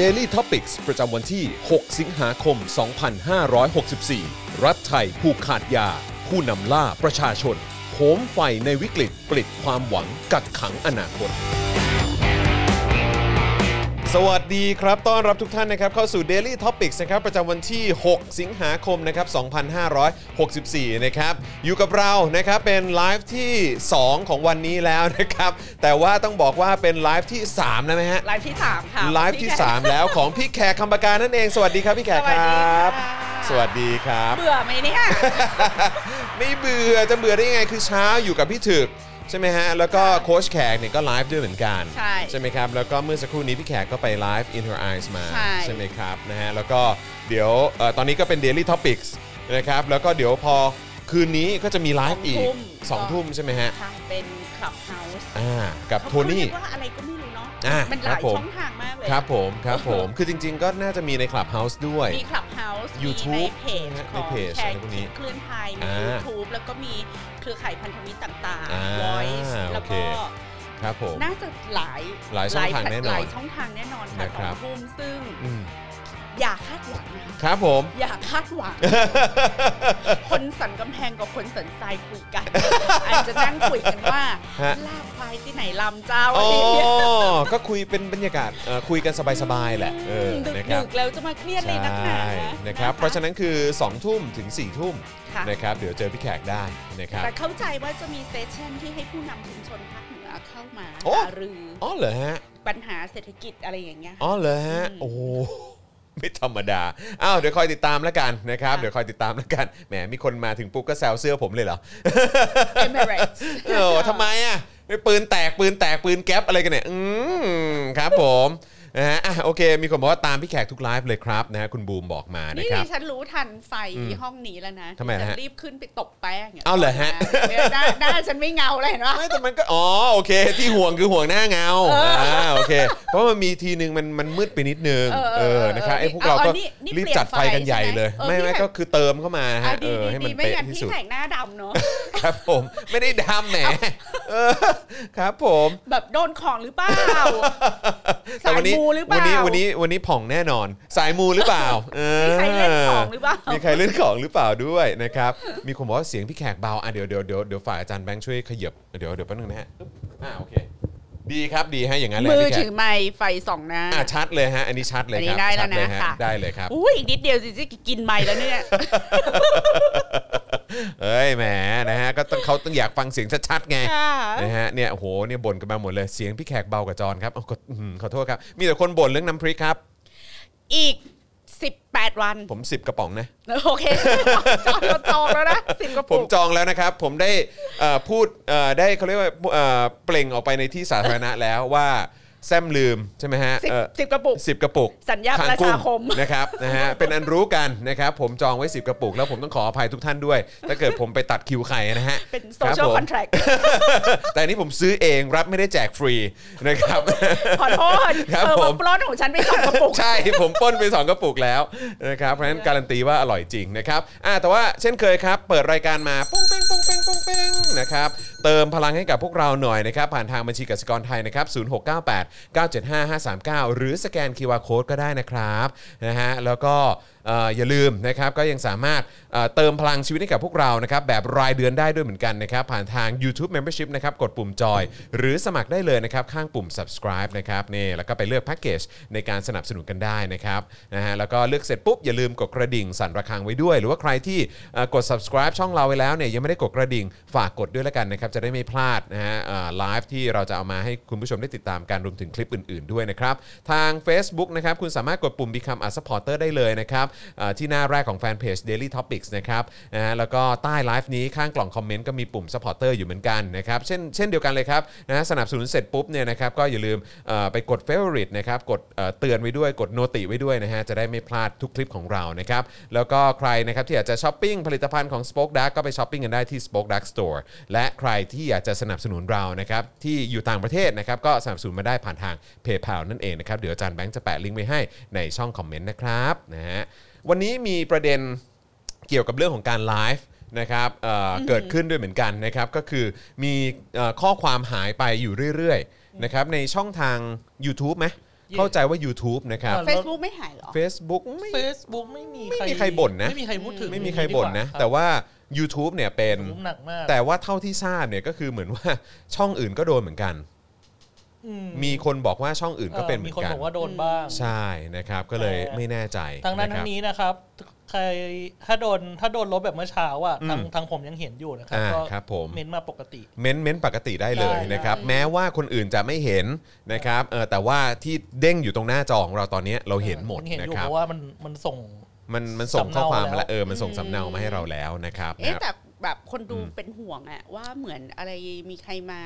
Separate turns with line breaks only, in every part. Daily Topics ประจำวันที่ 6 สิงหาคม 2564 รัฐไทยผูกขาดยา ผู้นำล่าประชาชนโหมไฟในวิกฤตปลิดความหวังกักขังอนาคต สวัสดีครับ ต้อนรับทุกท่านนะครับเข้าสู่ Daily Topics นะครับ ประจำวันที่ 6 สิงหาคมนะครับ 2564 นะครับ อยู่กับเรานะครับเป็นไลฟ์ที่ 2 ของวันนี้แล้วนะครับ แต่ว่าต้องบอกว่าเป็นไลฟ์ที่3แล้วไหมฮะ
ไลฟ์ที่สามค่ะ
ไลฟ์ที่
พี่แขก
3 แล้วของพี่แขกคำปากานั่นเอง สวัสดีครับพี่แขกครับ ส
สวั
วัส
สดี
ดีค
ค่ะ
รับ
เบื่อไหมเนี่ย
ไม่เบื่อจะเบื่อได้ยังไงคือเช้าอยู่กับพี่ถึกใช่ไหมฮะ แล้วก็โค้ชแขกเนี่ยก็ไลฟ์ด้วยเหมือนกัน
ใช่
ไหมครับ แล้วก็เมื่อสักครู่นี้พี่แขกก็ไปไลฟ์ in her eyes มา
ใช่
ไหมครับนะฮะแล้วก็เดี๋ยวเอ่อตอนนี้ก็เป็น daily topics นะครับแล้วก็เดี๋ยวพอคืนนี้ก็จะมีไลฟ์อีกสองทุ่มใช่ไหมฮะ
ค่ะเป็นคลับเฮาส์
อ่ากับโทนี่
ว่าอะไรก็ไม่รู้เนาะ
อ่ะ
มันห
ครั
ลา
บ
ย
ผม
ช่องทางมากเลย
ครับผมครับ ผมคือจริง ๆ ก็น่าจะมีใน Clubhouse ด้วย
มีคลับเฮาส์มี
YouTube
ในเพจข
ใน
อง
เพจ
แช
อะไร
ร์
พวกนี้
คลื่นไทยมี
อ่า
YouTube แล้วก็มีเครือข่ายพันธมิตรต่าง
อ่า
ๆ Voice
โอ
แล้ว
เค
ก็
ครับผม
น่าจะหลาย
หลายช่องทางแน่นอน
หลายช่องทางแน่นอนค่ะ
นะ
ส
ค
อ
รั
ง
บ
ทุ่มซึ่ง
อืม
อย่าคาดหวังนะคะ
ครับผม
อย่าคาด หวัง คนสันกำแพงกับคนสันทรายคุยกัน อาจจะนั่งคุยกันว่า
ฮะ
ลาบควายที่ไหนลำเจ้า
อ๋
อะ
อ
ไรอย่างเงี้ย
ก็คุยเป็นบรรยากาศเอ่อคุยกันสบาย ๆ แหละ เออ
ดึก
นะครับ
ดึกๆแล้วจะมาเครียดเลยนักหนา
ใช่นะครับ เพราะฉะนั้นคือ 2 ทุ่มถึง 4 ทุ่ม
ค่ะ
นะครับ เดี๋ยวเจอพี่แขกได้นะครับ
แต่เข้าใจว่าจะมีเซสชั่นที่ให้ผู้นำชุมชนภาคเหนือเข้ามา
โอ้
หารือ
อ๋อเหรอฮะ
ปัญหาเศรษฐกิจอะไรอย่างเงี้ยค่ะ
อ๋อเหรอฮะ
อืม
โอ้โหไม่ธรรมดา อ้าว เดี๋ยวคอยติดตามแล้วกันนะครับ
ค่ะ
เดี๋ยวคอยติดตามแล้วกัน แหม มีคนมาถึงปุ๊บก็แซวเสื้อผมเลยเหรอ
Emirates
เออทำไมอ่ะไม่ปืนแตกปืนแตกปืนแก๊ปอะไรกันเนี่ย อืมครับผมนะฮะอ่ะโอเค มีคนบอกว่าตามพี่แขกทุกไลฟ์เลยครับนะฮะคุณบูม บอกมานะ
นี่
ครับ
ดิฉันรู้ทันไฟห้องนี้แล้วนะ
ทำไม
ดิฉัน
ฮะ
รีบขึ้นไปตบแป้งนี่ย
เอาเหรอฮะ
เนี่ยหน้าหน้าฉันไม่เงาเลยเห็นปะ
ไม่แต่มันก็อ๋อโอเค ที่ห่วงคือห่วงหน้าเงาอ่าโอเค เพราะมันมีทีนึงมันมันมืดไปนิดนึง
เออ
เ
เออ
ออนะครับไอ้พวกเราก็
เอานี่นี่
รีบจัดไฟกันใหญ่เลย
เปลี่
ไม่
ยนไฟใช่ไหม
ไม่ก็คือเติมเข้ามา
อ่ะ
ฮะเอ
ดี
อให้
ดี
มัน
ดีไม่
เป๊ะ
งั้น
ที่
พี่
สุด
แข่งหน้าดำเนาะ
ครับผมไม่ได้ดำแหมเออครับผม
แบบโดนของหรือเปล่า
แต่วันนี้
สายมูหรือเปล่า
วันนี้วันนี้วันนี้ผ่องแน่นอน สายมูหรือเปล่าเออ
มีใครเล่นของหรือเปล่า
มีใครเล่นของหรือเปล่าด้วยนะครับ มีคนบอกว่าเสียงพี่แขกเบา อ่ะเดี๋ยวเดี๋ยวเดี๋ยวเดี๋ยวฝ่ายอาจารย์แบงค์ช่วยขยับ เดี๋ยวเดี๋ยวแป๊บนึงนะฮะอึ๊บอ่าโอเค ดีครับดีฮะอย่างนั้นเลย
มือ
พี่แข
ถื
ก
อไมค์ไฟส่องหน้า
อ่ะชัดเลยฮะ อันนี้ชัดเลย
อัน
ค
นี้
รับชัเยฮ
ได้แล้วนะค่ะ
ได้เลยครับ
อุ้ยอีกนิดเดียวจิจิกินไมค์แล้วเนี่ย
เอ้ยแหมนะฮะก็ต้องเขาต้องอยากฟังเสียงชัดๆไง
ค่ะ
นะฮะเนี่ยโอ้โหเนี่ยบ่นกันมาหมดเลยเสียงพี่แขกเบากว่าจอนครับเอาก็อืมขอโทษครับ มีแต่คนบ่นเรื่องน้ำพริกครับ
อีก 18 วัน
ผม 10 กระป๋องนะ
โอเค จองก็จองแล้วนะสิบกระ
ผม
ปุก
จองแล้วนะครับ ผมได้เอ่อพูดเอ่อได้เขาเรียกว่าเอ่อเปล่งออกไปในที่สาธารณะแล้วว่าแซมลืมใช่ไหมฮะ
สิบ
เอ่อ
สิบกระปุก
สิบกระปุก
สัญญาประชาคม
ทง กุ้งนะครับนะฮะเป็นอันรู้กันนะครับผมจองไว้ 10 กระปุก แล้วผมต้องขออภัยทุกท่านด้วย ถ้าเกิดผมไปตัดคิวใครนะฮะ
เป็นโซ
รับ
เชีย
ผ
ล
ม
คอนแท c ค
แต่อันนี้ผมซื้อเองรับไม่ได้แจกฟรีนะครับ
ขอโทษ
ครับ
เออ
ผม
มาปล้นของฉันไปสองกระปุก
ใช่ ผมปล้นไป 2 กระปุกแล้วนะครับเพราะฉะนั้นการันตีว่าอร่อยจริงนะครับอ่ะแต่ว่าเช่นเคยครับ เปิดรายการมาปุ้งเป้งปุ้งเป้งปุ้งเป้งนะครับเติมพลังให้กับพวกเราหน่อยนะครับ ผ่านทางบัญชีกสิกรไทยนะครับ0698 975 539 หรือสแกน QR Code ก็ได้นะครับนะฮะแล้วก็เอ่ออย่าลืมนะครับก็ยังสามารถเอ่อเติมพลังชีวิตให้กับพวกเรานะครับแบบรายเดือนได้ด้วยเหมือนกันนะครับ ผ่านทาง YouTube Membership นะครับกดปุ่มจอย หรือสมัครได้เลยนะครับ ข้างปุ่ม subscribe นะครับนี่แล้วก็ไปเลือกแพ็กเกจในการสนับสนุนกันได้นะครับนะฮะแล้วก็เลือกเสร็จปุ๊บ อย่าลืมกดกระดิ่งสั่นระฆังไว้ด้วย หรือว่าใครที่เอ่อกด subscribe ช่องเราไว้แล้วเนี่ยยังไม่ได้กดกระดิ่งฝากกดด้วยแล้วกันนะครับ จะได้ไม่พลาดนะฮะไลฟ์ที่เราจะเอามาให้คุณผู้ชมได้ติดตามการรวมถึงคลิปอื่น ๆด้วยนะครับ ทาง Facebook นะครับคุณสามารถกดปุ่ม Become a supporter ได้เลยนะครับเอ่อที่หน้าแรกของแฟนเพจ Daily Topics นะครับนะฮะแล้วก็ใต้ไลฟ์นี้ข้างกล่องคอมเมนต์ก็มีปุ่ม supporter อยู่เหมือนกันนะครับเช่นเช่นเดียวกันเลยครับนะฮะสนับสนุนเสร็จปุ๊บเนี่ยนะครับก็อย่าลืมเอ่อไปกด favorite นะครับกดเอ่อเตือนไว้ด้วยกดโนติไว้ด้วยนะฮะจะได้ไม่พลาดทุกคลิปของเรานะครับแล้วก็ใครนะครับที่อยากจะช้อปปิ้งผลิตภัณฑ์ของ Spoke Dark ก็ไปช้อปปิ้งกันได้ที่ Spoke Dark Store และใครที่อยากจะสนับสนุนเรานะครับที่อยู่ต่างประเทศนะครับก็สนับสนุนมาได้ผ่านทาง PayPal นั่นเองนะครับเดี๋ยวอาจารย์แบงค์จะแปะลิงก์ไว้ให้ในช่องคอมเมนต์นะครับนะฮะวันนี้มีประเด็น เกี่ยวกับเรื่องของการไลฟ์นะครับเอ่อเกิดขึ้นด้วยเหมือนกันนะครับ ก็คือมีเอ่อข้อความหายไปอยู่เรื่อยๆนะครับในช่องทาง YouTube ไหม เข้าใจว่า YouTube นะครับ
อ่า
Facebook ไม่หายเหรอ
Facebook ไม่
เฟซบุ๊กไม่มี
ไม่มีใครบ่นนะ
ไม่มีใครพูดถึง
ไม่มีใครบ่นนะ แต่ว่า YouTube เนี่ยเป็น
ผมหนักมาก
แต่ว่าเท่าที่ทราบเนี่ยก็คือเหมือนว่า ช่องอื่นก็โดนเหมือนกัน
อื
มีคนบอกว่าช่องอื่นก็เป็นเหมื
มี
อน
คน
กัน
บอกว่าโดนบ้าง
ใช่นะครับ ก็เลย
แต่
ไม่แน่ใจ
ทางนั้นะ
ค
ทั้
รับ
งนี้นะครับ ใครถ้าโดนถ้าโดนลบแบบเมื่อเช้าอ่ะทาง
อืม
ทางผมยังเห็นอยู่นะครับ
อ่า
ก็
ครับผม
เม้นต์มาปกติ
เม้นต์เม้นต์ปกติได้เลย
ได้
นะครับ
ได้
แม้ว่าคนอื่นจะไม่เห็นนะครับเออแต่ว่าที่เด้งอยู่ตรงหน้าจอของเราตอนเนี้ยเราเห็นหมด
ผมเห็น
นะ
อยู่
ครับ
เพราะว่ามันมันส่ง
มันมันส่งข้อความมาแล้ว
สำเนาแล้ว
เออมันส่งสำเนามาให้เราแล้วนะครับ
เอ๊ะ
นะครับ
แต่แบบคนดู
อืม
เป็นห่วงอะว่าเหมือนอะไรมีใครมา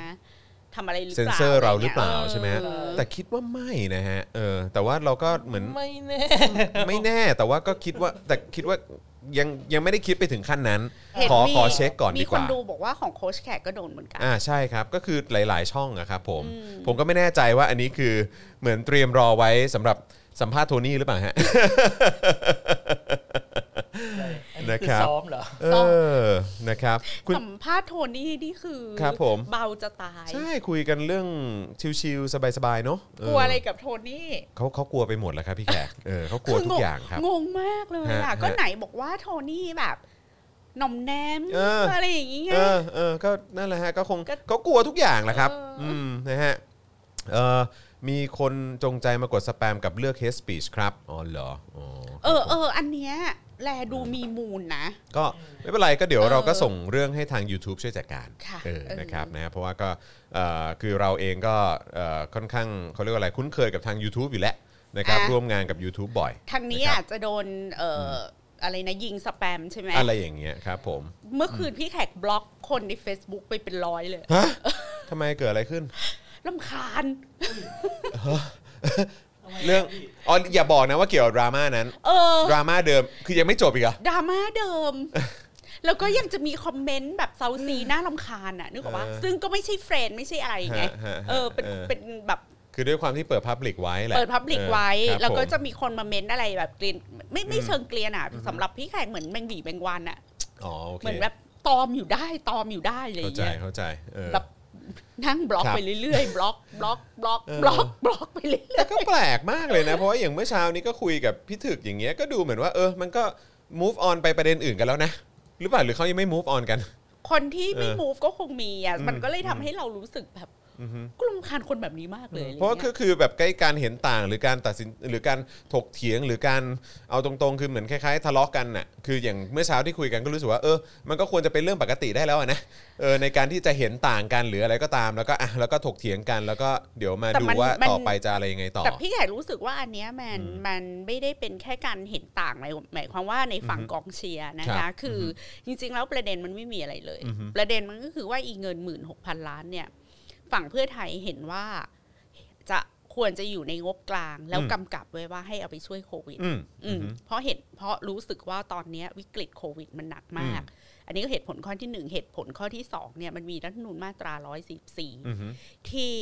ทำอะไรหรือ
เซ็น
เปล่า
เซอร์เราหรือเปล่า
ะ
ใช่ไหม
เออ
แต่คิดว่าไม่นะฮะเออแต่ว่าเราก็เหมือน
ไม่แน่
ไม่แน่แต่ว่าก็คิดว่าแต่คิดว่ายังยังไม่ได้คิดไปถึงขั้นนั้น
เห็น
ขอ
มี
ขอเช็คก่อนดี
มี
ก
คน
ว่า
ดูบอกว่าของโค้ชแขกก็โดนเหมือนกัน
อ่าใช่ครับก็คือหลาย ๆ ช่องนะครับผม
อืม
ผมก็ไม่แน่ใจว่าอันนี้คือเหมือนเตรียมรอไว้สำหรับสัมภาษณ์โทนี่หรือเปล่าฮะ
อันนี้คือ
นะครับ
ซ้อมเหรอ
เออนะครับคุณ
สัมภาษณ์โทนี่นี่คือ
ครับผม
เบาจะตาย
ใช่คุยกันเรื่องชิวๆสบายๆเนาะเ
กลัวอะไรกับโทนี่
เขาเขากลัวไปหมดแล้วครับพี่แขกเออเขากลัวทุกอย่างครับ
งงมากเลย
ฮะ
อ่ะก็
ฮะ
ไหนบอกว่าโทนี่แบบหน่อมแนม
เออ
อะไรอย่างเงี้ย
เออเออก็นั่นแหละฮะก็คง
ก็
เขากลัวทุกอย่างแหละครับ
เอออื
อืมนะฮะเออมีคนจงใจมากดสแปมกับเลือกเฮสปีชครับอ๋อเหรออ๋อ
เออเอออันเนี้ยแลดูมีมูลนะ
ก็ไม่เป็นไรก็เดี๋ยว
เออ
เราก็ส่งเรื่องให้ทาง YouTube ช่วยจัดการ
ค่ะ
เออ
เออ
นะครับนะฮะเพราะว่าก็เอ่อคือเราเองก็เอ่อค่อนข้างเขาเรียกว่าอะไรคุ้นเคยกับทาง YouTube อยู่แล้วนะครับร่วมงานกับ YouTube บ่อย
ทางนี้
นะครับ
อาจจะโดนเอ่อออะไรนะยิงสแปมใช่ไหม
อะไรอย่างเงี้ยครับผม
เมื่อคืนพี่แขกบล็อกคนใน Facebook ไปเป็นร้อยเลย
ฮะทำไมเกิดอะไรขึ้น
ลำคาญ
เรื่องอ๋ออย่าบอกนะว่าเกี่ยวกับดราม่านั้น
เออ
ดราม่าเดิมคือยังไม่จบอีกเหรอ
ดราม่าเดิ ม แล้วก็ยังจะมีคอมเมนต์แบบเซาซีน่าลำคาญอ่ะนึกออกว่าซึ่งก็ไม่ใช่เฟรนด์ไม่ใช่อะไรไง
ฮะฮะฮะ
เออเป็นเป็นแบบ
คือด้วยความที่เปิดพับลิกไว้แหละ
เปิดพับลิก
ออ
ไว้
ครับ
แล้วก็
ผม
จะมีคนมาเม้นอะไรแบบเกลียนไม่ไม่เชิงเกลียนอ่ะสำหรับพี่แขกเหมือนแมงหวีแมงวันอ่ะ
อ๋อโอเค
เหมือนแบบตอมอยู่ได้ตอมอยู่ได้อะไรอ
เข้า
ย่าง
ใจ
เงี้ย
เข้าใจเออ
แบบนั่งบล็อก
ครับ
ไปเรื่อยๆบล็อกบล็อกบล็อก
เออ
บล็อกบล็อกไปเรื่อย
แต่ก็แปลกมากเลยนะ เพราะว่าอย่างเมื่อเช้านี้ก็คุยกับพี่ถึกอย่างเงี้ยก็ดูเหมือนว่าเออมันก็ move on ไปประเด็นอื่นกันแล้วนะ หรือเปล่าหรือเขายังไม่ move on กัน
คนที่ไม่
เออ
move ก็คงมีอ่ะมันก็เลยทำให้เรารู้สึกแบบ
อือฮึ
กลำคาญคนแบบนี้มากเลยอไอย่ง
เพราะว่า
งี้ย
ก็คือแบบใกล้การเห็นต่างหรือการตัดสินหรือการถกเถียงหรือการเอาตรงๆ คือเหมือนคล้ายๆ ทะเลาะกันน่ะคืออย่างเมื่อเช้าที่คุยกันก็รู้สึกว่าเออมันก็ควรจะเป็นเรื่องปกติได้แล้วอะนะเออในการที่จะเห็นต่างกันหรืออะไรก็ตามแล้วก็อ่ะแล้วก็ถกเถียงกันแล้วก็เดี๋ยวมา
แต่
ดู
มัน
ว่าม
น
ต่อไปจะอะไรยังไงต่อ
แต่พี่ใหญ่รู้สึกว่าอันเนี้ยมันมันไม่ได้เป็นแค่การเห็นต่างหมายหมายความว่าในฝั่งกองเชียร์นะ
ครั
คะ
บ
คือจริง ๆ แล้วประเด็นมันไม่มีอะไรเลย
อือฮึ
ประเด็นมันก็คือว่าอีเงินหมื่นหกพันล้านเนี่ย ฝั่งเพื่อไทยเห็นว่าจะควรจะอยู่ในงบกลาง แล้วกำกับไว้ว่าให้เอาไปช่วยโควิด
อืม
อืม
อืม
เพราะเห็นเพราะรู้สึกว่าตอนเนี้ยวิกฤตโควิดมันหนักมาก อันนี้ก็เหตุผลข้อที่หนึ่งเหตุผลข้อที่สองเนี่ยมันมีรัฐธรรมนูญมาตราร้อยสิบสี่
อือฮึ
ที่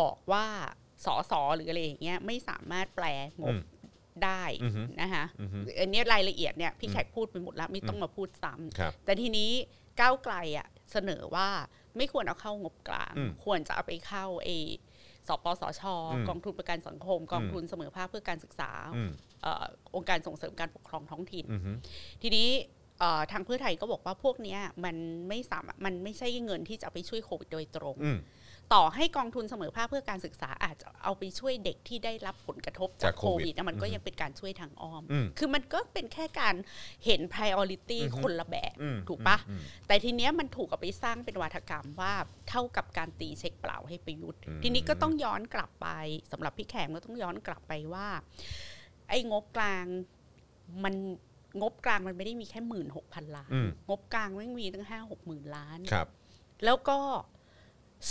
บอกว่าสอสอหรืออะไรอย่างเงี้ยไม่สามารถแปลง
อื
บ
ม
ได้
อือฮึ
นะคะ
อือฮึ
อันเนี้ยรายละเอียดเนี่ยพี่แขกพูดไปหมดแล้วไม่ต้องมาพูดซ้ำ
ครับ
แต่ทีนี้ก้าวไกลอ่ะเสนอว่าไม่ควรเอาเข้างบกลาง
อืม
ควรจะเอาไปเข้าเอสปสช
อืม
กองทุนประกันสังคม กอง
อืม
ทุนเสมอภาคเพื่อการศึกษา
อืม
เออองค์การส่งเสริมการปกครองท้องถิ่น
อือฮึ
ทีนี้เอ่อทางเพื่อไทยก็บอกว่าพวกเนี้ยมันไม่สามารถมันไม่ใช่เงินที่จะเอาไปช่วยโควิดโดยตรง
อืม
ต่อให้กองทุนเสมอภาคเพื่อการศึกษาอาจจะเอาไปช่วยเด็กที่ได้รับผลกระทบจาก
จากโค
โค
วิด
วิดนะมันก็ยังเป็นการช่วยทางอ้อม
อืม
คือมันก็เป็นแค่การเห็น priority
อือฮึ
คนละแบบ
อืม
ถูกปะ
อืม
แต่ทีเนี้ยมันถูกเอาไปสร้างเป็นวาทกรรมว่าเท่ากับการตีเช็คเปล่าให้ประยุทธ์
อืม
ทีนี้ก็ต้องย้อนกลับไปสำหรับพี่แขมก็ต้องย้อนกลับไปว่า ไอ้งบกลางมันงบกลางมันไม่ได้มีแค่หมื่นหกพันล้าน
อืม
งบกลางมันมีตั้งห้าหกหมื่นล้าน
ครับ
แล้วก็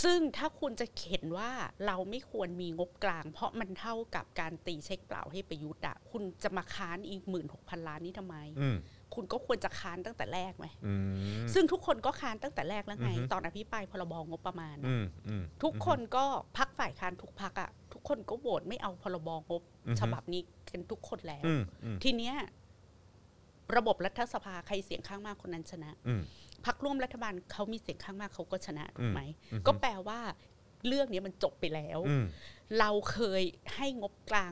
ซึ่งถ้าคุณจะเห็นว่าเราไม่ควรมีงบกลาง เพราะมันเท่ากับการตีเช็คเปล่าให้ประยุทธ์อะคุณจะมาค้านอีกหมื่นหกพันล้านนี้ทำไม
อืม
คุณก็ควรจะค้านตั้งแต่แรกไหม
อืม
ซึ่งทุกคนก็ค้านตั้งแต่แรกแล้วไง
อือฮึ
ตอนอภิปรายพรบงบประมาณอะ
อืมอืม
ทุกคนก็พักฝ่ายค้านทุกพักอะทุกคนก็โหวตไม่เอาพรบงบ
อือฮึ
ฉบับนี้กันทุกคนแล้ว
อืมอืม
ทีเนี้ยระบบรัฐสภาใครเสียงข้างมากคนนั้นชนะ
อืม
พักร่วมรัฐบาลเขามีเสียงข้างมากเขาก็ชนะถู
อื
ก
ม
ไหม
อือฮึ
ก็แปลว่า เรื่องเนี้ยมันจบไปแล้ว
อืม
เราเคยให้งบกลาง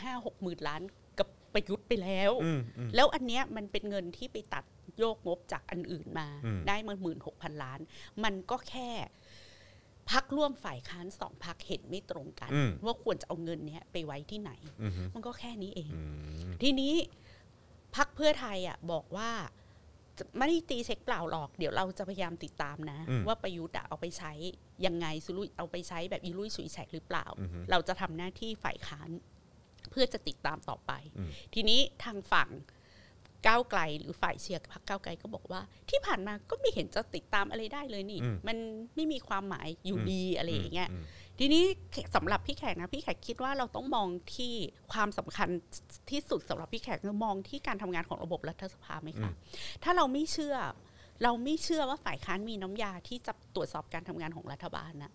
ห้าหกหมื่นล้านกับประยุทธ์ไปแล้ว
อืมอืม
แล้วอันเนี้ยมันเป็นเงินที่ไปตัดโยกงบจากอันอื่นมา
อืม
ได้มาหมื่นหกพันล้าน มันก็แค่พักร่วมฝ่ายค้านสองพักเห็นไม่ตรงกัน
อืม
ว่าควรจะเอาเงินเนี้ยไปไว้ที่ไหน
อืม
มันก็แค่นี้เอง
อืม
ทีนี้พักเพื่อไทยอ่ะบอกว่าจะไม่ได้ตีเช็คเปล่าหรอก เดี๋ยวเราจะพยายามติดตามนะ ว่าประยุทธ์อะเอาไปใช้ยังไงสุรุ่ยเอาไปใช้แบบอีลุยสุยแฉกหรือเปล่า เราจะทำหน้าที่ฝ่ายค้าน เพื่อจะติดตามต่อไป ทีนี้ทางฝั่งก้าวไกลหรือฝ่ายเชียร์พักก้าวไกลก็บอกว่า ที่ผ่านมาก็ไม่เห็นจะติดตามอะไรได้เลยนี่ มันไม่มีความหมายอยู่ดีอะไรอย่างเงี้ย ทีนี้สำหรับพี่แขกนะพี่แขกคิดว่าเราต้องมองที่ความสำคัญที่สุดสำหรับพี่แขกคือมองที่การทำงานของระบบรัฐสภาไหมคะถ้าเราไม่เชื่อ เราไม่เชื่อว่าฝ่ายค้านมีน้ำยาที่จะตรวจสอบการทำงานของรัฐบาลนะ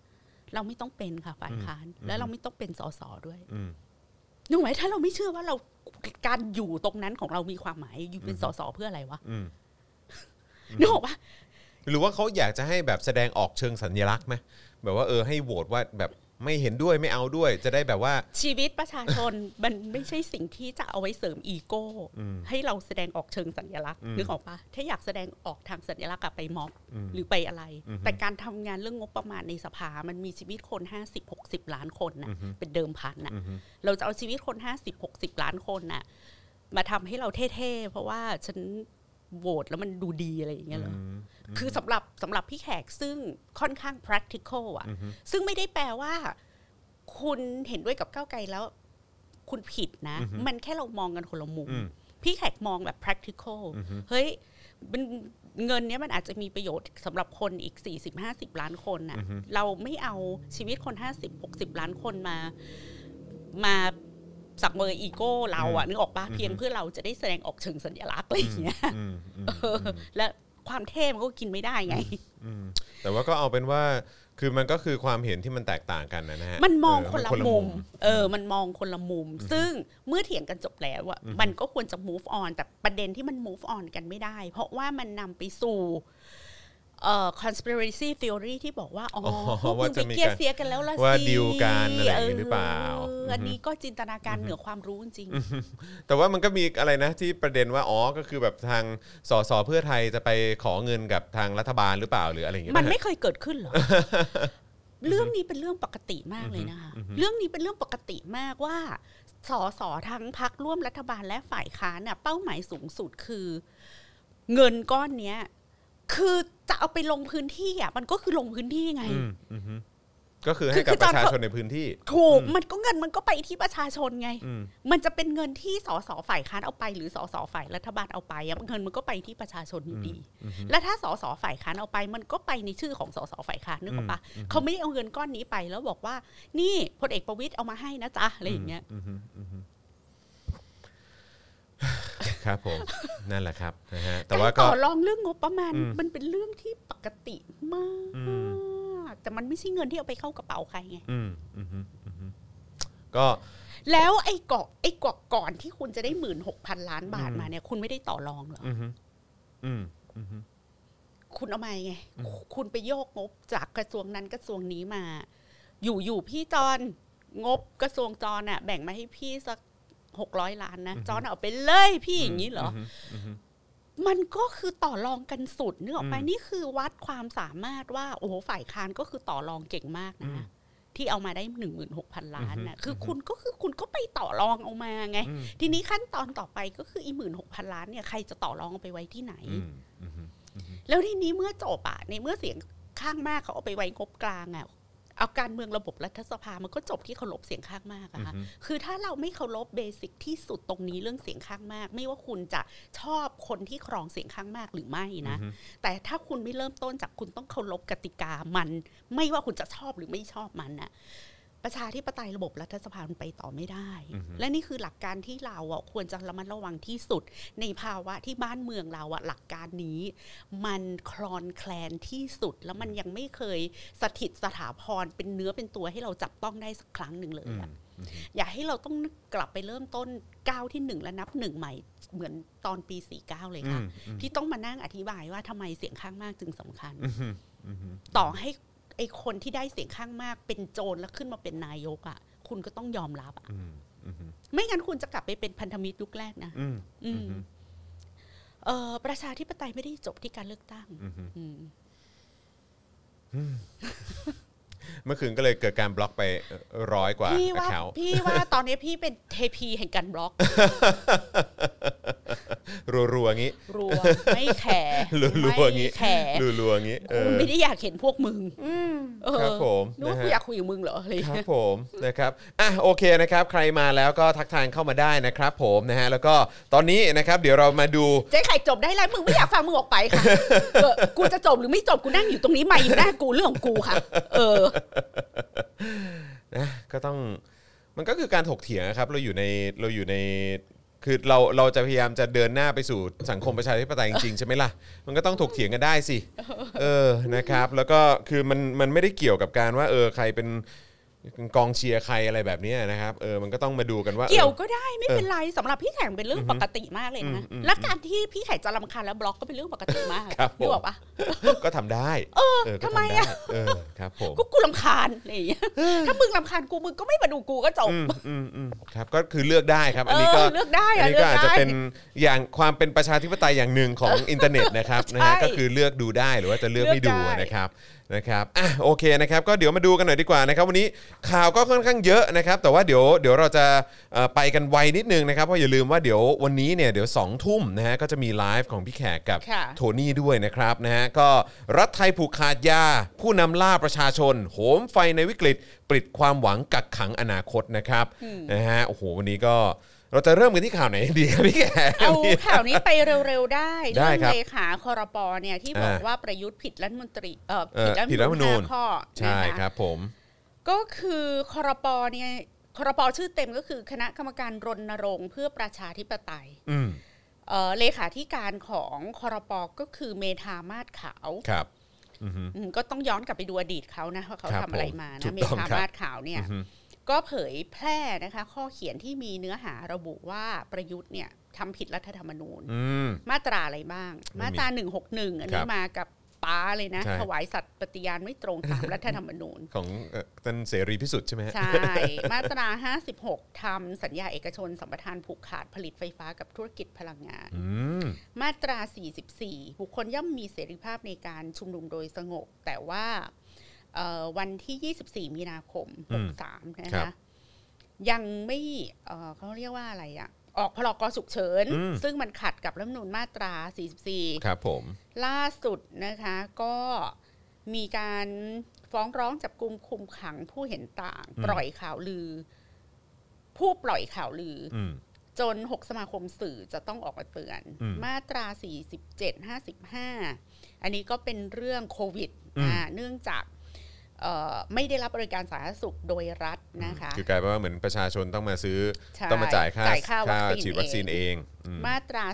เราไม่ต้องเป็นค่ะฝ่ายค้าน และเราไม่ต้องเป็นสสด้วย
อืม
นึกไหมถ้าเราไม่เชื่อว่าเราการอยู่ตรงนั้นของเรามีความหมายอยู่เป็น
อืม
สสเพื่ออะไรวะ
อืม
นึกออกปะ
หรือว่าเขาอยากจะให้แบบแสดงออกเชิงสัญลักษณ์ไหมแบบว่าเออให้โหวตว่าแบบไม่เห็นด้วยไม่เอาด้วย จะได้แบบว่า
ชีวิตประชาชน มันไม่ใช่สิ่งที่จะเอาไว้เสริมอีโก้
อืม
ให้เราแสดงออกเชิงสัญลักษณ์
อืม
นึกออกปะถ้าอยากแสดงออกทางสัญลักษณ์อะไปม็อบ
อืม
หรือไปอะไร
อือฮึ
แต่การทำงานเรื่องงบประมาณในสภา มันมีชีวิตคน 50 60 ล้านคน
อื
นะ
อฮึ
เป็นเดิมพันนะ
อือฮึ
เราจะเอาชีวิตคน 50 60 ล้านคนนะมาทำให้เราเท่ๆ เพราะว่าฉันโหวตแล้วมันดูดีอะไรอย่างเงี้ยเหรออ
ม
คือสำหรับสำหรับพี่แขกซึ่งค่อนข้าง practical อะ
อือฮึ
ซึ่งไม่ได้แปลว่า คุณเห็นด้วยกับก้าวไกลแล้ว คุณผิดนะ มันแค่เรามองกันคนละมุม
อืม
พี่แขกมองแบบ practical
อือฮึ
เฮ้ยมันเงินเนี้ยมันอาจจะมีประโยชน์สำหรับคนอีก 40 50 ล้านคนน่ะ เราไม่เอาชีวิตคน 50 60 ล้านคนมา มาสักเมอร์อีโก้เราอะนึกออกปะเพียงเพื่อเราจะได้แสดงออกเชิงสัญลักษณ์อะไรอย่างเงี้ย
อืมอืม
เออและความเท่มันก็กินไม่ได้ไง
อืมแต่ว่าก็เอาเป็นว่าคือมันก็คือความเห็นที่มันแตกต่างกันนะฮะ
มันมอง
เ
คนละมุม เออ มันมองคนละมุม ซึ่งเมื่อเถียงกันจบแล้วอะมันก็ควรจะ move on แต่ประเด็นที่มัน move on กันไม่ได้ เพราะว่ามันนำไปสู่เอ่อ conspiracy theory ที่บอกว่า อ๋อ
อ๋อ
พวก
ว่า
คุณ
จะ
ไป
มี
เกลียด
การ
เสียกันแล้วล่ะ
ว่า
สิ
ดีลกันอะไรอย่างงี้หรือเปล่า
ออันนี้ก็จินตนาการเหนือความรู้จริงๆ
แต่ว่ามันก็มีอะไรนะที่ประเด็นว่าอ๋อก็คือแบบทางสสเพื่อไทยจะไปขอเงินกับทางรัฐบาลหรือเปล่าหรืออะไรอย่างเงี้ย
มันไม่เคยเกิดขึ้นเหรอ เรื่องนี้เป็นเรื่องปกติมากเลยนะคะ เรื่องนี้เป็นเรื่องปกติมากว่า สสทั้งพักร่วมรัฐบาลและฝ่ายค้านน่ะ เป้าหมายสูงสุดคือ เงินก้อนเนี้ย คือจะเอาไปลงพื้นที่อ่ะ มันก็คือลงพื้นที่ไง
อืมอืมฮึก็คือให้กับประชาชนในพื้นที่
ถูก มันก็เงินมันก็ไปที่ประชาชนไง
อืม
มันจะเป็นเงินที่สสฝ่ายค้านเอาไปหรือสสฝ่ายรัฐบาลเอาไปอะเงินมันก็ไปที่ประชาชนอยู่ดี และถ้าสสฝ่ายค้านเอาไป มันก็ไปในชื่อของสสฝ่ายค้านนึกออกปะเขาไม่ได้เอาเงินก้อนนี้ไปแล้วบอกว่า นี่พลเอกประวิตยเอามาให้นะจ๊ะอะไรอย่างเงี้ย
มอืมอืมอืมครับผม นั่นแหละครับนะฮะแต่ว่าก็
การต่อรองเรื่องงบประมาณ
อืม
มันเป็นเรื่องที่ปกติมาก
อื
แต่มันไม่ใช่เงินที่เอาไปเข้ากระเป๋าใครไง
อืมอืมอืมอืมก็
แล้วไอ้เกาะไอ้เกาะก่อนที่คุณจะได้หมื่นหกพันล้านบาทมาเนี่ย คุณไม่ได้ต่อรองเหรอ
อืมอืมอืม
คุณเอามาไง คุณไปโยกงบจากกระทรวงนั้นกระทรวงนี้มา อยู่อยู่พี่จอนงบกระทรวงจอนอะแบ่งมาให้พี่สักหกร้อยล้านนะ
อือฮึ
จอนเอาไปเลยพี่อย่างนี้เหรอ
มอืม
มันก็คือต่อรองกันสุดนึกออกไป
อืม
นี่คือวัดความสามารถว่า โอ้โหฝ่ายค้านก็คือต่อรองเก่งมากนะ ที่เอามาได้หนึ่งหมื่นหกพันล้านนะคือคุณก็คือคุณก็ไปต่อรองเอามาไง
อืม
ทีนี้ขั้นตอนต่อไปก็คืออีหมื่นหกพันล้านเนี่ยใครจะต่อรองเอาไปไว้ที่ไหน
อืมอืม
แล้วทีนี้เมื่อจบอะในเมื่อเสียงข้างมากเขาเอาไปไว้งบกลางอะเอาการเมืองระบบรัฐสภามันก็จบที่เคารพเสียงข้างมากอะค่ะคือถ้าเราไม่เคารพเบสิกที่สุดตรงนี้เรื่องเสียงข้างมาก ไม่ว่าคุณจะชอบคนที่ครองเสียงข้างมากหรือไม่นะ แต่ถ้าคุณไม่เริ่มต้นจากคุณต้องเคารพกติกามัน ไม่ว่าคุณจะชอบหรือไม่ชอบมันน่ะ ประชาธิปไตยระบบรัฐสภามันไปต่อไม่ได้ และนี่คือหลักการที่เราอ่ะควรจะระมัดระวังที่สุด ในภาวะที่บ้านเมืองเราอ่ะหลักการนี้ มันคลอนแคลนที่สุด แล้วมันยังไม่เคยสถิตสถาพรเป็นเนื้อเป็นตัวให้เราจับต้องได้สักครั้งหนึ่งเลย
อืม
อะอย่าให้เราต้องกลับไปเริ่มต้นก้าวที่หนึ่งและนับหนึ่งใหม่เหมือนตอนปี49เลย
อื
ค่ะ
มอืม
ที่ต้องมานั่งอธิบายว่าทำไมเสียงข้างมากจึงสำคัญ
อืมอืม
ต่อให้ ไอคนที่ได้เสียงข้างมากเป็นโจรแล้วขึ้นมาเป็นนายกอ่ะ คุณก็ต้องยอมรับอะ
อืมอืม
ไม่งั้นคุณจะกลับไปเป็นพันธมิตรยุคแรกนะ
อืม
อืมเอ่อประชาธิปไตยไม่ได้จบที่การเลือกตั้ง
อืม
อืม
เมื่อคืนก็เลยเกิดการบล็อกไปร้อยกว่า
พี่ว่า
แคา
พี่ว่าตอนนี้พี่เป็นเทพีแห่งการบล็อก
รัวๆงี้
รัวไม่แคร์
รัวๆอย่างงี้
ไม่แคร์
รัวๆงี้ เออ
กูไม่ได้อยากเห็นพวกมึงเออ
ครับผม
นึกว่า
นะฮะ
กูอยากคุยกับมึงเหรออะไรอย่าง
ค
เงี้ย
รับผมนะครับอ่ะโอเคนะครับ ใครมาแล้วก็ทักทายเข้ามาได้นะครับ ผมนะฮะแล้วก็ตอนนี้นะครับ เดี๋ยวเรามาดู
เจ๊ไข่จบได้แล้วมึงไม่อยากฟังมึงออกไปค่ะเออกูจะจบหรือไม่จบกูนั่งอยู่ตรงนี้ไม่อยู่หน้ากูเรื่องของกูค่ะ เออ
นะก็ต้องมันก็คือการถกเถียงนะครับเราอยู่ในเราอยู่ในคือเราเราจะพยายามจะเดินหน้าไปสู่สังคมประชาธิปไตยจริงๆใช่ไหมล่ะมันก็ต้องถกเถียงกันได้สิเออนะครับแล้วก็คือมันมันไม่ได้เกี่ยวกับการว่าเออใครเป็นกองเชียร์ใครอะไรแบบเนี้ยนะครับเออมันก็ต้องมาดูกันว่า
เกี่ยวก็ได้ไม่เป็นไรสำหรับพี่แขกเป็นเรื่องปกติมากเลยนะ
อืมอืม
และการที่พี่แขกจะรำคาญแล้วบล็อกก็เป็นเรื่องปกติมาก
ครับผม
นึกออกปะ
เออก็ทำได้เออก็
ทำไม
ด้
อะ
เออครับผม
กูกูรำคาญอะไร อย่างเงี้ยถ้ามึงรำคาญกูมึงก็ไม่มาดูกูก็จบ
อืมอืมอืมครับก็คือเลือกได้ครับ
เอ
อันนี้ก็
อเลือกได้
อั
อะ
นนี้
เลื
ก็
อก
อาจจะ
ได้
เป็นอย่างความเป็นประชาธิปไตยอย่างหนึ่งของอินเทอร์เน็ตนะครับ นะฮะ
ใช่
ก็คือเลือกดูได้หรือว่าจะเลือกไม่ดู
เลือกได้
นะครับนะครับอ่ะโอเคนะครับ ก็เดี๋ยวมาดูกันหน่อยดีกว่านะครับวันนี้ข่าวก็ค่อนข้างเยอะนะครับ แต่ว่าเดี๋ยวเดี๋ยวเราจะเอ่อไปกันไวนิดนึงนะครับเพราะอย่าลืมว่าเดี๋ยววันนี้เนี่ยเดี๋ยว2องทุ่มนะฮะก็จะมีไลฟ์ของพี่แขกกับ
ค่ะ
โทนี่ด้วยนะครับนะฮะก็รัฐไทยผูกขาดยา ผู้นำล่าประชาชน โหมไฟในวิกฤตปิดความหวังกักขังอนาคตนะครับนะฮะโอ้โหวันนี้ก็เราจะเริ่มกันที่ข่าวไหน ดีครับพี่แขก
เอาข่าวนี้ไปเร็วๆได้
ได้ค
เรื่อง
รับ
เลขาคอรปอเนี่ยที่บอก
อ่า
ว่าประยุทธ์ผิดรัฐมนตรีเอ่อ
เอ่อผิ
ผิ
ด
ด
รัฐธ
รัฐม
รรม
น
นู
ตรี
ญ
ห้าข้อ
ใช่
นะคะ
ครับผม
ก็คือคอรปอเนี่ยคอรปอชื่อเต็มก็คือคณะกรรมการรณรงค์เพื่อประชาธิปไตย
อืม
เอ่อเลขาธิการของคอรปอก็คือเมธามาศขาว
ครับ อือฮึ
อืมก็ต้องย้อนกลับไปดูอดีตเขานะว่าเขา
ครับ
ทำอะไร
ผม
มา
ถู
นะ
ก
เม
ต้อง
ธา
ครับ
มาศขาวเนี่ย
อือฮึ
ก็เผยแพร่นะคะ ข้อเขียนที่มีเนื้อหาระบุว่าประยุทธ์เนี่ยทำผิดรัฐธรรมนูญ
อืม
มาตราอะไรบ้าง
ไม่มี
มาตราหนึ่งหกหนึ่งอัน
ค
นี้
รับ
มากับป้าเลยนะ
ใช่
ถวายสัตย์ปฏิญาณไม่ตรงตามรัฐธรรมนูญ
ของเอ่อท่านเสรีพิสุทธิ์ใช่ไหมฮะ
ใช่ มาตรา 56ทำสัญญาเอกชนสัมปทานผูกขาดผลิตไฟฟ้ากับธุรกิจพลังงาน
อืม
มาตรา 44 บุคคลย่อมมีเสรีภาพในการชุมนุมโดยสงบ แต่ว่าเอ่อวันที่ 24 มีนาคม 63 นะคะยังไม่เอ่อเขาเรียกว่าอะไรอะออกพรกฉุกเฉิน ซึ่งมันขัดกับรัฐธรรมนูญมาตรา 44
ครับผม
ล่าสุดนะคะก็มีการฟ้องร้องจับกลุ่มคุมขังผู้เห็นต่าง
อืม
ปล่อยข่าวลือ ผู้ปล่อยข่าวลืออ
อืม
จน 6 สมาคมสื่อจะต้องออกมาเตือน
อืม
มาตรา 47 55 อันนี้ก็เป็นเรื่องโควิด
อืม
อ่าเนื่องจากเอ่อไม่ได้รับบริการสาธารณสุขโดยรัฐนะคะ
คือกลายเป็นว่าเหมือนประชาชนต้องมาซื้อ
ใช่
ต้องมาจ่ายค่า
จ่ายค่าวัคซีน
ฉีดวัคซีน
เอง
เองอืม
มาตรา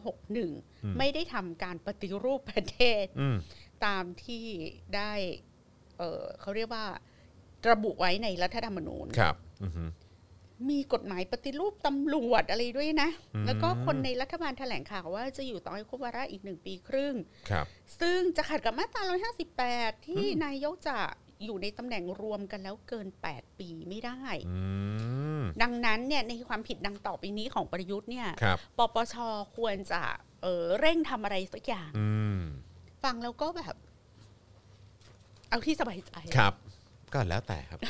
ม
258 261 ไม่ได้ทำการปฏิรูปประเทศ
อืม
ตามที่ได้ เอ่อเขาเรียกว่า ระบุไว้ในรัฐธรรมนูญ
ครับ อือฮึ
มีกฎหมายปฏิรูปตำรวจอะไรด้วยนะ
อืม
แล้วก็คนในรัฐบาลแถลงข่าวว่าจะอยู่ต่อให้ครบวาระอีกหนึ่งปีครึ่ง
ครับ
ซึ่งจะขัดกับมาตรา 158 ที่
อืม
นายกจะอยู่ในตำแหน่งรวมกันแล้วเกิน 8 ปีไม่ได้
อืม
ดังนั้นเนี่ยในความผิดดังต่อไปนี้ของประยุทธ์เนี่ย
ครับ
ปปชควรจะเอ่อเร่งทำอะไรสักอย่าง
อืม
ฟังแล้วก็แบบ เอาที่สบายใจ
ครับ ก็แล้วแต่ครับ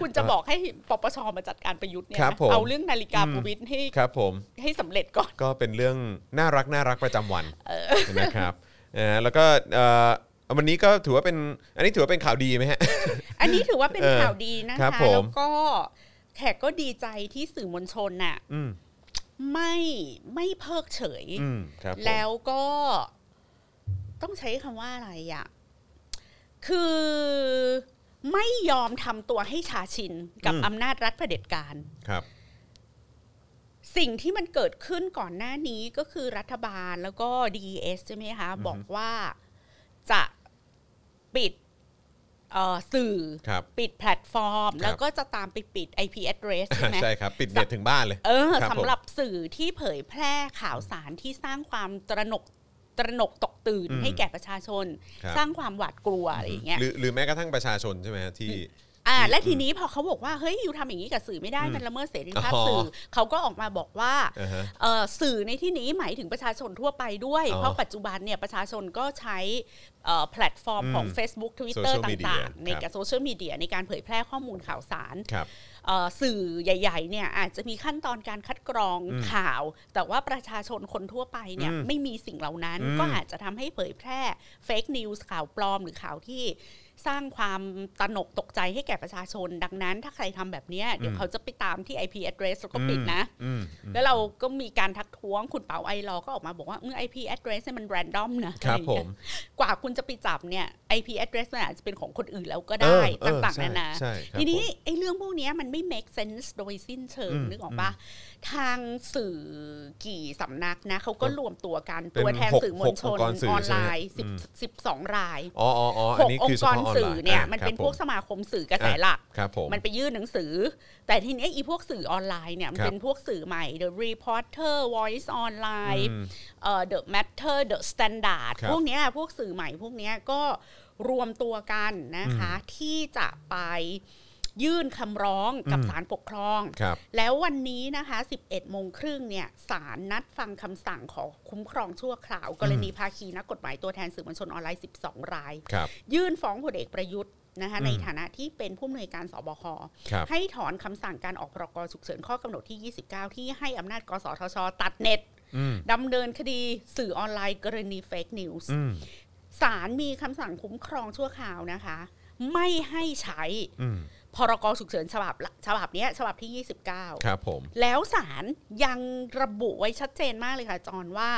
คุณจะบอกให้ปปชมาจัดการประยุทธ์เนี่ย
ครับผม
เอาเรื่องนาฬิกา
อืม
ประวิตยให้
ครับผม
ให้สำเร็จก่อน
ก็เป็นเรื่องน่ารักน่ารักประจำวันนะครับนะฮะแล้วก็เอ่อวันนี้ก็ถือว่าเป็นอันนี้ถือว่าเป็นข่าวดีไหมฮะ
อันนี้ถือว่าเป็น
เออ
ข่าวดีนะ
ครับ
คะ
ผม
แล้วก็แขกก็ดีใจที่สื่อมวลชนน่ะ
อืม
ไม่ไม่เพิกเฉย
อืมครับผม
แล้วก็ต้องใช้คำว่าอะไรอะคือไม่ยอมทำตัวให้ชาชินกับอำนาจรัฐเผด็จการ
ครับ
สิ่งที่มันเกิดขึ้นก่อนหน้านี้ก็คือรัฐบาลแล้วก็ DES ใช่ไหมคะ
อือฮึ
บอกว่าจะปิดเอ่อสื่อ
ครับ
ปิดแพลตฟอร์ม
ครับ
แล้วก็จะตามไปปิด IP address ใช่ไหม
ใช่ครับ ปิดเน็ตถึงบ้านเลย
เออ
ครับผม
สำหรับสื่อที่เผยแพร่ข่าวสารที่สร้างความตระหนก ตระหนกตกตื่น
อืม
ให้แก่ประชาชน
ครับ
สร้างความหวาดกลัวอะไรอย่างเงี้ย
หรือหรือแม้กระทั่งประชาชนใช่ไหมฮะที่
อ่าและทีนี้พอเขาบอกว่าเฮ้ยอยู่ทำอย่างนี้กับสื่อไม่ได้
อืม
มันละเมิดเสรีภาพ
อ๋อ
สื่อเขาก็ออกมาบอกว่า
อ่าฮะ
เอ่อสื่อในที่นี้หมายถึงประชาชนทั่วไปด้วย
อ๋อ
เพราะปัจจุบันเนี่ยประชาชนก็ใช้เอ่อแพลตฟอร์มของ
อืม
Facebook Twitter
Social
ต
media
่างๆ ใน
ครับ
กับโซเชียลมีเดียในการเผยแพร่ข้อมูลข่าวสาร
ครับ
เอ่อสื่อใหญ่ๆเนี่ยอาจจะมีขั้นตอนการคัดกรอง
อืม
ข่าว แต่ว่าประชาชนคนทั่วไปเนี่ย
อืม
ไม่มีสิ่งเหล่านั้น
อืม
ก็อาจจะทำให้เผยแพร่เฟกนิวส์ข่าวปลอมหรือข่าวที่สร้างความตระหนกตกใจให้แก่ประชาชน ดังนั้น ถ้าใครทำแบบเนี้ยเดี๋ยวเขาจะไปตามที่ IP address แล้วก็ปิดนะ
อืม
แล้วเราก็มีการทักท้วงคุณเปาไอรอว์ก็ออกมาบอกว่าเออ IP address เนี่ยมันแรนดอมนะครับอะไอย่างเงี้ยกว่าคุณจะไปจับเนี่ย IP address มันอาจจะเป็นของคนอื่นแล้วก็
เอ
ได้
อเออ
ต่าง
ใช่
ๆนานา
ใช่ครับ
ทีนี้
ผม
ไอ้เรื่องพวกเนี้ยมันไม่ make sense โดยสิ้นเชิง
อืม
นึกออกปะทางสื่อกี่สำนักนะเขาก็
ครับ
รวมตัวกัน
เป็น
ตัวแทน
หก
สื่อมวลช
หกอง
น
ค์กรสื่อ
ออนไลน์
ใช่
สิบ
ไหมอืม
สิบสองราย
อ๋ออ๋ออ๋อ
ห
อัน
ก
นี้
อง
คือ
ค์
เฉ
กร
พาะออนไล
สื่อ
น์
เนี่ย
อ่ะ
มันเป็
ค
น
รับ
พวก
ผ
สมาคมสื่อกระแสหลัก
ครับผม
มันไปยื่นหนังสือ แต่ทีเนี้ยอีพวกสื่อออนไลน์เนี่ย มัน
ครับ
เป็นพวกสื่อใหม่ The Reporter Voice Online
อืม
เอ่อ The Matter The Standard
ครับ
พวกเนี้ยพวกสื่อใหม่พวกเนี้ยก็รวมตัวกันนะคะ ที่จะไปยื่นคำร้องกับ
อืม
ศาลปกครอง
ครับ
แล้ววันนี้นะคะ 11 โมงครึ่งเนี่ยศาลนัดฟังคำสั่งของคุ้มครองชั่วคราว กรณีภาคีนักกฎหมายตัวแทนสื่อมวลชนออนไลน์ 12 ราย
ครับ
ยื่นฟ้องพลเอกประยุทธ์นะคะ
อืม
ในฐานะที่เป็นผู้อำนวยการสบค
ครับ
ให้ถอนคำสั่งการออกพรกฉุกเฉินข้อกำหนดที่ 29 ที่ให้อำนาจกสทช ตัดเน็ต
อืม
ดำเนินคดีสื่อออนไลน์กรณีเฟกนิวส์
อืม
ศาลมีคำสั่งคุ้มครองชั่วคราวนะคะ ไม่ให้ใช้
อืม
พรกฉุกเฉินฉบับละฉบับเนี้ยฉบับที่ 29
ครับผม
แล้วศาลยังระบุไว้ชัดเจนมากเลยค่ะ จอนว่า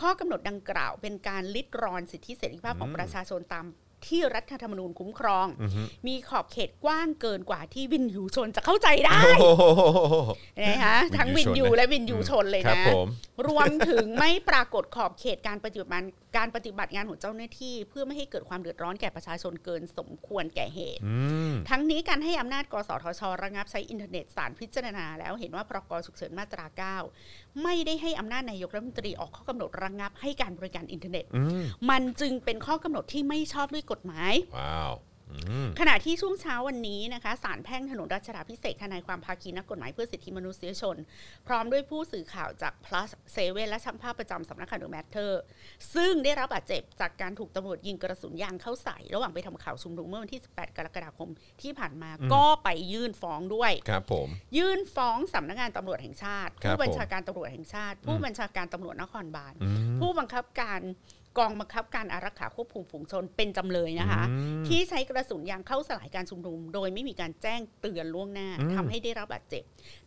ข้อกำหนดดังกล่าวเป็นการลิดรอนสิทธิเสรีภาพของประชาชนตามที่รัฐธรรมนูญคุ้มครอง
อือฮึ
มีขอบเขตกว้างเกินกว่าที่วินยูชนจะเข้าใจได้
โอ้โห
นะคะทั้ง
วิ
วิ
น
น
ยูชน
ยู
นะ
และวินยูชนเลย
ครับ
นะ
ผม
รวมถึงไม่ปรากฏขอบเขตการปฏิบัติงานการปฏิบัติงานของเจ้าหน้าที่ เพื่อไม่ให้เกิดความเดือดร้อนแก่ประชาชนเกินสมควรแก่เหตุ
อืม
ทั้งนี้การให้อำนาจ กสทช ระงับใช้อินเทอร์เน็ตสารพิจารณาแล้วเห็นว่าพรกฉุกเฉินมาตรา 9 ไม่ได้ให้อำนาจนายกรัฐมนตรีออกข้อกำหนดระงับให้การบริการอินเทอร์เน็ต
อืม
มันจึงเป็นข้อกำหนดที่ไม่ชอบด้วยกฎหมาย
ว้าว อืม
ขณะที่ช่วงเช้าวันนี้นะคะสารแพ่งถนนรัชดาพิเศษกทนายความภาคีนักกฎหมายเพื่อสิทธิมนุษยชน พร้อมด้วยผู้สื่อข่าวจาก plus เซเว่นและช่างภาพประจำสำนักข่าวเดอะแมทเทอร์ซึ่งได้รับบาดเจ็บจากการถูกตำรวจยิงกระสุนยางเข้าใส่ ระหว่างไปทำข่าวชุมนุมเมื่อวันที่ 18 กรกฎาคมที่ผ่านมา
อืม
ก็ไปยื่นฟ้องด้วย
ครับผม
ยื่นฟ้องสำนักงานตำรวจแห่งชาติ
ครับ
ผู้บัญ
ผม
ชาการตำรวจแห่งชาติ
อื
ผู้
ม
บัญชาการตำรวจนครบาล
อืม
ผู้บังคับการกองบังคับการอารักขาควบคุมฝูงชนเป็นจำเลยนะคะ
อืม
ที่ใช้กระสุนยางเข้าสลายการชุมนุม โดยไม่มีการแจ้งเตือนล่วงหน้า
อืม
ทำให้ได้รับบาดเจ็บ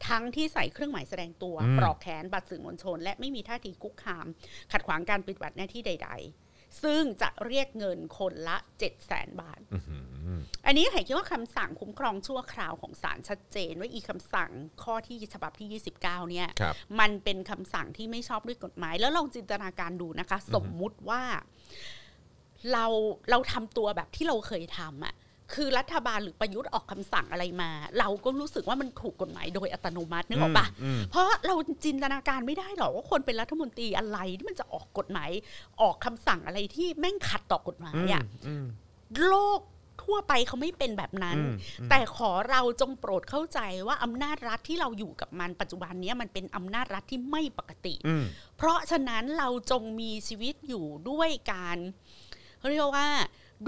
ทั้งที่ใส่เครื่องหมายแสดงตัว
อืม
ปลอกแขนบัตรสื่อมวลชน และไม่มีท่าทีคุกคาม ขัดขวางการปฏิบัติหน้าที่ใด ๆ ซึ่งจะเรียกเงินคนละ 7 0 0 0 0 0 บาท
อื้อหือ
อันนี้ไห่คิดว่าคำสั่งคุ้มครองชั่วคราวของศาลชัดเจนว่าอีคำสั่งข้อที่ฉบับที่ 29 เนี่ย
ครับ
มันเป็นคำสั่งที่ไม่ชอบด้วยกฎหมาย แล้วลองจินตนาการดูนะคะ สมมุติว่า เราเราทำตัวแบบที่เราเคยทำอะคือรัฐบาลหรือประยุทธ์ออกคำสั่งอะไรมา เราก็รู้สึกว่ามันถูกกฎหมายโดยอัตโนมัตินึกออกปะ
อืมอืม
เพราะเราจินตนาการไม่ได้หรอกว่าคนเป็นรัฐมนตรีอะไรที่มันจะออกกฎหมาย ออกคำสั่งอะไรที่แม่งขัดต่อกฎหมายอะ
อืม
โลกทั่วไปเขาไม่เป็นแบบนั้น
อืมอืม
แต่ขอเราจงโปรดเข้าใจว่าอำนาจรัฐที่เราอยู่กับมันปัจจุบันเนี้ยมันเป็นอำนาจรัฐที่ไม่ปกติ
อืม
เพราะฉะนั้นเราจงมีชีวิตอยู่ด้วยการเขาเรียกว่า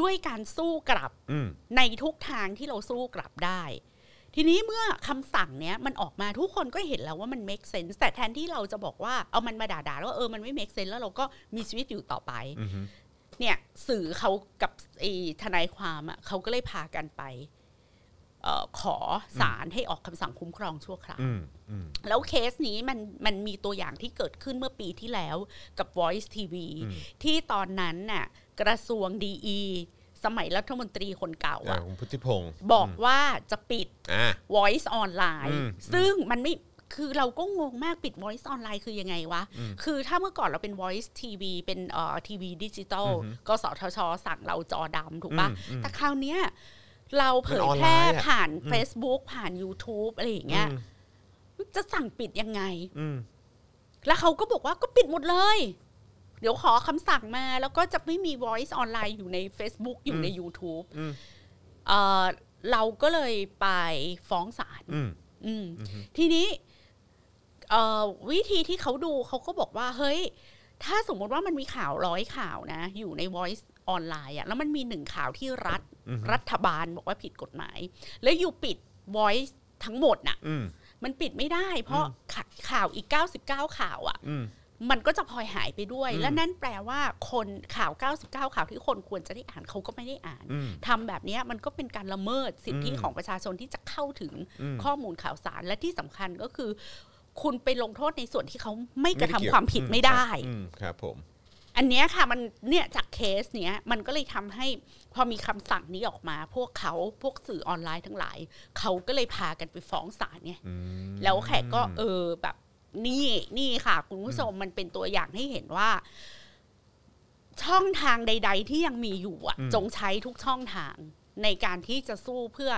ด้วยการสู้กลับ
อืม
ในทุกทางที่เราสู้กลับได้ ทีนี้เมื่อคำสั่งเนี้ยมันออกมาทุกคนก็เห็นแล้วว่ามัน make sense แต่แทนที่เราจะบอกว่าเอามันมาด่าๆแล้วเออมันไม่ make sense แล้วเราก็มีชีวิตอยู่ต่อไป
อืมอืม
เนี่ยสื่อเขากับไอ้ทนายความอ่ะเขาก็เลยพากันไปเออขอศาลให้ออกคำสั่งคุ้มครองชั่วคราว
อืมอืม
แล้วเคสนี้มันมันมีตัวอย่างที่เกิดขึ้นเมื่อปีที่แล้วกับ Voice TV
อืม
ที่ตอนนั้นน่ะกระทรวงดีสมัยรัฐมนตรีคนเก่า
อ่า
อ่ะ
คุณพุทธิพงศ์
บอกว่าจะปิด
อ่า
Voice Online
อืม
ซึ่งมันไม่คือเราก็งงมากปิด Voice Online คือยังไงวะ
อืม
คือถ้าเมื่อก่อนเราเป็น Voice TV เป็นเอ่อทีวีดิจิตอล
อือหือก
สทช สั่งเราจอดำถูกปะ
อืมอืม
แต่คราวเนี้ยเราเผย
มันออน
แพ
ไล
ร่
น์อะ
ผ่าน
อืม
Facebook ผ่าน YouTube อะไรอย่างเงี้ย
อืม
จะสั่งปิดยังไง
อืม
แล้วเขาก็บอกว่าก็ปิดหมดเลย เดี๋ยวขอคำสั่งมา แล้วก็จะไม่มี voice ออนไลน์อยู่ใน Facebook อยู่ใน YouTube
อืม
เอ่อเราก็เลยไปฟ้องศาล
อืม
อืมทีนี้เอ่อวิธีที่เขาดูเขาก็บอกว่า เฮ้ย ถ้าสมมติว่ามันมีข่าวร้อยข่าวนะ อยู่ใน Voice ออนไลน์อะแล้วมันมีหนึ่งข่าวที่รัฐ
อือฮึ
รัฐบาลบอกว่าผิดกฎหมาย แล้วอยู่ปิด Voice ทั้งหมดน่ะ
อืม
มันปิดไม่ได้ เพราะขข่าวอีก 99 ข่าวอะ
อืม
มันก็จะพลอยหายไปด้วย
อืม
และนั่นแปลว่าคนข่าว 99 ข่าวที่คนควรจะได้อ่านเขาก็ไม่ได้อ่าน
อืม
ทำแบบเนี้ยมันก็เป็นการละเมิดสิทธิ
อืม
ของประชาชนที่จะเข้าถึง
อืม
ข้อมูลข่าวสารและที่สำคัญก็คือ คุณไปลงโทษในส่วนที่เขาไม่กระทำ
ไได้เย
ความผิด
อื
ไม่ได้
อืมครับผม
อันเนี้ยค่ะมันเนี่ยจากเคสเนี้ยมันก็เลยทำให้พอมีคำสั่งนี้ออกมา พวกเขาพวกสื่อออนไลน์ทั้งหลายเขาก็เลยพากันไปฟ้องศาลไง
อืม
แล้วแขกก็เออแบบนี่นี่ค่ะ คุณผู้ชมมันเป็นตัวอย่างให้เห็นว่า ช่องทางใด ๆ ที่ยังมีอยู่อะ
อืม
จงใช้ทุกช่องทาง ในการที่จะสู้เพื่อ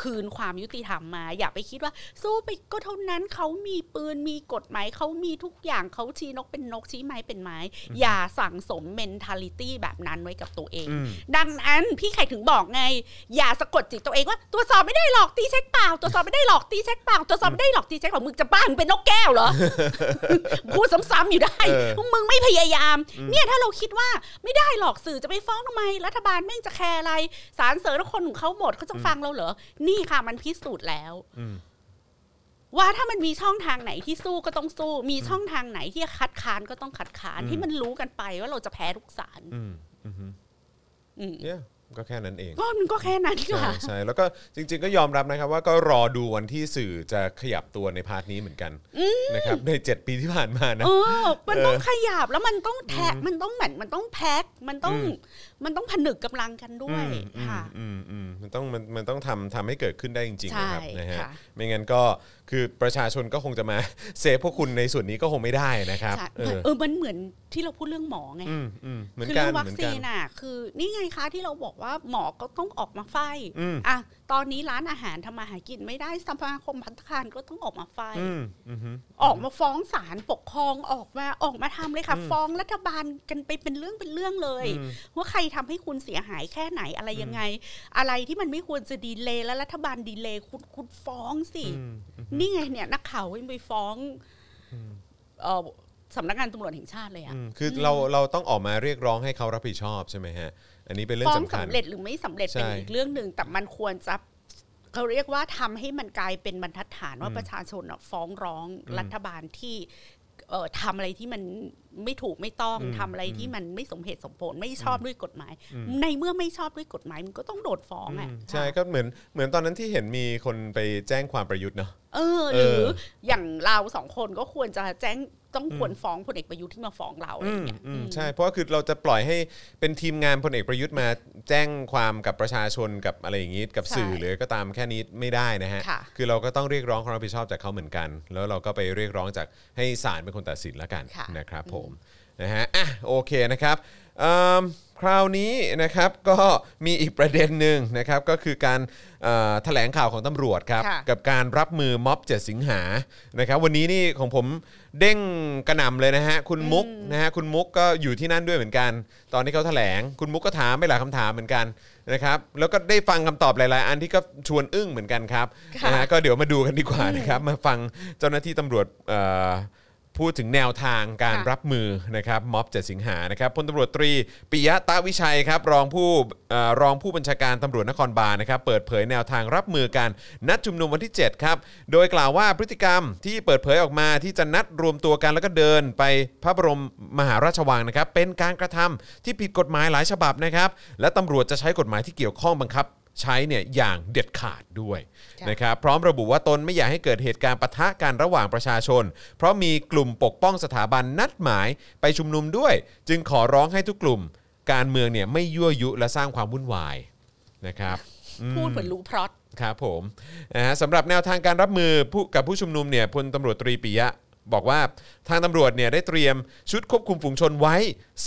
คืนความยุติธรรมมา อย่าไปคิดว่า สู้ไปก็เท่านั้นเขามีปืนมีกฎหมายเขามีทุกอย่างเขาชี้นกเป็นนกชี้ไม้เป็นไม้ อย่าสั่งสมเมนทาลิตี้แบบนั้นไว้กับตัวเอง
อืม
ดังนั้นพี่ไข่ถึงบอกไง อย่าสะกดจิตตัวเองว่าตรวจสอบไม่ได้หรอกตีเช็คเปล่าตรวจสอบไม่ได้หรอกตีเช็คเปล่าตรวจสอบไม่ได้หรอกตีเช็คเปล่ามึงจะบ้ามึงเป็นนกแก้วเหรอ พูดซ้ำๆอยู่ได้
เอ
มึงไม่พยายาม เนี่ยถ้าเราคิดว่าไม่ได้หรอกสื่อจะไปฟ้องทำไม รัฐบาลแม่งจะแคร์อะไร สารเสริญทุกคนของเขาหมดเขาจะฟังเราเหรอ นี่ค่ะมันพิสูจน์แล้ว
อืม
ว่าถ้ามันมีช่องทางไหนที่สู้ก็ต้องสู้ มีช่องทางไหนที่คัดค้านก็ต้องคัดค้านให้มันรู้กันไปว่าเราจะแพ้ทุกสาร
อืมอืม
อืม
เนี่ยก็แค่นั้นเอง
ก็มันก็แค่นั้น
ใช่
ค่ะ
ใช่แล้วก็จริง ๆ ก็ยอมรับนะครับว่าก็รอดูวันที่สื่อจะขยับตัวในพาร์ทนี้เหมือนกันนะครับใน 7 ปีที่ผ่านมานะ
เออ มันต้องขยับแล้วมันต้องแท็กมันต้องเหมือนมันต้องแพ็คมันต้อง
อืม
มันต้องผนึกกำลังกันด้วยค่ะ
อืมอืมอืมมันต้องมันมันต้องทำทำให้เกิดขึ้นได้จริงๆนะครับ
ใช่
นะฮะ
ค่ะ
ไม่งั้นก็คือประชาชนก็คงจะมา เซฟพวกคุณในส่วนนี้ก็คงไม่ได้นะครับ
ใช่
เออ
เออมันเหมือนที่เราพูดเรื่องหมอไง
อืมอืมเหมือน
คือ
กั
เรื่
น
องวั
เหมื
ค
อน
ซี
กัน
นอ่ะ คือนี่ไงคะที่เราบอกว่าหมอก็ต้องออกมาไฟ
อืม
อ่ะตอนนี้ร้านอาหารทำมาหากินไม่ได้สมาคมพัฒคารก็ต้องออกมาไฟ
อืมอืมฮึ
ออกมาฟ้องศาลปกครองออกมาออกมาทำเลยค่ะ ฟ้องรัฐบาลกันไปเป็นเรื่องเป็นเรื่องเลย
อืม
ว่าใครทำให้คุณเสียหายแค่ไหนอะไรยังไง อะไรที่มันไม่ควรจะดีเลย์แล้วรัฐบาลดีเลย์คุณคุณฟ้องสิ
อืมอืม
นี่ไงเนี่ยนักข่าวยังไปฟ้องเอ่อสำนักงานตำรวจแห่งชาติเลยอะ
อืมคือเราเราต้องออกมาเรียกร้องให้เขารับผิดชอบใช่ไหมฮะ อันนี้เป็นเรื่อ
ฟ้
ง
อง
สำคัญ
สำเร็จหรือไม่สำเร็จเป็น
ใช่
อีกเรื่องหนึ่งแต่มันควรจะเขาเรียกว่าทำให้มันกลายเป็นบรรทัดฐานว่า
อืม
ประชาชนอะฟ้องร้อง
อืม
รัฐบาลที่เอ่อทำอะไรที่มันไม่ถูกไม่ต้อง
อืม
ทำอะไรที่มันไม่สมเหตุสมผลไม่ชอบด้วยกฎหมาย
อืม
ในเมื่อไม่ชอบด้วยกฎหมายมันก็ต้องโดดฟ้องอ่ะ
อืมใช่ก็เหมือนเหมือนตอนนั้นที่เห็นมีคนไปแจ้งความประยุทธ์เนาะ
เออ
เออ
หรืออย่างเราสองคนก็ควรจะแจ้งต้อง
อืม
ควรฟ้องพลเอกประยุทธ์ที่มาฟ้องเราอะไรอย่างเงี้ย
อืม
อืม
ใช่เพราะว่าคือเราจะปล่อยให้เป็นทีมงานพลเอกประยุทธ์มาแจ้งความกับประชาชนกับอะไรอย่างนี้กับ
ใช่
สื่อหรือก็ตามแค่นี้ไม่ได้นะฮะ
ค่ะ
คือเราก็ต้องเรียกร้องความรับผิดชอบจากเขาเหมือนกัน แล้วเราก็ไปเรียกร้องจากให้ศาลเป็นคนตัดสินแล้วกัน
ค่ะ
นะครับผมนะฮะอ่ะโอเคนะครับเอิ่มคราวนี้นะครับก็มีอีกประเด็นหนึ่งนะครับก็คือการเอ่อแถลงข่าวของตำรวจครับ
ค่ะ
กับการรับมือม็อบ 7 สิงหานะครับ วันนี้นี่ของผมเด้งกระหน่ำเลยนะฮะ คุณมุกนะฮะคุณมุกก็อยู่ที่นั่นด้วยเหมือนกัน ตอนที่เขาแถลง คุณมุกก็ถามไปหลายคำถามเหมือนกันนะครับ แล้วก็ได้ฟังคำตอบหลาย ๆ อันที่ก็ชวนอึ้งเหมือนกันครับ
ค่ะ
นะฮะก็เดี๋ยวมาดูกันดีกว่านะครับ มาฟังเจ้าหน้าที่ตำรวจเอ่อพูดถึงแนวทางการ
ค่ะ
รับมือนะครับม็อบ 7 สิงหานะครับพลตำรวจตรีปิยะตาวิชัยครับรองผู้เอ่อรองผู้บัญชาการตำรวจนครบาลนะครับเปิดเผยแนวทางรับมือการนัดชุมนุมวันที่ 7 ครับ โดยกล่าวว่าพฤติกรรมที่เปิดเผยออกมาที่จะนัดรวมตัวกันแล้วก็เดินไปพระบรมมหาราชวังนะครับ เป็นการกระทำที่ผิดกฎหมายหลายฉบับนะครับ และตำรวจจะใช้กฎหมายที่เกี่ยวข้องบังคับ ใช้เนี่ยอย่างเด็ดขาดด้วย
ค่ะ
นะครับพร้อมระบุว่าตนไม่อยากให้เกิดเหตุการณ์ปะทะกันระหว่างประชาชน เพราะมีกลุ่มปกป้องสถาบันนัดหมายไปชุมนุมด้วย จึงขอร้องให้ทุกกลุ่ม การเมืองเนี่ยไม่ยั่วยุและสร้างความวุ่นวายนะครับ
พูดเหมือนรู้พรอต
ครับผมนะฮะสำหรับแนวทางการรับมือผู้กับผู้ชุมนุมเนี่ยพลตำรวจตรีปิยะ บอกว่าทางตำรวจเนี่ยได้เตรียมชุดควบคุมฝูงชนไว้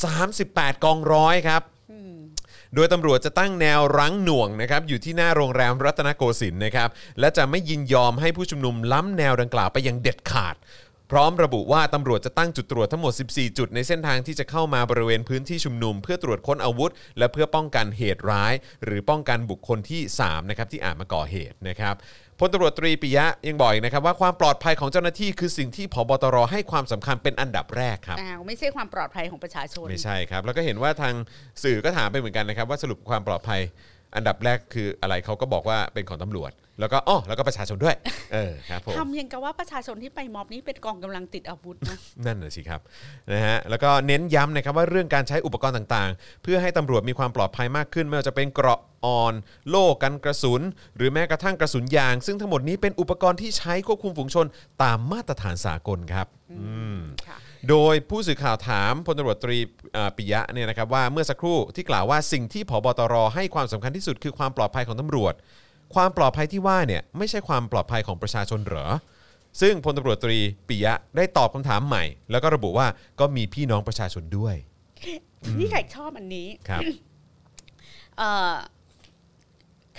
38 กองร้อยครับ โดยตำรวจจะตั้งแนวรั้งหน่วงนะครับอยู่ที่หน้าโรงแรมรัตนโกสินทร์นะครับและจะไม่ยินยอมให้ผู้ชุมนุมล้ำแนวดังกล่าวไปอย่างเด็ดขาด พร้อมระบุว่าตำรวจจะตั้งจุดตรวจทั้งหมด 14 จุดในเส้นทางที่จะเข้ามาบริเวณพื้นที่ชุมนุม เพื่อตรวจค้นอาวุธ และเพื่อป้องกันเหตุร้าย หรือป้องกันบุคคลที่3นะครับที่อาจมาก่อเหตุนะครับพลตำรวจตรีปิยะยังบอกอีกนะครับว่าความปลอดภัยของเจ้าหน้าที่คือสิ่งที่พบตรให้ความสำคัญเป็นอันดับแรกครับ
อ้าวไม่ใช่ความปลอดภัยของประชาชน
ไม่ใช่ครับ แล้วก็เห็นว่าทางสื่อก็ถามไปเหมือนกันนะครับ ว่าสรุปความปลอดภัย อันดับแรกคืออะไรเขาก็บอกว่าเป็นของตำรวจ แล้วก็อ๋อแล้วก็ประชาชนด้วย เออครับผม
ทำยังกับว่าประชาชนที่ไปม็อบนี้เป็นกองกำลังติดอาวุธนะ
นั่นน่ะสิครับนะฮะแล้วก็เน้นย้ำนะครับว่าเรื่องการใช้อุปกรณ์ต่างๆ เพื่อให้ตำรวจมีความปลอดภัยมากขึ้น ไม่ว่าจะเป็นเกราะอ่อน โล่กันกระสุน หรือแม้กระทั่งกระสุนยาง ซึ่งทั้งหมดนี้เป็นอุปกรณ์ที่ใช้ควบคุมฝูงชนตามมาตรฐานสากลครับ
ค่ะ
โดยผู้สื่อข่าวถามพลตำรวจตรีเอ่อปิยะเนี่ยนะครับว่าเมื่อสักครู่ที่กล่าวว่าสิ่งที่ผบตรให้ความสำคัญที่สุดคือความปลอดภัยของตำรวจ ความปลอดภัยที่ว่าเนี่ยไม่ใช่ความปลอดภัยของประชาชนเหรอ ซึ่งพลตำรวจตรีปิยะได้ตอบคำถามใหม่ แล้วก็ระบุว่าก็มีพี่น้องประชาชนด้วย
นี่แขกชอบอันนี้
ครับ
เอ่อ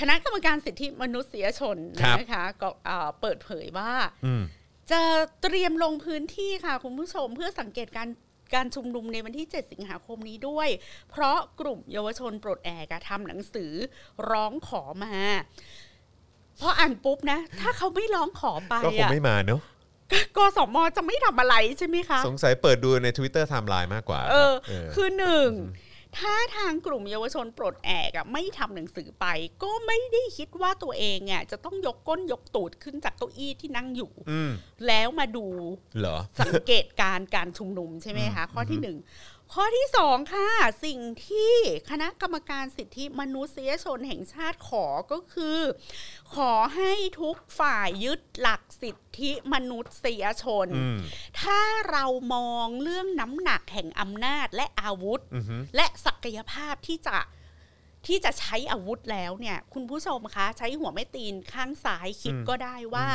คณะกรรมการสิทธิมนุษยชน
ครับ
นะคะก็เอ่อเปิดเผยว่า
อืม
จะเตรียมลงพื้นที่ค่ะ คุณผู้ชมเพื่อสังเกตการการชุมนุมในวันที่ 7 สิงหาคมนี้ด้วย เพราะกลุ่มเยาวชนปลดแอกอะทำหนังสือร้องขอมาพออ่านปุ๊บนะ ถ้าเขาไม่ร้องขอไป
ก็คง
อะ
ไม่มาเนอะ
กสมจะไม่ทำอะไรใช่ไหมคะ
สงสัยเปิดดูใน Twitter ไทม์ไลน์มากกว่า
เออ
เออ
คือหนึ่ง ถ้าทางกลุ่มเยาวชนปลดแอกอะไม่ทำหนังสือไป ก็ไม่ได้คิดว่าตัวเองอะจะต้องยกก้นยกตูดขึ้นจากเก้าอี้ที่นั่งอยู่
อืม
แล้วมาดู
เหรอ
สังเกตการณ์การชุมนุมใช่ไหมคะ ข้อที่หนึ่งข้อที่สองค่ะ สิ่งที่คณะกรรมการสิทธิมนุษยชนแห่งชาติขอก็คือ ขอให้ทุกฝ่ายยึดหลักสิทธิมนุษยชน
อืม
ถ้าเรามองเรื่องน้ำหนักแห่งอำนาจและอาวุธ
อือฮึ
และศักยภาพที่จะที่จะใช้อาวุธแล้วเนี่ย คุณผู้ชมคะ ใช้หัวไม่ตีนข้างซ้ายคิดก็ได้ว่า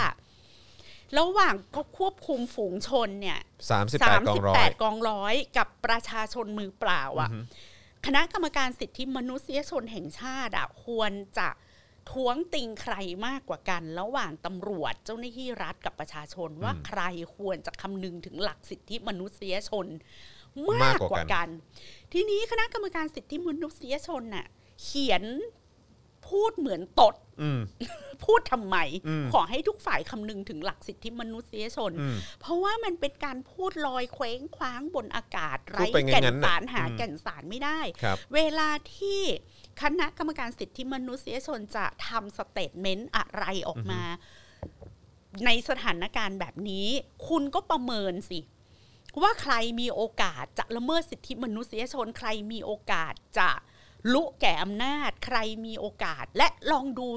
ระหว่างก็ควบคุมฝูงชนเนี่ย
สามสิบแปดกองร้อย
38กองร้อยกับประชาชนมือเปล่าอะ่ะ คณะกรรมการสิทธิมนุษยชนแห่งชาติอะควรจะท้วงติงใครมากกว่ากัน ระหว่างตำรวจเจ้าหน้าที่รัฐกับประชาชนว่า
อืม
ใครควรจะคำนึงถึงหลักสิทธิมนุษยชน มากก
มากกว่า
ว่า
กั
กัน น ทีนี้คณะกรรมการสิทธิมนุษยชนน่ะ เขียนพูดเหมือนตด
อืม
พูดทำไม
อืม
ขอให้ทุกฝ่ายคำนึงถึงหลักสิทธิมนุษยชน
อืม
เพราะว่ามันเป็นการพูดลอยเคว้งคว้างบนอากาศ
พู
ไร้
ดไปงั้
แก่
นๆ
น
น่ะ
สารหา
อืม
แก่นสารไม่ได้
ครับ
เวลาที่คณะกรรมการสิทธิมนุษยชนจะทำสเตทเมนต์อะไรออกมา ในสถานการณ์แบบนี้ คุณก็ประเมินสิ ว่าใครมีโอกาสจะละเมิดสิทธิมนุษยชน ใครมีโอกาสจะลุแก่อำนาจ ใครมีโอกาส และลองดู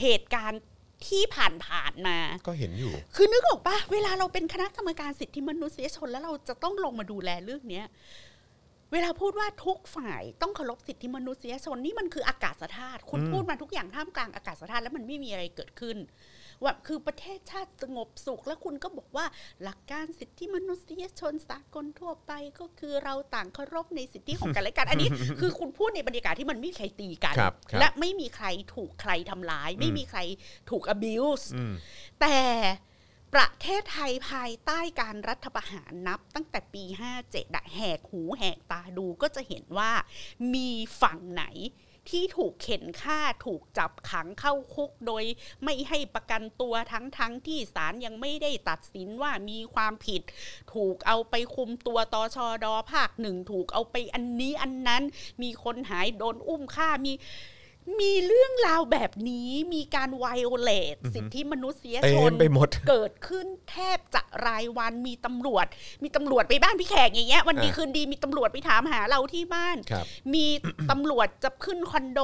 เหตุการณ์ที่ผ่านๆมา
ก็เห็นอยู่
คือนึกออกปะเวลาเราเป็นคณะกรรมการสิทธิมนุษยชนแล้วเราจะต้องลงมาดูแลเรื่องเนี้ยเวลาพูดว่าทุกฝ่ายต้องเคารพสิทธิมนุษยชนนี่มันคืออากาศธาตุคุณ
อืม
พูดมาทุกอย่างท่ามกลางอากาศธาตุแล้วมันไม่มีอะไรเกิดขึ้น ว่าคือประเทศชาติสงบสุข แล้วคุณก็บอกว่าหลักการสิทธิมนุษยชนสากลทั่วไปก็คือเราต่างเคารพในสิทธิของกันและกันอันนี้ คือคุณพูดในบรรยากาศที่มันไม่มีใครตีกัน
ครับครับ
และไม่มีใครถูกใครทำร้าย ไม่มีใครถูก abuse
อืม
แต่ประเทศไทยภายใต้การรัฐประหารนับตั้งแต่ปี 57อะแหกหูแหกตาดูก็จะเห็นว่ามีฝั่งไหนที่ถูกเข็นฆ่าถูกจับขังเข้าคุกโดยไม่ให้ประกันตัวทั้งทั้งที่ศาลยังไม่ได้ตัดสินว่ามีความผิด ถูกเอาไปคุมตัวตชดภาคหนึ่งถูกเอาไปอันนี้อันนั้น มีคนหายโดนอุ้มฆ่ามี มีเรื่องราวแบบนี้มีการไวโอเลตสิทธิมนุษย
เต็
ชน
มไปหมด
เกิดขึ้นแทบจะรายวันมีตำรวจ มีตำรวจไปบ้านพี่แขกอย่างเงี้ยวันดี
อ่า
คืนดีมีตำรวจไปถามหาเราที่บ้าน
ครับ
มี ตำรวจจะขึ้นคอนโด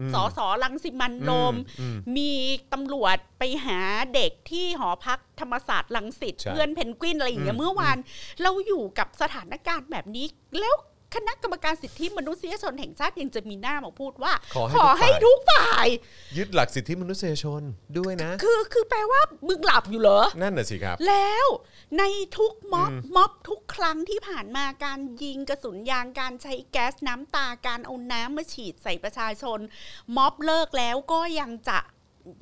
อืม
สอสอลังสิมันโรม
อืม
มีตำรวจไปหาเด็กที่หอพักธรรมศาสตร์ลังสิต
ใช่
เพื่อนเพนกวินอะไรอย่างเงี้
อื
ย
ม
เมื่อวานเราอยู่กับสถานการณ์แบบนี้ แล้วคณะกรรมการสิทธิมนุษยชนแห่งชาติยังจะมีหน้ามาพูดว่า
ขอ
ขอให้
ให้ทุกฝ่าย
ทุกฝ่าย
ยึดหลักสิทธิมนุษยชนด้วยนะ
คือคือแปลว่ามึงหลับอยู่เหรอ
นั่นน่ะสิครับ
แล้วในทุกม็อบ
อืม
ม็อบทุกครั้งที่ผ่านมาการยิงกระสุนยางการใช้แก๊สน้ำตาการเอาน้ำมาฉีดใส่ประชาชน ม็อบเลิกแล้วก็ยังจะ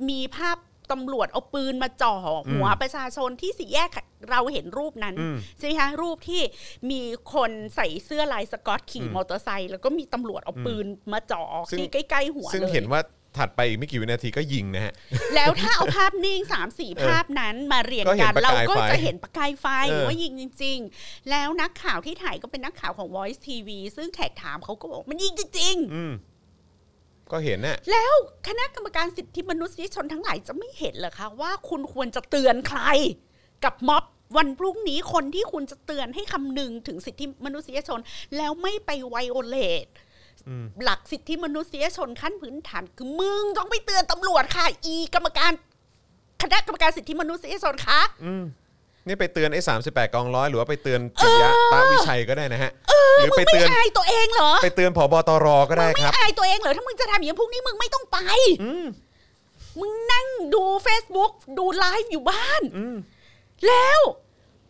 มีภาพ ตำรวจเอาปืนมาจ่อหัวประชาชนที่สี่แยกเราเห็นรูปนั้น
อืม
ใช่ไหมคะรูปที่มีคนใส่เสื้อลายสกอตขี่
อืม
มอเตอร์ไซค์แล้วก็มีตำรวจเอาปืนมาจ่อ
ซึ่ง
ที่ใกล้ๆหัว
ซึ่ง
เลย
เห็นว่าถัดไปอีกไม่กี่วินาทีก็ยิงนะฮะ
แล้วถ้าเอาภาพนิ่ง 3 4 ภาพนั้นมาเรียง
ก็เห็
กัน น
ประ
เรา
กายไฟ
ก็จะเห็นประกายไฟ
เออ
ว่ายิงจริง ๆ แล้วนักข่าวที่ถ่ายก็เป็นนักข่าวของ Voice TV ซึ่งแขกถามเขาก็บอกมันยิงจริง
อืมก็เห็นน่ะ
ๆ แล้วคณะกรรมการสิทธิมนุษยชนทั้งหลายจะไม่เห็นเหรอคะ ว่าคุณควรจะเตือนใคร กับม็อบวันพรุ่งนี้คนที่คุณจะเตือนให้คำนึงถึงสิทธิมนุษยชน แล้วไม่ไปไวโอเลต
อืม
หลักสิทธิมนุษยชนขั้นพื้นฐานคือมึงต้องไปเตือนตำรวจค่ะ อีกรรมการ คณะกรรมการสิทธิมนุษยชนคะ
อืมนี่ไปเตือนไอ้สามสิบแปดกองร้อยหรือว่าไปเตือนปิยะตาวิชัยก็ได้นะฮะหรือไป
ไม่
เตือน
อายตัวเองเหรอ
ไปเตือนผบตรก็ได้ครับ
ไม่อายตัวเองเหรอถ้ามึงจะทำอย่างนี้พรุ่งนี้มึงไม่ต้องไปมึงนั่งดู Facebook ดูไลฟ์อยู่บ้าน
อืม
แล้ว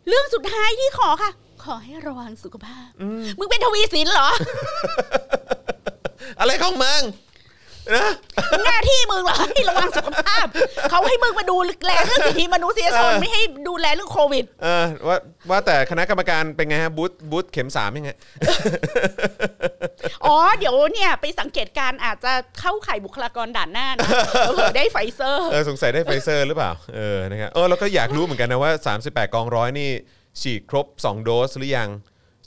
เรื่องสุดท้ายที่ขอค่ะ ขอให้ระวังสุขภาพ มึงเป็นทวีสิน เหรอ
อะไรของมึงนะ
หน้าที่มึงเหรอให้ระวังสุขภาพ เขาให้มึงมาดูแลเรื่องสิทธิมนุษยชนไม่ให้ดูแลเรื่องโควิด
เออว่าว่าแต่คณะกรรมการเป็นไงฮะบูธบูธเข็มสามยังไง
อ๋อ เดี๋ยวเนี่ย ไปสังเกตการณ์อาจจะเข้าข่ายบุคลากรด่านหน้า นะเผื่อได้ไฟเซอร์
เออสงสัยได้ไฟเซอร์หรือเปล่าเออนะครับเออแล้วก็อยากรู้เหมือนกันนะว่า 38 กองร้อยนี่ ฉีดครบ 2 โดสหรือยัง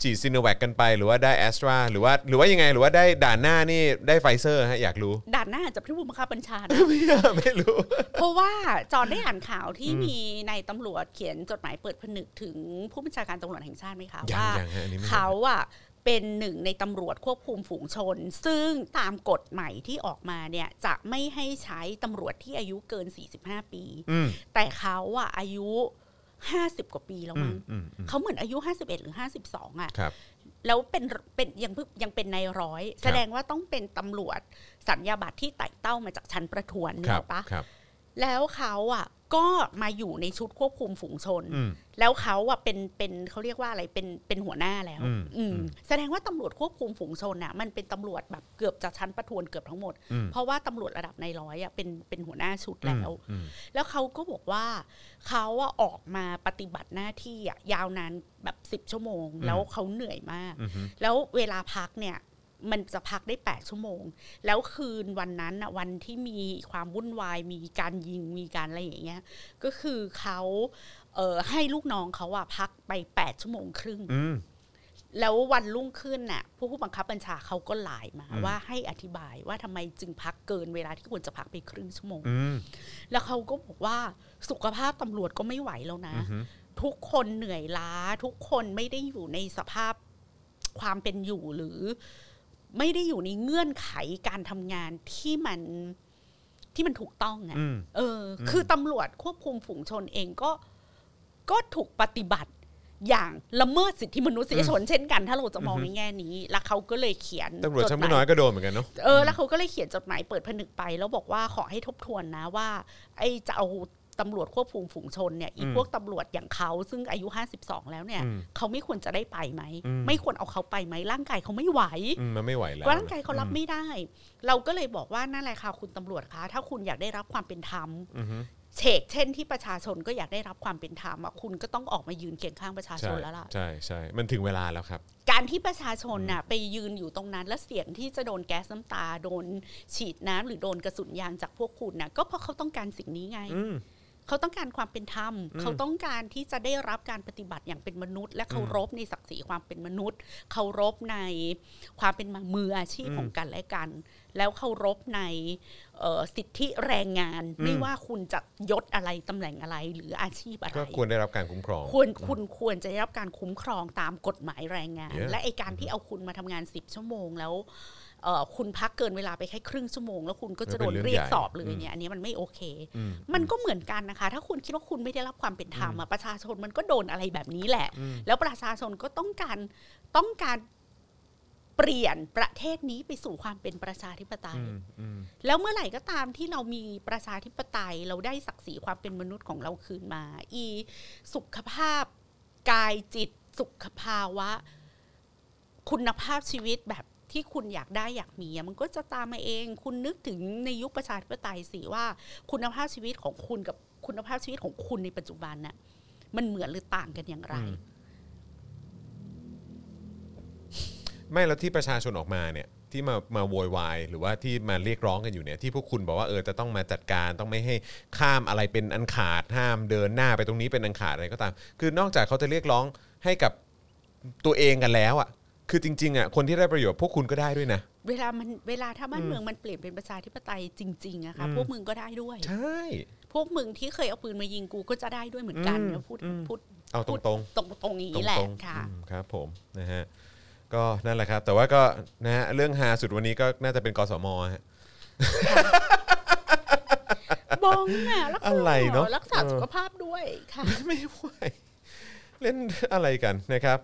ฉีดซิโนแวคกันไปหรือว่าได้แอสตราหรือว่าหรือว่ายังไงหรือว่าได้ด่านหน้านี่ได้ไฟเซอร์ฮะอยากรู้
ด่านหน้าอาจจะเป็นผู้บังคับบัญชานะ
ไม่รู้
เพราะว่าจอนได้อ่านข่าวที่มีนายตำรวจเขียนจดหมายเปิดผนึกถึงผู้บัญชาการตำรวจแห่งชาติไหมคะ
ยัง
ว่า
ยังฮะอันนี้ไม่เห็น
เขาอ่ะเป็นหนึ่งในตำรวจควบคุมฝูงชน ซึ่งตามกฎใหม่ที่ออกมาเนี่ยจะไม่ให้ใช้ตำรวจที่อายุเกิน 45 ปี
อืม
แต่เขาอ่ะอายุ 50 กว่าปีแล้ว
อื
มั้
ม
ง
อืมอืม
เขาเหมือนอายุ 51 หรือ 52อ่ะ
ครับ
แล้วเป็นเป็นยังเพิ่งยังเป็นนายร้อย แสดงว่าต้องเป็นตำรวจสัญญาบัตรที่ไต่เต้ามาจากชั้นประทวน
ค
เนี่
รับ
ปะ
ครับ
แล้วเขาอ่ะก็มาอยู่ในชุดควบคุมฝูงชน
อืม
แล้วเขาอ่ะเป็นเป็นเขาเรียกว่าอะไรเป็นเป็นหัวหน้าแล้ว
อืม
อืม
อืม
แสดงว่าตำรวจควบคุมฝูงชนอ่ะมันเป็นตำรวจแบบเกือบจะชั้นประทวนเกือบทั้งหมด
อืม
เพราะว่าตำรวจระดับในายร้อยอ่ะเป็นเป็นหัวหน้าชุดแล้ว
อืม
แล้วเขาก็บอกว่าเขาอะออกมาปฏิบัติหน้าที่อะยาวนานแบบสิบ10 ชั่วโมง แล้วเขาเหนื่อยมาก
อืมอืม
แล้วเวลาพักเนี่ยมันจะพักได้ 8 ชั่วโมง แล้วคืนวันนั้นน่ะวันที่มีความวุ่นวายมีการยิงมีการอะไรอย่างเงี้ยก็คือเขาเอ่อให้ลูกน้องเขาอะพักไป 8 ชั่วโมงครึ่ง
อืม
แล้ววันรุ่งขึ้นน่ะผู้บังคับบัญชาเขาก็ไลน์มา
อืม
ว่าให้อธิบายว่าทำไมจึงพักเกินเวลาที่ควรจะพักไปครึ่งชั่วโมง
อืม
แล้วเขาก็บอกว่าสุขภาพตำรวจก็ไม่ไหวแล้วนะ
อืม
ทุกคนเหนื่อยล้า ทุกคนไม่ได้อยู่ในสภาพความเป็นอยู่หรือ ไม่ได้อยู่ในเงื่อนไขการทำงานที่มันที่มันถูกต้องอะ
อืม
เอออ
ม
คือตำรวจควบคุมฝูงชนเองก็ก็ถูกปฏิบัติอย่างละเมิดสิทธิมนุษยชน เช่นกัน ถ้าเราจะมองในแง่นี้ แล้วเขาก็เลยเขียน
ตำรวจ
จ
ชั้น
ดห
ผู้
มาย
น้อยก็โดนเหมือนกันเนาะ
เออแล้วเขาก็เลยเขียนจดหมายเปิดผนึกไป แล้วบอกว่าขอให้ทบทวนนะว่า ไอ้จะเอาตำรวจควบคุมฝูงชนเนี่ยอี
อืม
พวกตำรวจอย่างเขาซึ่งอายุ 52 แล้วเนี่ย
อืม
เขาไม่ควรจะได้ไปไหม
อืม
ไม่ควรเอาเขาไปไหมร่างกายเขาไม่ไหว
อืมมันไม่ไหวแล้ว
ร่างกายเขารับไม่ได้ เราก็เลยบอกว่านั่นแหละค่ะคุณตำรวจคะถ้าคุณอยากได้รับความเป็นธรรม
อืมอืม
เฉกเช่นที่ประชาชนก็อยากได้รับความเป็นธรรมอ่ะคุณก็ต้องออกมายืนเคียงข้างประชาช
ใช่
นแล้วล่ะ
ใช่ใช่มันถึงเวลาแล้วครับ
การที่ประชาชนน่ะไปยืนอยู่ตรงนั้นและเสี่ยงที่จะโดนแก๊สน้ำตา โดนฉีดน้ำหรือโดนกระสุนยางจากพวกคุณน่ะก็เพราะเขาต้องการสิ่งนี้ไง
อืม
เขาต้องการความเป็นธรรม เขาต้องการที่จะได้รับการปฏิบัติอย่างเป็นมนุษย์ และเคารพในศักดิ์ศรีความเป็นมนุษย์ เคารพในความเป็นมืออาชีพ
อืม
ของกันและกัน แล้วเคารพในเอ่อสิทธิแรงงาน
อืม
ไม่ว่าคุณจะยศอะไรตำแหน่งอะไรหรืออาชีพอะไร
ก็ควรได้รับการคุ้มครอง
ควรคุณควรจะได้รับการคุ้มครองตามกฎหมายแรงงาน
Yeah.
และไอการที่เอาคุณมาทำงานสิบชั่วโมงแล้วเอ่อคุณพักเกินเวลาไปแค่ครึ่งชั่วโมง แล้วคุณก็จะโดน
มันเป็นเรื่อง
เรียก
ใหญ่
สอบหรือ
ม
อย่างเงี้ยอันนี้มันไม่โอเค
อืม
มันก็เหมือนกันนะคะ ถ้าคุณคิดว่าคุณไม่ได้รับความเป็นธรรมอะประชาชนมันก็โดนอะไรแบบนี้แหละ
อืม
แล้วประชาชนก็ต้องการต้องการเปลี่ยนประเทศนี้ไปสู่ความเป็นประชาธิปไต
อื
ย
มอืม
แล้วเมื่อไหร่ก็ตามที่เรามีประชาธิปไตยเราได้ศักดิ์ศรีความเป็นมนุษย์ของเราคืนมา อีสุขภาพกายจิตสุขภาวะ คุณภาพชีวิตแบบ ที่คุณอยากได้อยากมีอะมันก็จะตามมาเอง คุณนึกถึงในยุคประชาธิปไตยสิว่า คุณภาพชีวิตของคุณกับคุณภาพชีวิตของคุณในปัจจุบันน่ะมันเหมือนหรือต่างกันอย่างไร
อืม ไม่แล้วที่ประชาชนออกมาเนี่ยที่มามาโวยวายหรือว่าที่มาเรียกร้องกันอยู่เนี่ยที่พวกคุณบอกว่าเออจะต้องมาจัดการต้องไม่ให้ข้ามอะไรเป็นอันขาดห้ามเดินหน้าไปตรงนี้เป็นอันขาดอะไรก็ตาม คือนอกจากเขาจะเรียกร้องให้กับตัวเองกันแล้วอ่ะคือจริงๆอ่ะคนที่ได้ประโยชน์พวกคุณก็ได้ด้วยนะ
เวลามันเวลาถ้าบ้าน
อืม
เมืองมันเปลี่ยนเป็นประชาธิปไตยจริงๆอะค่ะ
อืม
พวกมึงก็ได้ด้วย
ใช่
พวกมึงที่เคยเอาปืนมายิงกูก็จะได้ด้วยเหมือนกัน
อืม
นะพูด
อืม
พูด
เอาตรงๆ
ตรงตรงๆอย่าง
ตร
นี้แหละ
งๆ
ค่ะ
อืมครับผมนะฮะก็นั่นแหละครับ แต่ว่าก็นะฮะเรื่องฮาสุดวันนี้ก็น่าจะเป็นกสมฮะ
บองน่ะรักษา
อะไรเนอะ
รักษา
เออ
สุขภาพด้วยค่ะ
ไม่ไหวเล่นอะไรกันนะครับ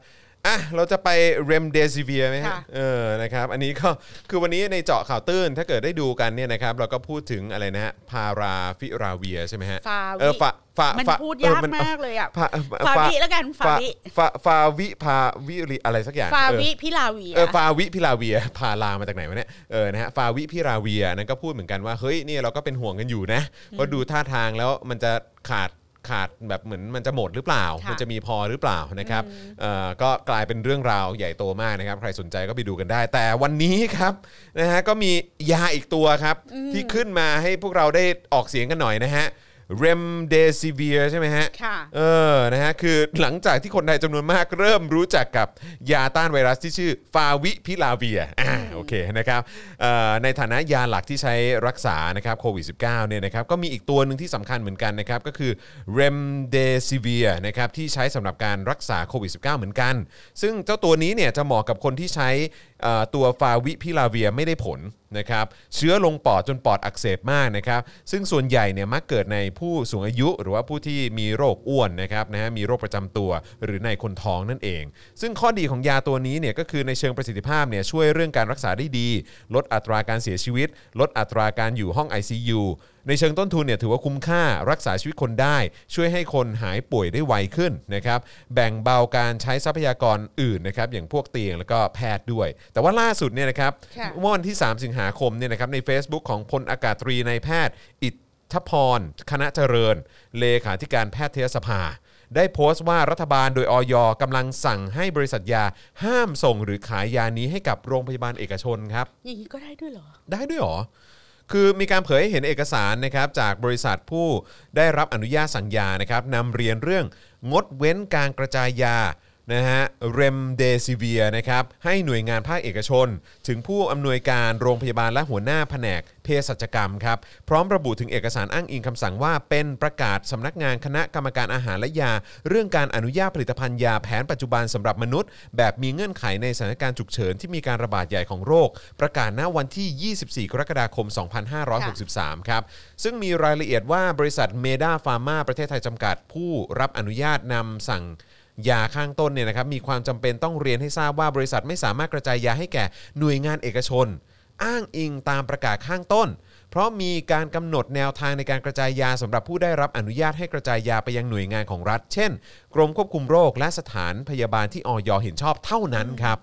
อ่ะเราจะไปเรมเดซิเวียไหมฮะ
ค่ะ
เออนะครับ อันนี้ก็คือวันนี้ในเจาะข่าวตื้น ถ้าเกิดได้ดูกันเนี่ยนะครับ เราก็พูดถึงอะไรนะฮะพาราฟิราเวียใช่ไหมฮะ
ฟา
เอ
วิ
อฝาฝา
มัน
ฝ
พูด
เออย
าก
น
มากเลยอะ
ฝาฝา
ฟา
ฝา
วิแล้วกันฟา
ฝา
วิ
ฝาฝาวิพาวิริอะไรสักอย่าง
ฟา
เออ
วิพิลาเวีย
เออฟาวิพิลาเวีย พาลามาจากไหนวะเนี่ยเออนะฮะฟาวิพิลาเวียนั้นก็พูดเหมือนกันว่าเฮ้ยนี่เราก็เป็นห่วงกันอยู่นะเพราะดูท่าทางแล้วมันจะขาดขาดแบบเหมือนมันจะหมดหรือเปล่า
ค่ะ
มันจะมีพอหรือเปล่านะครับเอ่อก็กลายเป็นเรื่องราวใหญ่โตมากนะครับ ใครสนใจก็ไปดูกันได้ แต่วันนี้ครับนะฮะก็มียาอีกตัวครับ
อืม
ที่ขึ้นมาให้พวกเราได้ออกเสียงกันหน่อยนะฮะเรมเดซิเวียใช่ไหมฮะ
ค่ะ
เออ นะฮะ คือหลังจากที่คนไทยจำนวนมากเริ่มรู้จักกับยาต้านไวรัสที่ชื่อฟาวิพิลาเวีย อ่า โอเค นะครับเอ่อในฐานะยาหลักที่ใช้รักษา นะครับ โควิด -19 เนี่ยนะครับ ก็มีอีกตัวหนึ่งที่สำคัญเหมือนกันนะครับ ก็คือเรมเดซิเวียนะครับ ที่ใช้สำหรับการรักษาโควิด -19 เหมือนกัน ซึ่งเจ้าตัวนี้เนี่ยจะเหมาะกับคนที่ใช้เอ่อตัวฟาวิพิลาเวียไม่ได้ผลนะครับ เชื้อลงปอดจนปอดอักเสบมากนะครับ ซึ่งส่วนใหญ่เนี่ยมักเกิดในผู้สูงอายุ หรือว่าผู้ที่มีโรคอ้วนนะครับนะฮะมีโรคประจำตัว หรือในคนท้องนั่นเอง ซึ่งข้อดีของยาตัวนี้เนี่ยก็คือในเชิงประสิทธิภาพเนี่ยช่วยเรื่องการรักษาได้ดี ลดอัตราการเสียชีวิต ลดอัตราการอยู่ห้อง ICU ในเชิงต้นทุนเนี่ยถือว่าคุ้มค่ารักษาชีวิตคนได้ ช่วยให้คนหายป่วยได้ไวขึ้นนะครับแบ่งเบาการใช้ทรัพยากรอื่นนะครับอย่างพวกเตียงแล้วก็แพทย์ด้วย แต่ว่าล่าสุดเนี่ยนะครับ
ค่ะ
เมื่อวันที่ 3 สิงหาคมเนี่ยนะครับใน Facebook ของพลอากาศตรีนายแพทย์ อิทธพร คณะเจริญ เลขาธิการแพทยสภา ได้โพสต์ว่ารัฐบาลโดยออยกำลังสั่งให้บริษัทยาห้ามส่งหรือขายยานี้ให้กับโรงพยาบาลเอกชนครับ
อย่างนี้ก็ได้ด้วยเหรอ
ได้ด้วยเหรอ คือมีการเผยให้เห็นเอกสารนะครับจากบริษัทผู้ได้รับอนุญาตสั่งยานะครับนำเรียนเรื่องงดเว้นการกระจายยานะฮะเรมเดซิเวียนะครับให้หน่วยงานภาคเอกชน ถึงผู้อำนวยการโรงพยาบาลและหัวหน้าแผนกเภสัชกรรมครับพร้อมระบุถึงเอกสารอ้างอิงคำสั่งว่าเป็นประกาศสำนักงานคณะกรรมการอาหารและยา เรื่องการอนุญาตผลิตภัณฑ์ยาแผนปัจจุบันสำหรับมนุษย์ แบบมีเงื่อนไขในสถานการณ์ฉุกเฉินที่มีการระบาดใหญ่ของโรค ประกาศณวันที่ 24 กรกฎาคม 2560 63ครับซึ่งมีรายละเอียดว่าบริษัทเมดาฟาร์มาประเทศไทยจำกัด ผู้รับอนุญาตนำสั่งยาข้างต้นเนี่ยนะครับมีความจำเป็นต้องเรียนให้ทราบว่าบริษัทไม่สามารถกระจายยาให้แก่หน่วยงานเอกชน อ้างอิงตามประกาศข้างต้น เพราะมีการกำหนดแนวทางในการกระจายยาสำหรับผู้ได้รับอนุญาตให้กระจายยาไปยังหน่วยงานของรัฐ เช่น กรมควบคุมโรคและสถานพยาบาลที่อยเห็นชอบเท่านั้นครับ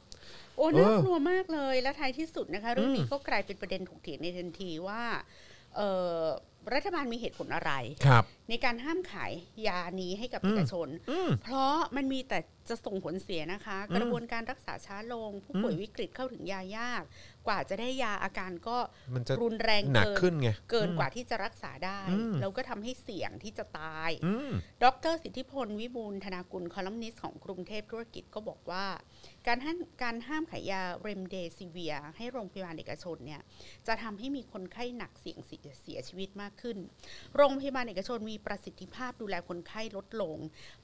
โอ้
เออ
น่ากลัวมากเลยและท้ายที่สุดนะคะเรื่อง
อื
นี้
ม
ก็กลายเป็นประเด็นถกเถียงในทันทีว่าเอ่อรัฐบาลมีเหตุผลอะไร
ครับ
ในการห้ามขายยานี้ให้กับ
อื
ป
ม
ระชาชน
อืม
เพราะมันมีแต่จะส่งผลเสียนะคะ
อืม
กระบวนการรักษาช้าลง ผู้ป่วย
อืม
วิกฤตเข้าถึงยายาก กว่าจะได้ยาอาการก็
มันจะ
รุนแรง
หนัก
เกิ
ขึ้นไง
เกินกว่าที่จะรักษาได้
อืม
แล้วก็ทำให้เสี่ยงที่จะตาย
อืม
ดรสิทธิพล วิบูลย์ธนากุล คอลัมนิสต์ของกรุงเทพธุรกิจก็บอกว่า การห้ามการห้ามขายยาเรมเดซิเวีย ให้โรงพยาบาลเอกชนเนี่ยจะทำให้มีคนไข้หนักเสี่ยงเสียเสียชีวิตมากขึ้น โรงพยาบาลเอกชนมีประสิทธิภาพดูแลคนไข้ลดลง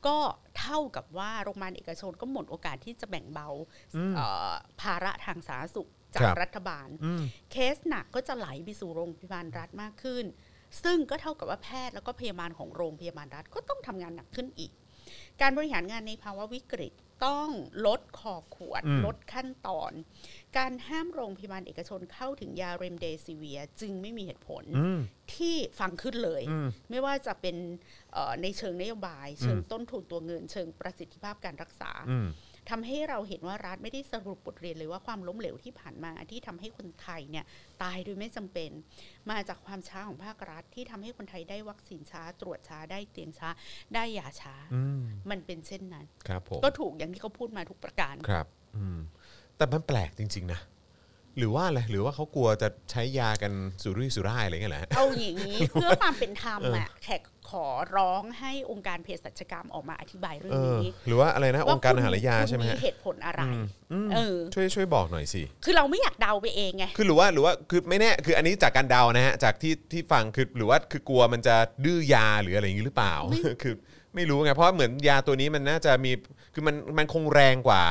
ก็เท่ากับว่าโรงพยาบาลเอกชนก็หมดโอกาสที่จะแบ่งเบา
อืม
เอ่อภาระทางสาธารณสุขจา
ครั
ก
บ
รัฐบาล
อืม
เคสหนักก็จะไหลไปสู่โรงพยาบาลรัฐมากขึ้น ซึ่งก็เท่ากับว่าแพทย์แล้วก็พยาบาลของโรงพยาบาลรัฐก็ต้องทำงานหนักขึ้นอีก การบริหารงานในภาวะวิกฤตต้องลดขอบขวด
อืม
ลดขั้นตอน การห้ามโรงพยาบาลเอกชนเข้าถึงยาเรมเดซิเวีย จึงไม่มีเหตุผล
อืม
ที่ฟังขึ้นเลย
อืม
ไม่ว่าจะเป็นเอ่อในเชิงนโยบาย เชิง
อืม
ต้นทุนตัวเงิน เชิงประสิทธิภาพการรักษา
อืม
ทำให้เราเห็นว่ารัฐไม่ได้สรุปบทเรียนเลยว่าความล้มเหลวที่ผ่านมาที่ทำให้คนไทยเนี่ยตายโดยไม่จำเป็น มาจากความช้าของภาครัฐที่ทำให้คนไทยได้วัคซีนช้า ตรวจช้าได้เตียงช้า ได้ยาช้า
อืม
มันเป็นเช่นนั้น
ครับผม
ก็ถูกอย่างที่เขาพูดมาทุกประการ
ครับอืมแต่มันแปลกจริง ๆ นะ หรือว่าอะไรหรือว่าเขากลัวจะใช้ยากันสุรุ่ยสุร่ายอะไรเงี้ยแหละ
เอาอย่างนี้ เพื่อความเป็นธรรมอ่ะแขกขอร้องให้องค์การเภสัชกรรมออกมาอธิบายเรื่
เอ
อง
อ
นี้
หรือว่าอะไรนะองค์การ
คุณ
อาหารและยาใช่ไหม
คุณ
ฮะ
เหตุผลอะไร
อืมอืม
เออ
ช่วยช่วยบอกหน่อยสิ
คือเราไม่อยากเดาไปเองไง
คือหรือว่าหรือว่าคือไม่แน่คืออันนี้จากการเดานะฮะจากที่ที่ฟังคือหรือว่าคือกลัวมันจะดื้อยาหรืออะไรอย่างนี้หรือเปล่า คือไม่รู้ไงเพราะเหมือนยาตัวนี้มันน่าจะมีคือมันมันคงแรงกว่า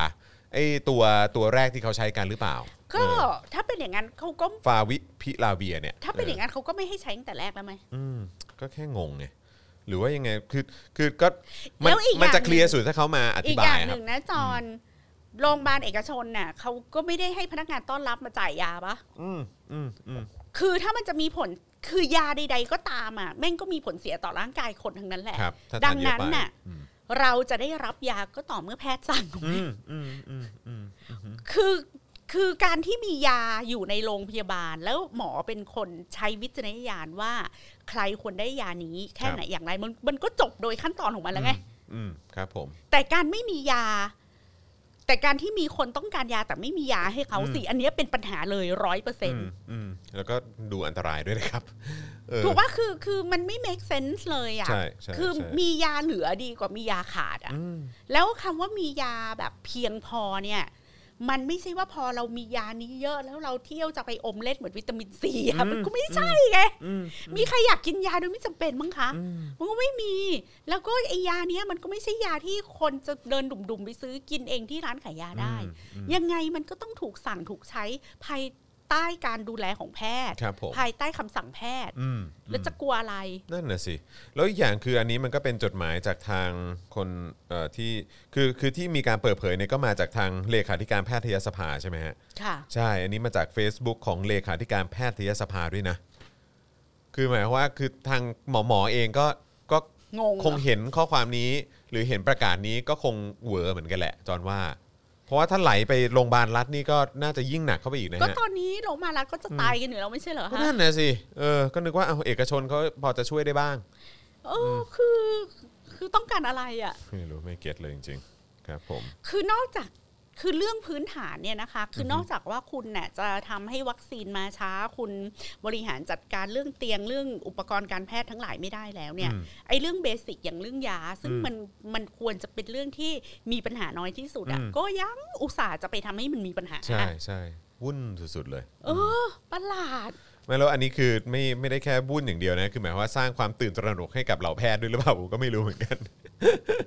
ไอ้ตัวตัวแรกที่เขาใช้กันหรือเปล่า
ก็
เออ
ถ้าเป็นอย่างนั้นเขาก็
ฟาวิพิลาเวียเนี่ย
ถ้าเป็นอย่างนั้นเขาก็ไม่ให้ใช้ตั้งแต่แรกแล้วไหม
อืมก็แค่งงไงหรือว่ายังไงคือคือก็มัน
แล้วอีกอย่าง
มันจะ
หนึ่ง
เคลียร์สุดถ้าเขามาอ
อี
ธิ
ก
บา
อย ย่าง
ค
ห
รับ
นึ่งนะจอนโรงพยาบาลเอกชนน่ะเขาก็ไม่ได้ให้พนักงานต้อนรับมาจ่ายยาปะ
อืมอืมอืม
คือถ้ามันจะมีผลคือยาใด ๆ ก็ตามอ่ะแม่งก็มีผลเสียต่อร่างกายคนทั้งนั้นแหละ
ครับถ้า
ดั
ทาง นเยอะ
นั้น
ไป
น่ะ
อืม
เราจะได้รับยาก็ต่อเมื่อแพทย์สั่ง
อืมอืมอืมอืม
คือคือการที่มียาอยู่ในโรงพยาบาล แล้วหมอเป็นคนใช้วิจารณญาณว่า ใครควรได้ยานี้แค่ไหนอย่างไรมันมันก็จบโดยขั้นตอนของมันแล้วไง
อืมครับผม
แต่การไม่มียา แต่การที่มีคนต้องการยาแต่ไม่มียาให้เขา
อืม
สิอันเนี้ยเป็นปัญหาเลยร้อยเปอร์เซ็น
อืมอืมแล้วก็ดูอันตรายด้วยนะครับเออ
ถูกว่าคือคือมันไม่ make sense เลยอะ่ะ
ใช่ใช่
คือ
ใช่
มียาเหลือดีกว่ามียาขาดอะ่ะ
อืม
แล้วคำว่ามียาแบบเพียงพอเนี่ย มันไม่ใช่ว่าพอเรามียานี้เยอะ แล้วเราเที่ยวจะไปอมเล่นเหมือนวิตามินซีอะมันก็ไม่ใช่ไง
อืม
มีใครอยากกินยาโดยไม่จำเป็นมั้งคะ
อืม
มันก็ไม่มี แล้วก็ไอยาเนี้ยมันก็ไม่ใช่ยาที่คนจะเดินดุ่มๆไปซื้อกินเองที่ร้านขายยาได้
อืม
ยังไงมันก็ต้องถูกสั่งถูกใช้ภายใต้การดูแลของแพทย์
ครับผม
ภายใต้คำสั่งแพทย์
อืม
แล้วจะกลัวอะไร
นั่นน่ะสิ แล้วอีกอย่างคืออันนี้มันก็เป็นจดหมายจากทางคนเอ่อที่คือคือที่มีการเปิดเผยเนี่ยก็มาจากทางเลขาธิการแพทยสภาใช่ไหมฮะ
ค่ะ
ใช่ อันนี้มาจาก Facebook ของเลขาธิการแพทยสภาด้วยนะ คือหมายความว่าคือทางหมอหมอๆเองก็ก็
งงเห
ค
รง อ
เห็นข้อความนี้หรือเห็นประกาศนี้ก็คงเหวอเหมือนกันแหละจอนว่า เพราะว่าถ้าไหลไปโรงพยาบาลรัฐนี่ก็น่าจะยิ่งหนักเข้าไปอีกนะ
ก็
ฮะ
ตอนนี้โรงพยาบาลรัฐก็จะตายกันอยู่แล้วไม่ใช่เหรอ
ก็
คะ
นั่นนะสิเออก็นึกว่าเอาเอกชนเขาพอจะช่วยได้บ้าง
เออคือ คือต้องการอะไรอ่ะ
ไม่รู้ไม่เก็ตเลยจริงๆครับ ผม
คือนอกจากคือเรื่องพื้นฐานเนี่ยนะคะ คืออนอกจากว่าคุณเนี่ยจะทำให้วัคซีนมาช้า คุณบริหารจัดการเรื่องเตียงเรื่องอุปกรณ์การแพทย์ทั้งหลายไม่ได้แล้วเนี่ย
อืม
ไอ้เรื่องเบสิกอย่างเรื่องยา ซึ่ง
อืม
มันมันควรจะเป็นเรื่องที่มีปัญหาน้อยที่สุดอะ
อืม
ก็ยังอุตส่าห์จะไปทำให้มันมีปัญหา
ใช่ใช่วุ่นสุดๆเลย
เออประหลาด
ไม่แล้วอันนี้คือไม่ไม่ได้แค่วุ่นอย่างเดียวนะคือหมายความว่าสร้างความตื่นตระหนกให้กับเหล่าแพทย์ด้วยหรือเปล่าผมก็ไม่รู้เหมือนกัน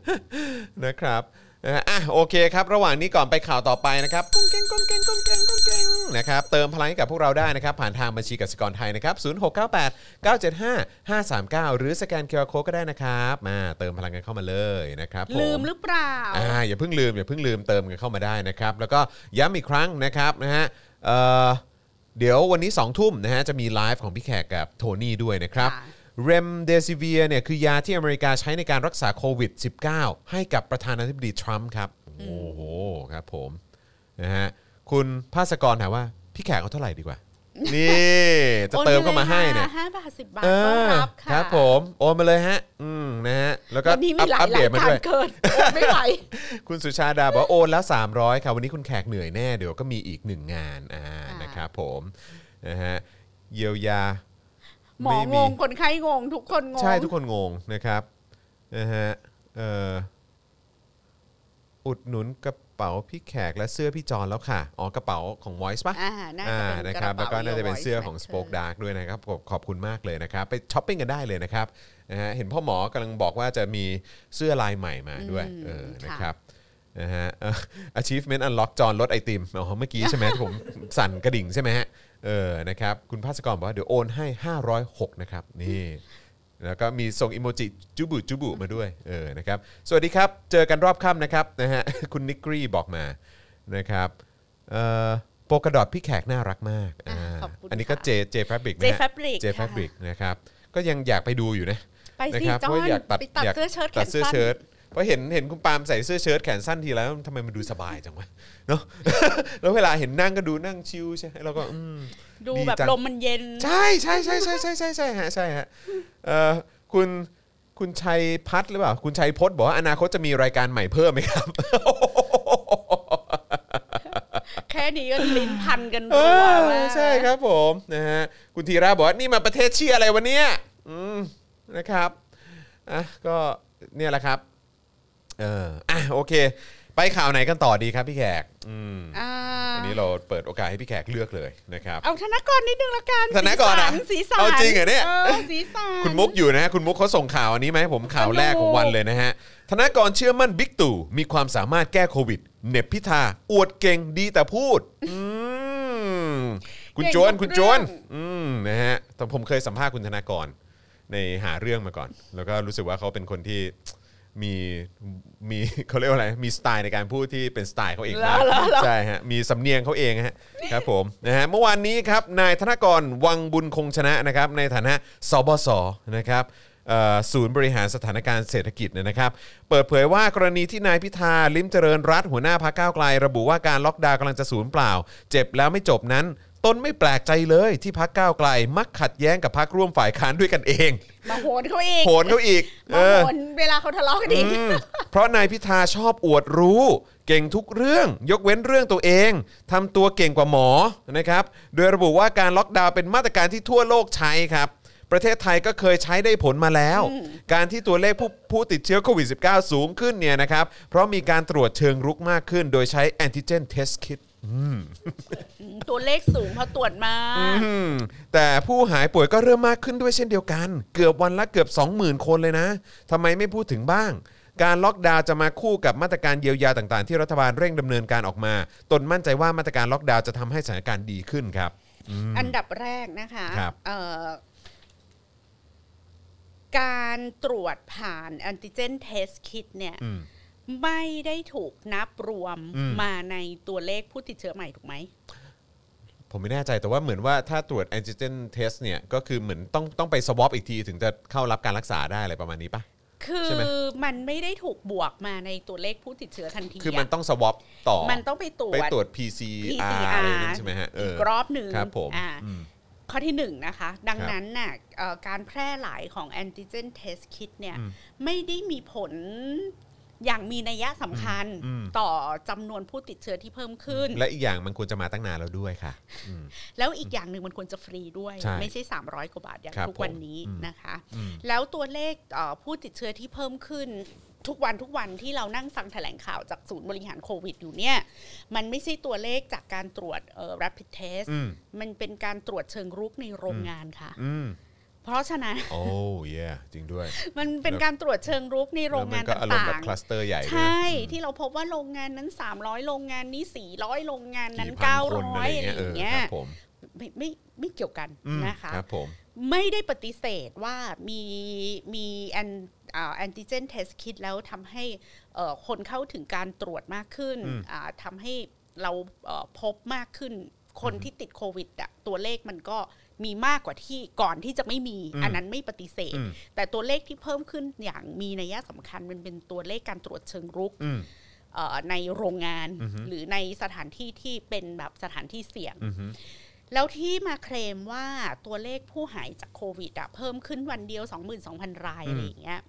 นะครับเอ่ออ่ะโอเคครับ ระหว่างนี้ก่อนไปข่าวต่อไปนะครับกุ้งเก้งกุ้งเก้งกุ้งเก้งกุ้งเก้งนะครับเติมพลังให้กับพวกเราได้นะครับ ผ่านทางบัญชีกสิกรไทยนะครับ 0698 975 539 หรือสแกนเคอร์โคก็ได้นะครับมาเติมพลังกันเข้ามาเลยนะครับผ
ลืมหรือเปล่า
อ่าอย่าเพิ่งลืมอย่าเพิ่งลืมเติมกันเข้ามาได้นะครับ แล้วก็ย้ำอีกครั้งนะครับนะฮะเอ่อเดี๋ยววันนี้ 2 ทุ่มนะฮะจะมีไลฟ์ของพี่แขกกับโทนี่ด้วยนะครับ
ค่ะ
เรมเดซิเวียเนี่ยคือยาที่อเมริกาใช้ในการรักษาโควิด -19 ให้กับประธานาธิบดีทรัมป์ครับ โอ้โหครับผมนะฮะคุณภาสกรถามว่า พี่แขกเอาเท่าไหร่ดีกว่า นี่ จะเติมเข้ามาให้เนี่ย
ห้าบาทสิบบาท
เอ
ต้อน
อ
รับค่ะ
ครับผมโอนมาเลยฮะ อืมนะฮะแล้วก็
วันนี้มีหลา
อั
ย
ป
รา
เด
ย
ตมา
การ
ด้วย
เกินอดไม่ไหว
คุณสุชาดาบอกว่าโอนแล้ว 300 ค่ะ วันนี้คุณแขกเหนื่อยแน่ เดี๋ยวก็มีอีกหนึ่งงานอ่า
อ่าน
นะครับผมนะฮะเยียวยา
หมองงคนไข้งง ทุกคนงง
ใช่ทุกคนงงนะครับนะฮะเอ่ออุดหนุนกระเป๋าพี่แขกและเสื้อพี่จอนแล้วค่ะ อ๋อกระเป๋าของ Voice ปะ
อ่าน่าจะเป็น
อ่านะ
ก
ครับ
ระ
แล้วก็
เป๋า
น่าจะเป็น
Your
เสื้อ
Voice
ของ
Matter
Spoke Dark ด้วยนะครับขอบขอบคุณมากเลยนะครับ ไปช้อปปิ้งกันได้เลยนะครับนะฮะเห็นพ่อหมอกำลังบอกว่าจะมีเสื้อลายใหม่มาด้วย
อืม
เออ
ค่ะ
นะครับนะฮะ เอ่อ achievement unlock จอนลดไอติมอ๋อเมื่อกี้ใช่ไหม ที่ผม สั่นกระดิ่งใช่ไหมฮะเออนะครับคุณภาสกรบอกว่าเดี๋ยวโอนให้ 506 นะครับ นี่ แล้วก็มีส่งอิโมจิจูบุจูบุมาด้วยเออนะครับสวัสดีครับ เจอกันรอบค่ำนะครับนะฮ ะ คุณนิกรีบอกมานะครับเอ่อโปกระดอดพี่แขกน่ารักมาก
อ่ะ
อ่า
ขอบคุณ
อันนี้ก็
ค่ะ
เจเจแฟบริก
J Fabric
เจแฟบริก
ค่ะ
นะครับก็ยังอยากไปดูอยู่นะ
ไป
นะ
สิ
ครั
จ
เพ
อ
ราะ
น
อยากตัด
ไปตัด
ยาก
เสื้อเชิ้ตแข
ตัด
น
เสื้อ
สั้น
เชิ้ต เพราะเห็นเห็นคุณปาล์มใส่เสื้อเชิ้ตแขนสั้นทีแล้วทำไมมันดูสบายจังวะเนาะ แล้วเวลาเห็นนั่งก็ดูนั่งชิลใช่ไหมเราก็อืม
ดู
ดี
แบบ
จัง
ลมมันเย็น
ใช่ใช่ใช่ใช่ใช่ใช่ใช่ฮะใช่ฮะเอ่อคุณคุณชัยพัฒน์หรือเปล่า คุณชัยพจน์บอกว่าอนาคตจะมีรายการใหม่เพิ่มไหมครับ
แค่นี้ก็ลิ้นพันกัน
เอ
รั
อ
วแล้ว
ใช่ครับผมนะฮะคุณธีระบอกว่านี่มาประเทศเชี่ยอะไรวะเนี่ยอืมนะครับอ่ะก็เนี่ยแหละครับเอออ่ะโอเค ไปข่าวไหนกันต่อดีครับพี่แขกอืม
อ่า
อันนี้เราเปิดโอกาสให้พี่แขกเลือกเลยนะครับ
เอาธนกรนิดนึงละกัน
ธนกรอะ
สีสัน
เอาจริงเหรอเนี่ย
สีสัน
คุณมุกอยู่นะฮะคุณมุกเขาส่งข่าวอันนี้มาให้ผมข่าวแรกของวันเลยนะฮะธนกรเชื่อมั่นบิ๊กตู่มีความสามารถแก้โควิดเหน็บพิธาอวดเก่งดีแต่พูดอืมคุณโจน
เก่งทุก
คุณโจน
เรื่อง
อืมนะฮะแต่ผมเคยสัมภาษณ์คุณธนากรในหาเรื่องมาก่อน แล้วก็รู้สึกว่าเขาเป็นคนที่มีมีเขาเรียกว่าอะไรมีสไตล์ในการพูดที่เป็นสไตล์เขาเองมากใช่ฮะมีสำเนียงเขาเองฮะครับผมนะฮะเมื่อวานนี้ครับนายธนกรวังบุญคงชนะนะครับในฐานะสบสนะครับเอ่อศูนย์บริหารสถานการณ์เศรษฐกิจเนี่ยนะครับ เปิดเผยว่ากรณีที่นายพิธาลิ้มเจริญรัตน์หัวหน้าพรรคก้าวไกล ระบุว่าการล็อกดาวน์กำลังจะสูญเปล่า เจ็บแล้วไม่จบนั้น ตนไม่แปลกใจเลยที่พรรคก้าวไกล มักขัดแย้งกับพรรคร่วมฝ่ายค้านด้วยกันเอง
มาโหนเขาอีก
โหนเขาอีกเอ
มา
อ
โหนเวลาเขาทะเลาะกันอีก
อืมเพราะนายพิธาชอบอวดรู้ เก่งทุกเรื่อง ยกเว้นเรื่องตัวเองทำตัวเก่งกว่าหมอนะครับ โดยระบุว่าการล็อกดาวน์เป็นมาตรการที่ทั่วโลกใช้ครับ ประเทศไทยก็เคยใช้ได้ผลมาแล้ว การที่ตัวเลขผู้ผู้ติดเชื้อโควิด -19 สูงขึ้นเนี่ยนะครับ เพราะมีการตรวจเชิงรุกมากขึ้น โดยใช้แอนติเจนเทสคิด
ตัวเลขสูงเพอตรวจมา
อืมแต่ผู้หายป่วยก็เริ่มมากขึ้นด้วยเช่นเดียวกัน เกือบวันละเกือบ 20,000 คนเลยนะทำไมไม่พูดถึงบ้าง การล็อกดาวน์จะมาคู่กับมาตรการเยียวยาต่างๆ ที่รัฐบาลเร่งดำเนินการออกมา ตนมั่นใจว่ามาตรการล็อกดาวน์จะทำให้สถานการณ์ดีขึ้นครับ
อันดับแรกนะคะ
ครับ
เอ่อการตรวจผ่านแอนติเจนเทสคิดเนี่ย ไม่ได้ถูกนับรวม
อืม
มาในตัวเลขผู้ติดเชื้อใหม่ถูกไหม
ผมไม่แน่ใจแต่ว่าเหมือนว่าถ้าตรวจแอนติเจนเทสเนี่ยก็คือเหมือนต้องต้องไปสวอปอีกทีถึงจะเข้ารับการรักษาได้อะไรประมาณนี้ปะ
คื
ใช่
อ
ไหม
มันไม่ได้ถูกบวกมาในตัวเลขผู้ติดเชื้อทันที
คือมัน
อะ
ต้องสวอปต่อ
มันต้องไปตรว
ไป
จ
ตรวจ PCR อะ
PCR
ไรนั่นใช่ไหมฮะเอ
อี
อก
รอบหนึ่ง
ครับผม
อ่า
อืม
ข้อที่หนึ่งนะคะ ดัง
ครับ
นั้นน่ะเอ่อการแพร่หลายของแอนติเจนเทสคิดเนี่ย
อืม
ไม่ได้มีผลอย่างมีนัยสำคัญ
อืมอืม
ต่อจำนวนผู้ติดเชื้อที่เพิ่มขึ้น
และอีกอย่างมันควรจะมาตั้งนานแล้วด้วยค่ะอืม
แล้วอีกอย่างหนึ่งมันควรจะฟรีด้วย
ใช่
ไม่ใช่ 300 กว่าบาทอย่าง
ครับ
ทุกวัน
ผม
นี้
อืม
นะคะ
อืม
แล้วตัวเลขเอ่อผู้ติดเชื้อที่เพิ่มขึ้น ทุกวันทุกวันที่เรานั่งฟังแถลงข่าวจากศูนย์บริหารโควิดอยู่เนี่ย มันไม่ใช่ตัวเลขจากการตรวจเอ่อ rapid test
อืม
มันเป็นการตรวจเชิงรุกในโรงงานค่ะ
อืม
เพราะฉะนั้น
โอ้เย่จริงด้วย
มันเป็นการตรวจเชิงรุกในโรงงาน
แล้วมัก็อารมณ์
ต่า
แบบ
ง
คลัสเตอร์ใหญ่
ๆ
ด้วย
ใช่ ที่เราพบว่าโรงงานนั้น 300 โรงงานนี้ 400 โรงงานนั้น 900
คน
อะไรอย่างเงี้ย
ครับผม
ไม่ไม่ไม่เกี่ยวกัน
อืม
นะคะ
ครับผม
ไม่ได้ปฏิเสธว่ามีมีแอนแอนติเจนเทสคิดแล้วทำให้เอ่อคนเข้าถึงการตรวจมากขึ้น
อืม
อ่าทำให้เราเอ่อพบมากขึ้น คนที่ติดโควิดอะตัวเลขมันก็มีมากกว่าที่ก่อนที่จะไม่มี อันนั้นไม่ปฏิเสธ
อืม
แต่ตัวเลขที่เพิ่มขึ้นอย่างมีนัยสำคัญมันเป็นตัวเลขการตรวจเชิงรุก
อืม
เอ่อในโรงงาน
อือฮึ
หรือในสถานที่ที่เป็นแบบสถานที่เสี่ยง
อืมฮึ
แล้วที่มาเคลมว่าตัวเลขผู้หายจากโควิดอะเพิ่มขึ้นวันเดียว 22,000 ราย
อืม
อะไรอย่างเงี้ย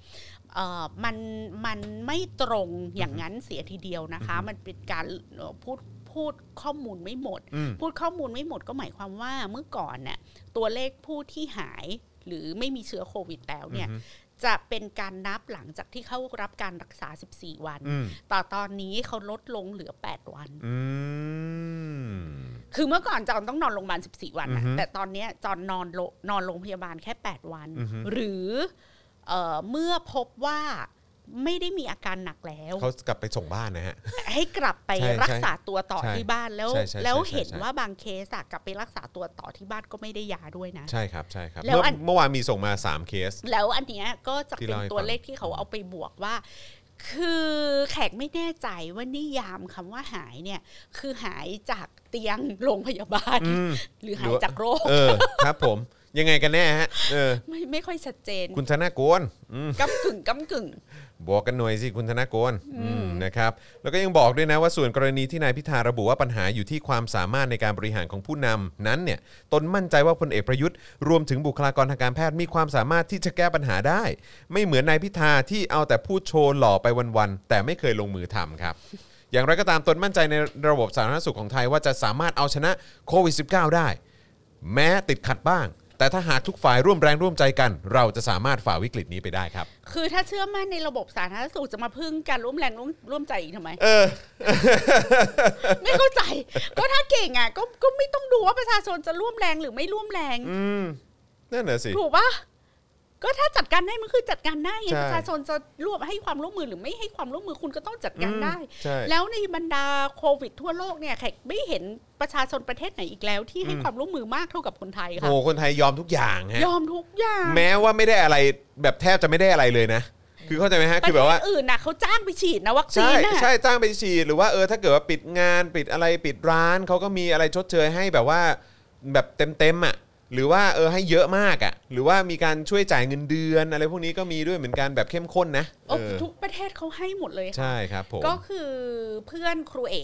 เอ่อมันมันไม่ตรงอย่างนั้นเสียทีเดียวนะคะ มันเป็นการเอ่อพูดพูดข้อมูลไม่หมด
อืม
พูดข้อมูลไม่หมดก็หมายความว่าเมื่อก่อนน่ะตัวเลขผู้ที่หายหรือไม่มีเชื้อโควิดแล้วเนี่ยจะเป็นการนับหลังจากที่เข้ารับการรักษา 14 วัน
อืม
ต่อตอนนี้เขาลดลงเหลือ 8 วัน
อืม
คือเมื่อก่อนจอนต้องนอนโรงพยาบาล 14 วัน
อื
นะ
อฮึ
แต่ตอนเนี้ยจอนนอนโรงนอนโรงพยาบาลแค่ 8 วัน
อือฮึ
หรือเอ่อเมื่อพบว่าไม่ได้มีอาการหนักแล้ว
เขากลับไปส่งบ้านนะฮะ
ให้กลับไป
ใช่ใช่
รักษาตัวต่อ
ใช่
ที่บ้านแล้ว
ใช่ใช่
แล้ว
ใช่ใช่
เห็น
ใช่
ว่าบางเคสอะกลับไปรักษาตัวต่อที่บ้านก็ไม่ได้ยาด้วยนะ
ใช่ครับใช่ครับ
แล้
เมื่
ว
อ
อัน
เมื่อวานมีส่งมา 3 เคส
แล้วอันเนี้ยก็จะ
ที่
เป็น
เล่าให้ฟัง
ตัวเลขที่เขาเอาไปบวกว่า คือแขกไม่แน่ใจว่านิยามคำว่าหายเนี่ยคือหายจากเตียงโรงพยาบาล
อืม
หรือ
ห
หา
รื
ย
อว่า
จากโรค
เออ ครับผม ยังไงกันแน่ฮะเออ
ไม่ไม่ค่อยชัดเจน
คุณธนาโกนอืม
กำกึ่งกำกึ่ง
บอกกันหน่อยสิคุณธนากรอืมนะครับแล้วก็ยังบอกด้วยนะว่าส่วนกรณีที่นายพิธาระบุว่าปัญหาอยู่ที่ความสามารถในการบริหารของผู้นำนั้นเนี่ยตนมั่นใจว่าพลเอกประยุทธ์ รวมถึงบุคลากรทางการแพทย์มีความสามารถที่จะแก้ปัญหาได้ ไม่เหมือนนายพิธาที่เอาแต่พูดโชว์หล่อไปวันๆแต่ไม่เคยลงมือทำครับ อย่างไรก็ตามตนมั่นใจในระบบสาธารณสุขของไทยว่าจะสามารถเอาชนะโควิด -19 ได้ แม้ติดขัดบ้าง แต่ถ้าหากทุกฝ่ายร่วมแรงร่วมใจกัน เราจะสามารถฝ่าวิกฤตนี้ไปได้ครับ
คือถ้าเชื่อมั่นในระบบสาธารณสุขจะมาพึ่งการร่วมแรงร่วมร่วมใจอีกทำไม
เออ
ไม่เข้าใจ ก็ถ้าเก่งอ่ะก็ก็ไม่ต้องดูว่าประชาชนจะร่วมแรงหรือไม่ร่วมแรง
อืมนั่นแหละสิ
ถูกปะก็ถ้าจัดการได้มันคือจัดการได้ไง
ใช่
ประชาชนจะร่วมให้ความร่วมมือหรือไม่ให้ความร่วมมือคุณก็ต้องจัดการได้
ใช่
แล้วในบรรดาโควิดทั่วโลกเนี่ยแขกไม่เห็นประชาชนประเทศไหนอีกแล้ว ที่ให้
อืม
ความร่วมมือมากเท่ากับคนไทยค่ะ
โหคนไทยยอมทุกอย่างฮะ
ยอมทุกอย่าง
แม้ว่าไม่ได้อะไรแบบแทบจะไม่ได้อะไรเลยนะ คือเข้าใจไหมฮะ
ประ
คือ
เท
แบบ
ศ
ว่า
อื่นน่ะเขาจ้างไปฉีดนะวัคซี
ใช่
นน่ะ
ใช่จ้างไปฉีดหรือว่าเออถ้าเกิดว่าปิดงานปิดอะไรปิดร้านเขาก็มีอะไรชดเชยให้แบบว่าแบบเต็มเต็มๆอ่ะหรือว่าเออให้เยอะมากอ่ะ หรือว่ามีการช่วยจ่ายเงินเดือน อะไรพวกนี้ก็มีด้วยเหมือนกันแบบเข้มข้นนะ
โอ้
เออ
ทุกประเทศเขาให้หมดเลยค่ะ
ใช่ครับผม
ก็คือเพื่อนครูเอ๋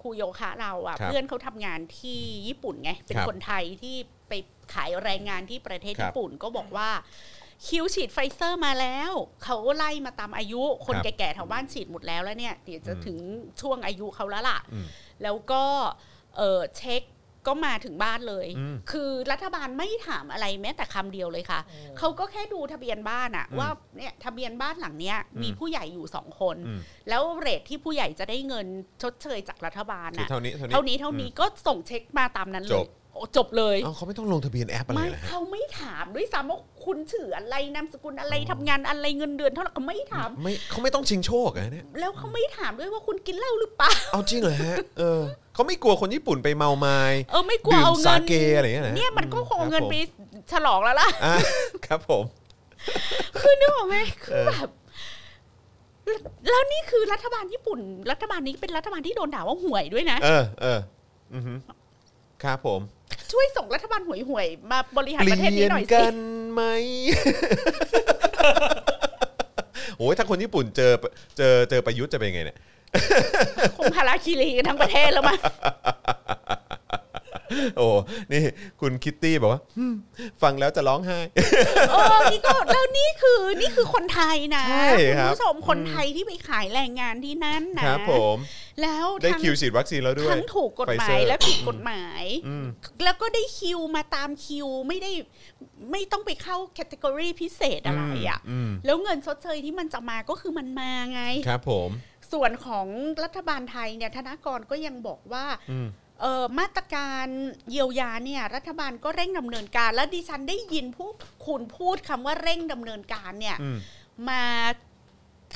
ครูโยคะเราอ่ะ
ครับ
เพื่อนเขาทำงานที่ญี่ปุ่นไง เป็น
ครับ
คนไทยที่ไปขายแรงงานที่ประเทศ
ครับ
ญี่ปุ่นก็บอกว่า คิวฉีดไฟเซอร์มาแล้ว เขาไล่มาตามอายุ คน
ครับ
แก่ๆแถวบ้านฉีดหมดแล้วแล้วเนี่ยเดี๋ยวจะ
อืม
ถึงช่วงอายุเขาแล้วล่ะ
อืม
แล้วก็เออเช็คก็มาถึงบ้านเลย
อืม
คือรัฐบาลไม่ถามอะไรแม้แต่คำเดียวเลยค่ะ เขาก็แค่ดูทะเบียนบ้านอะ
อืม
ว่าเนี่ยทะเบียนบ้านหลังเนี้ยมี
อืม
ผู้ใหญ่อยู่สองคน
อืม
แล้วเรทที่ผู้ใหญ่จะได้เงินชดเชยจากรัฐบาล
คือ
น่ะ
เท่านี้เท่านี้
เท่านี้เท่านี้ก็ส่งเช็คมาตามนั้นเล
จ
ย
บ
โอ้จบเลย
เอ้าเขาไม่ต้องลงทะเบียนแอปอะไร
ไม่
เหรอฮะ
เขาไม่ถามด้วยซ้ำว่าคุณชื่ออะไรนามสกุลอะไรทำงานอะไรเงินเดือนเท่าไหร่เขาไม่ถาม
ไม่เขาไม่ต้องชิงโชคเหรอะเนี่ย
แล้วเขาไม่ถามด้วยว่าคุณกินเหล้าหรือเปล่า
เอาจริงเหรอฮะ เออเขาไม่กลัวคนญี่ปุ่นไปเมาไม้
เออไม่กลัว
ดื่ม
เอา
สา
เงิน
เกอะไรอย่างเงี้ยนะ
เนี่ยมันก็คง
รั
เอา
บ
เงิน
ผม
ไปฉลองแล้วล่ะ
อ่ะครับผม
คือนึกออกไหมคื
เอ
อ
อ
แบบแล้วแล้วนี่คือรัฐบาลญี่ปุ่น รัฐบาลนี้เป็นรัฐบาลที่โดนด่าว่าห่วยด้วยนะ
เออเอออือฮึครับผม
ช่วยส่งรัฐบาลห่วยห่วยๆมาบริหาร
เป
ประเทศ
ลี่
นี้
ยน
หน่อยสิ
กันไหม โอ้ยถ้าคนญี่ปุ่นเจอเจอเจอประยุทธ์จะเป็นไงเนี่ย
คงฮาราคิรีกันทั้งประเทศแล้ว มั้ง
โอ้นี่คุณคิตตี้บอกว่าหึ่มฟังแล้วจะร้องไห้
โอ้นี่ก็แล้วนี่คือนี่คือคนไทยนะ
ใช่ค
คุณ
รับ
ผู้ชมคนไทยที่ไปขายแรงงานที่นั่น
ค
นะ
รับผม
แล้ว
ได้
ทั้ง
คิวฉีดวัคซีนแล้วด้วย
ทั้งถูกกฎหมา
ไฟเซอย ร์
และผิดกฎหมาย
อืม
แล้วก็ได้คิวมาตามคิวไม่ได้ไม่ต้องไปเข้าแคตตากรีพิเศษอะไรอ่ะ
อืม
แล้วเงินชดเชยที่มันจะมาก็คือมันมาไง
ครับผม
ส่วนของรัฐบาลไทยเนี่ยธนากรก็ยังบอกว่า
อืม
เอ่อมาตรการเยียวยาเนี่ยรัฐบาลก็เร่งดำเนินการ และดิฉันได้ยินผู้คุณพูดคำว่าเร่งดำเนินการเนี่ย
อืม
มา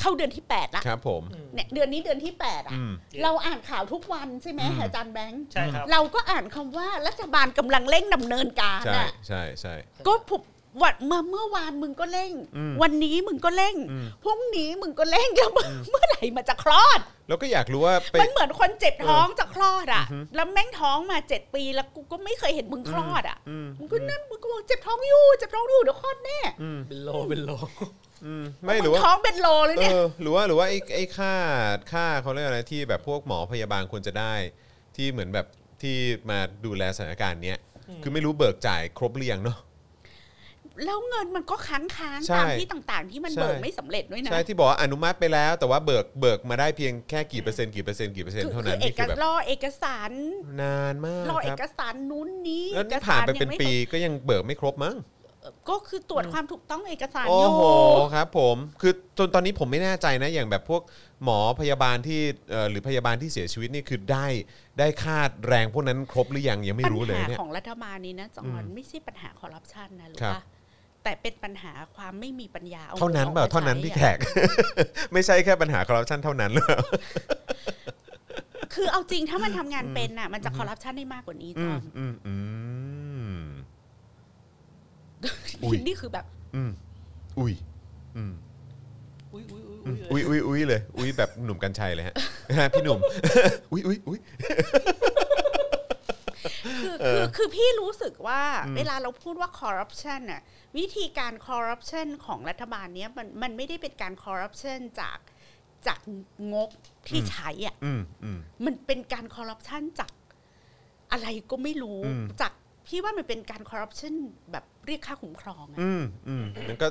เข้าเดือนที่แปดละ
ครับผม
เนี่ยเดือนนี้เดือนที่แปดอะ
อืม
เราอ่านข่าวทุกวันใช่ไหม
อืม
อาจารย์แบงค์
ใช่ครับ
เราก็อ่านคำว่ารัฐบาลกำลังเร่งดำเนินการ
ใช่
อะ
ใช่ใช่
ก็ผุบวันเมื่อเมื่อวานมึงก็เร่ง
อืม
วันนี้มึงก็เร่ง
อืม
พรุ่งนี้มึงก็เร่ง แล้วเมื่อไหร่มันจะคลอด
แล้วก็อยากรู้ว่าไป
มันเหมือนคนเจ็บท้องจะคลอดอ่ะ
อือฮึ
แล้วแม่งท้องมาเจ็ดปีแล้วกูก็ไม่เคยเห็นมึงคลอดอ่ะ
อืม
มึงก็นั่นมึงก็บอกเจ็บท้องอยู่เจ็บท้องอยู่เดี๋ยวคลอดแน่
อืม
เป็นโลเป็นโล
อืมไม่ห
มึ
รือง ว่า
ท้องเป็นโลเลย
เอ
เนี่ย
อหรือว่าหรือว่าไอ้ไอ้ค่าค่าเขาเรียกอะไรที่แบบพวกหมอพยาบาลควรจะได้ ที่เหมือนแบบที่มาดูแลสถานการณ์เนี้ย
อืม
คือไม่รู้เบิกจ่ายครบหรือยังเนาะ
แล้วเงินมันก็ค้างค้างๆ
ใช่
ตามที่ต่างๆ ที่มัน
ใช่
เบิกไม่สำเร็จด้วยนะ
ใช่ที่บอกว่าอนุมัติไปแล้ว แต่ว่าเบิกเบิกมาได้เพียงแค่กี่เปอร์เซ็นต์กี่เปอร์เซ็นต์กี่เปอร์เซ็น
คื
ต์
อ
เท่า
คื
นั้
อน เอ
นี่
ก
คือแบบ
รอเอกสาร
นานมาก
รอเอ
ครับ
กสารนู้นนี้
แล้วนี่
อกสร
ผ่านไปเป็น
ยังม่
ปี
ครบ
ก็ยังเบิกไม่ครบมั้ง
ก็คือตรวจความถูกต้องเอกสาร
โอ้
อยู่
โหครับผมคือจนตอนนี้ผมไม่แน่ใจนะอย่างแบบพวกหมอพยาบาลที่เอ่อหรือพยาบาลที่เสียชีวิตนี่คือได้ได้คาดแรงพวกนั้นครบหรือยังยังไม่
ปัญ
รู้เลย
หา
เนี่ย
ของรัฐบาลนี้นะจอห์น
อืม
ไม่ใช่ปัญหาคอร์รัปชันนะรู้
ครับ
ปะแต่เป็นปัญหาความไม่มีปัญญาอ
เท่านั้น
งิ
เปล่า
ออกม
เท่านั้น
ใช้
พี่
อะ
แขก ไม่ใช่แค่ปัญหาคอร์รัปชันเท่านั้นเลย
คือเอาจริงถ้ามันทำงานเป็นน่ะ มันจะคอร์รัปชันได้มากกว่านี้จ
อื
อ
ม
ม
อืมอืม อุ๊ย
นี่คือแบบ
อืมอุ้ยอืม
อุ้ยอุ้ยอุ้ย
อืม
อุ้
อุ้
ย
ยอุ้ยอุ้ยเลย อุ้ยแบบห นุ่มกัญชัยเลยฮะ พี่หนุ่ม อุ้ยอุ้ยอุ้ย
คือ
เอ
คือ
อ
คือพี่รู้สึกว่า
อืม
เวลาเราพูดว่าคอร์รัปชันน่ะวิธีการคอร์รัปชันของรัฐบาลเนี้ยมันมันไม่ได้เป็นการคอร์รัปชันจากจากงบที่ใช้อ่ะ
อืมอืม
มันเป็นการคอร์รัปชันจากอะไรก็ไม่รู้
อืม
จากพี่ว่ามันเป็นการคอร์รัปชันแบบเรียกค่าคุ้มครองอะ
อืมอืมมันก็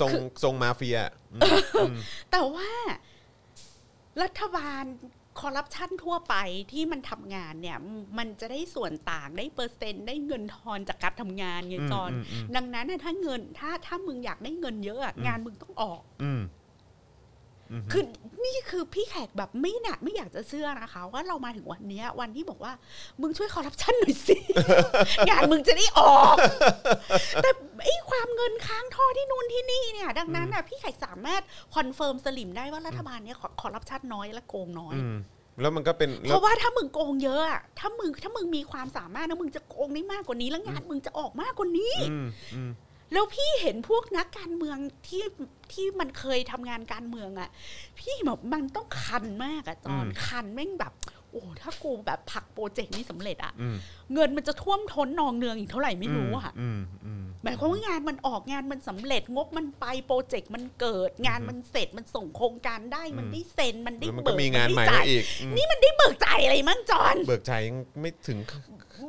ทรง
คือ
ทรงมาเฟียอะอืมอืม
แต่ว่ารัฐบาลคอร์รัปชันทั่วไปที่มันทำงานเนี่ย มันจะได้ส่วนต่างได้เปอร์เซ็นต์ได้เงินทอนจากการทำงานไง
อืม
จอน
อืมอืม
ดังนั้นน่ะถ้าเงินถ้าถ้ามึงอยากได้เงินเยอะอะงานมึงต้องออก
อืมอืม
คือนี่คือพี่แขกแบบไม่น่ะไม่อยากจะเชื่อนะคะ ว่าเรามาถึงวันเนี้ย วันที่บอกว่า มึงช่วยคอร์รัปชันหน่อยสิ งานมึงจะได้ออก แต่ไอ้ความเงินค้างท่อที่นู่นที่นี่เนี่ย ดังนั้นน่ะพี่แขกสามารถคอนเฟิร์มสลิมได้ว่ารัฐบาลเนี้ยคอร์รัปชันน้อยและโกงน้อย
อืมแล้วมันก็เป็น
เพราะว่าถ้ามึงโกงเยอะอะถ้ามึงถ้ามึงมีความสามารถนะมึงจะโกงได้มากกว่านี้แล้วงานมึงจะออกมากกว่านี้
อืมอืม
แล้วพี่เห็นพวกนักการเมืองที่ที่มันเคยทำงานการเมืองอะ่ะ พี่แบบมันต้องคันมากอะ่ะจอนคันแม่งแบบ โอ้ถ้ากูแบบผลักโปรเจกต์นี้สำเร็จอะ่ะ
อืม
เงินมันจะท่วมท้นนองเนืองอีกเท่าไหร่ไม่รู้อะ่ะ
อืมอืม
หมายความว่างานมันออกงานมันสำเร็จงบมันไปโปรเจกต์มันเกิด งานมันเสร็จมันส่งโครงการได้มัน
อืม
ได้เซ็นมันได้
แล้วมันก็
เบิก
มีงานใหม่
ได้จ่
มาย อีกอืม
นี่มันได้เบิกจ่ายอะไรมั่งจอน
เบิกจ่ายยังไม่ถึง เท่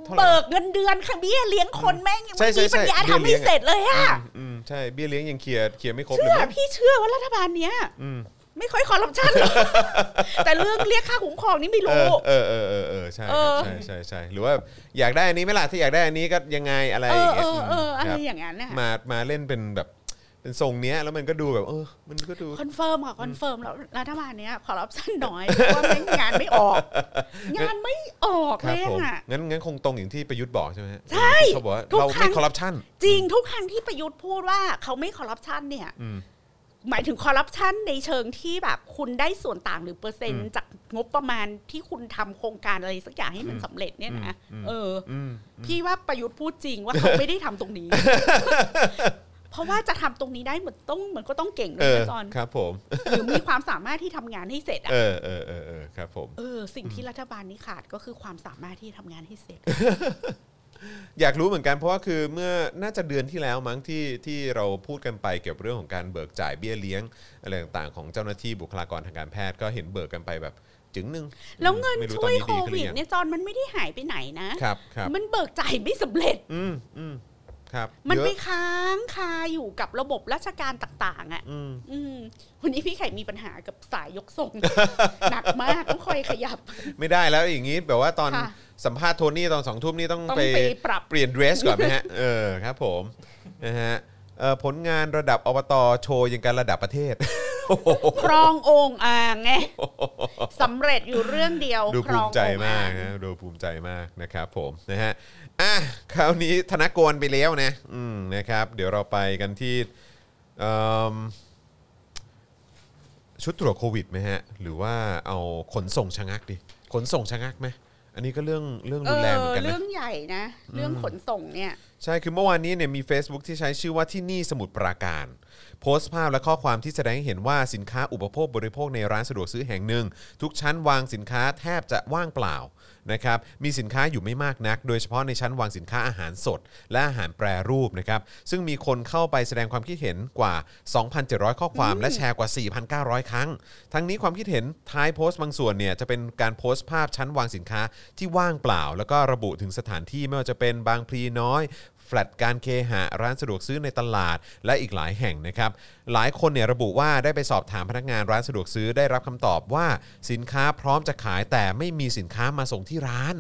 าไหร่
เบิกเงินเดือนค่ะเบี้ยเลี้ยงคนแม่งยัง
ใช่
ไม่
ใช่ใช่
มีปัญญา
เบี้ย
ทำ
เลี้ยง
ให้
อะ
เสร็จเลยอะ
อืมอืมใช่เบี้ยเลี้ยงยังเคลียร์เคลียร์ไม่ครบเล
เชื่
ย
อ
มั้ง
พี่เชื่อว่ารัฐบาลเนี้ย
อืม
ไม่ค่อยคอร์รัป ชันหรอก แต่เรื่องเรียกค่าคุ้มครองนี่ไม่
เอ
รู้
อเออเออเออเออใช่ครับใช่ใช่ใช่หรือว่าอยากได้อันนี้ไหมล่ะถ้าอยากได้อันนี้ก็ยังไงอะไร
เอ
อย่า
อง
เงี้ย
เออเออ
ม
อะไร
ครับ
อย่างนั้นน่ะ
มามาเล่นเป็นแบบเป็นทรงเนี้ยแล้วมันก็ดูแบบ เออ มันก็ดู
คอนเฟิร์มค่ะคอนเฟิร์มแล้วรัฐบาลเนี้ยคอร์รัปชันน้อยเพราะว่าแม่งงานไม่อ อก งานไม่ออก
ครับ
แม่ง
ผม
อ่ะ
งั้นงั้นคงตรงอย่างที่ประยุทธ์บอกใช่ไหม
ใช่
เขาบอกว่า
ทุก
เรา
ครั้
ไม่
ง
คอร์รัปชัน
จริงทุกครั้งที่ประยุทธ์พูดว่าเขาไม่คอร์รัปชันเนี่ย
อืม
หมายถึงคอร์รัปชันในเชิงที่แบบคุณได้ส่วนต่างหรือเปอร์เซ็น
อื
ต์
ม
จากงบประมาณที่คุณทำโครงการอะไรสักอย่างให้มันสำเร็จเนี่ยนะ
อืม
เออ
อืม
พี่ว่าประยุทธ์พูดจริงว่าเขาไม่ได้ทำตรงนี้ เพราะว่าจะทำตรงนี้ได้เหมือนต้องเหมือนก็ต้องเก่งด้
เอ
ว
อ
ยนะจอน
ครับผม
หรือมีความสามารถที่ทำงานให้เสร็จอะ
เออเออเออเออครับผม
เออ สิ่งที่รัฐบาลนี้ขาดก็คือความสามารถที่ทำงานให้เสร็จ
อยากรู้เหมือนกันเพราะว่าคือเมื่อน่าจะเดือนที่แล้วมั้งที่ที่เราพูดกันไปเกี่ยวกับเรื่องของการเบิกจ่ายเบี้ยเลี้ยงอะไรต่างๆของเจ้าหน้าที่บุคลากรทางการแพทย์ก็เห็นเบิกกันไปแบบจึงหนึ่ง
แล้วเงิน
ไม่รู้
ช่
ตอ
วยโค
ดีขึ้นหรื
วิ
อ
ด
ยัง
เนี่ยจอนมันไม่ได้หายไปไหนนะ
ครับครับ
มันเบิกจ่ายไม่สำเร็จ
อืมอืมครับ
มัน
เยอะ
ไปค้างคาอยู่กับระบบราชการต่าง ๆ อ่ะ
อืม
อืมวันนี้พี่ไข่มีปัญหากับสายยก ทรง หนักมากต้องคอยขยับ
ไม่ได้แล้วอย่างนี้แบบว่าตอน
ค่ะ
สัมภาษณ์โทนี่ตอนสองทุ่มนี่ต้อง
ต้อง
ไป
ไปปรับ
เปลี่ยนเดรสก่อนไหม ฮะ เออครับผมนะฮะเอ่อผลงานระดับอบตโชว์ยังการระดับประเทศ
ครององค์อ่างไงสำเร็จอยู่เรื่องเดียว
ดู
คร
ภู
อง
มิใจ
องค์
มา
อ่าก ง
นะดูภูมิใจมากนะครับผมนะฮะอ่ะคราวนี้ธนกรไปแล้วนะอืมนะครับ เดี๋ยวเราไปกันที่เอิ่มชุดตรวจโควิดไหมฮะ หรือว่าเอาขนส่งชะงักดิขนส่งชะงักไหมอันนี้ก็เรื่องเรื่อง
เอ
รุนแรงเหมือ
อน
กันนะ
เรื่องใหญ่นะ เรื่องขนส่งเนี่ย
ใช่ คือเมื่อวานนี้เนี่ยมี Facebook ที่ใช้ชื่อว่าที่นี่สมุทรปราการ โพสต์ภาพและข้อความที่แสดงให้เห็นว่าสินค้าอุปโภคบริโภคในร้านสะดวกซื้อแห่งหนึ่ง ทุกชั้นวางสินค้าแทบจะว่างเปล่านะครับมีสินค้าอยู่ไม่มากนัก โดยเฉพาะในชั้นวางสินค้าอาหารสด และอาหารแปรรูปนะครับซึ่งมีคนเข้าไปแสดงความคิดเห็นกว่า 2,700 ข้อความและแชร์กว่า 4,900 ครั้ง ทั้งนี้ความคิดเห็นท้ายโพสต์บางส่วนเนี่ยจะเป็นการโพสต์ภาพชั้นวางสินค้าที่ว่างเปล่า แล้วก็ระบุถึงสถานที่ไม่ว่าจะเป็นบางพลีน้อย แฟลตการเคหะร้านสะดวกซื้อในตลาด และอีกหลายแห่งนะครับ หลายคนเนี่ยระบุว่าได้ไปสอบถามพนักงานร้านสะดวกซื้อได้รับคำตอบว่าสินค้าพร้อมจะขายแต่ไม่มีสินค้ามาส่งที่ร้าน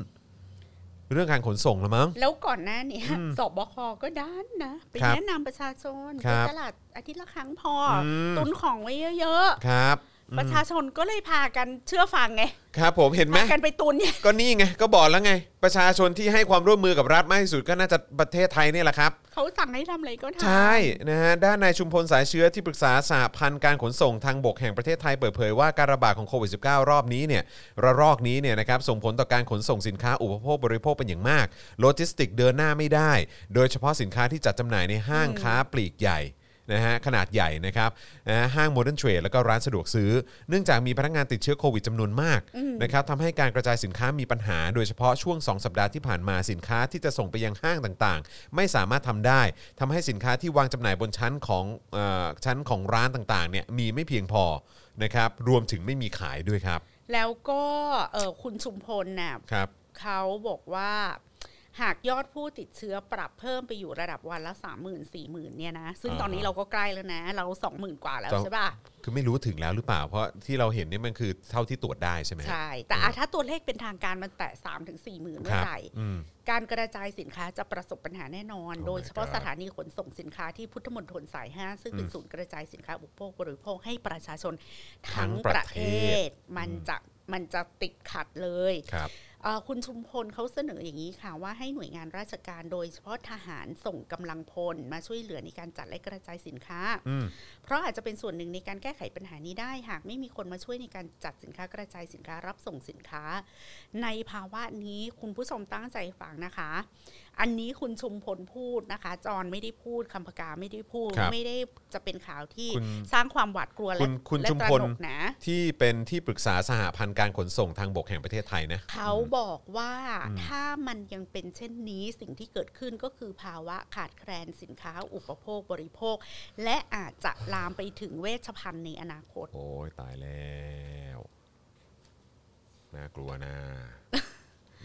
เรื่องการขนส่งละมั้ง
แล้วก่อนหน้าเนี้ยสบคก็ด้านนะ ไป
ครับ
แนะนำประชาชน
ค
ไป
รับ
ตลาดอาทิตย์ละครั้งพออ
ม
ตุนของไว้เยอะ
ครับอื
ๆ ประ
ม
ชาชนก็เลยพากันเชื่อฟังไง
ครับผมเห็นไหม
พากันไปตุนเนี่ย
ก็นี่ไง ก็บอกแล้วไง ประชาชนที่ให้ความร่วมมือกับรัฐมากที่สุดก็น่าจะประเทศไทยเนี่ยแหละครับ
เขาสั่งให้ทำอะไรก็ทำ
ใช่นะฮะด้านนายชุมพลสายเชื้อที่ปรึกษาสหพันธ์การขนส่งทางบกแห่งประเทศไทยเปิดเผยว่าการระบาดของโควิด -19 รอบนี้เนี่ยระลอกนี้เนี่ยนะครับส่งผลต่อการขนส่งสินค้าอุปโภคบริโภคเป็นอย่างมาก โลจิสติกเดินหน้าไม่ได้ โดยเฉพาะสินค้าที่จัดจำหน่ายในห้างค้าปลีกใหญ่ นะฮะขนาดใหญ่นะครับนะฮะห้างโมเดิร์นเทรดแล้วก็ร้านสะดวกซื้อ เนื่องจากมีพนักงานติดเชื้อโควิดจำนวนมากนะครับทำให้การกระจายสินค้ามีปัญหา โดยเฉพาะช่วง 2 สัปดาห์ที่ผ่านมาสินค้าที่จะส่งไปยังห้างต่างๆ ไม่สามารถทำได้ทำให้สินค้าที่วางจำหน่ายบนชั้นของเออชั้นของร้านต่างๆเนี่ยมีไม่เพียงพอนะครับรวมถึงไม่มีขายด้วยครับ
แล้วก็เอ่อคุณชุมพลน่ะ
ครับ
เขาบอกว่า หากยอดผู้ติดเชื้อปรับเพิ่มไปอยู่ระดับวันละ 3 0 0 0 0 4 0 0 0เนี่ยนะ ซึ่ง
อ่า
ตอนนี้เราก็ใกล้แล้วนะ เรา 20,000 กว่าแล้วใช่ปะ
คือไม่รู้ถึงแล้วหรือเปล่า เพราะที่เราเห็นเนี่ยมันคือเท่าที่ตรวจได้ใช่ไหมฮะ
ใช่ แต่อ่ะถ้าตัวเลขเป็นทางการมันแตะ3ถึง4 0,000เมื่
ค
อ
รับ
ไหร่
อืม
การกระจายสินค้าจะประสบปัญหาแน่นอน
Oh
โดย
my
เฉพาะ
God
สถานีขนส่งสินค้าที่พุทธมณฑลสาย 5 ซึ่งเป็นศูนย์กระจายสินค้าอุปโภคบริโภคให้ประชาชนทั้ง
ทั้งป
ประ ระ
เทศ
เทศ มันจะมันจะติดขัดเลย
ครับ
เอ่อคุณชุมพลเขาเสนออย่างนี้ค่ะ ว่าให้หน่วยงานราชการโดยเฉพาะทหารส่งกำลังพล มาช่วยเหลือในการจัดและกระจายสินค้า
อืม
เพราะอาจจะเป็นส่วนหนึ่งในการแก้ไขปัญหานี้ได้ หากไม่มีคนมาช่วยในการจัดสินค้ากระจายสินค้ารับส่งสินค้า ในภาวะนี้คุณผู้ชมตั้งใจฟังนะคะ อันนี้คุณชุมพลพูดนะคะ จอนไม่ได้พูดคำพกาไม่ได้พูด
ครับ
ไม่ได้จะเป็นข่าวที่
คุณ
สร้างความหวาดกลัว
คุ
และ
ณคุณ
และ
ชุม
ตระ
พล
หนกนะ
ที่เป็นที่ปรึกษาสหพันธ์การขนส่งทางบกแห่งประเทศไทยนะ
เขาบอกว่าถ้ามันยังเป็นเช่นนี้สิ่งที่เกิดขึ้นก็คือภาวะขาดแคลนสินค้าอุปโภคบริโภค และอาจจะลามไปถึงเวชภัณฑ์ในอนาคต
โอ้ยตายแล้วน่ากลัวนะ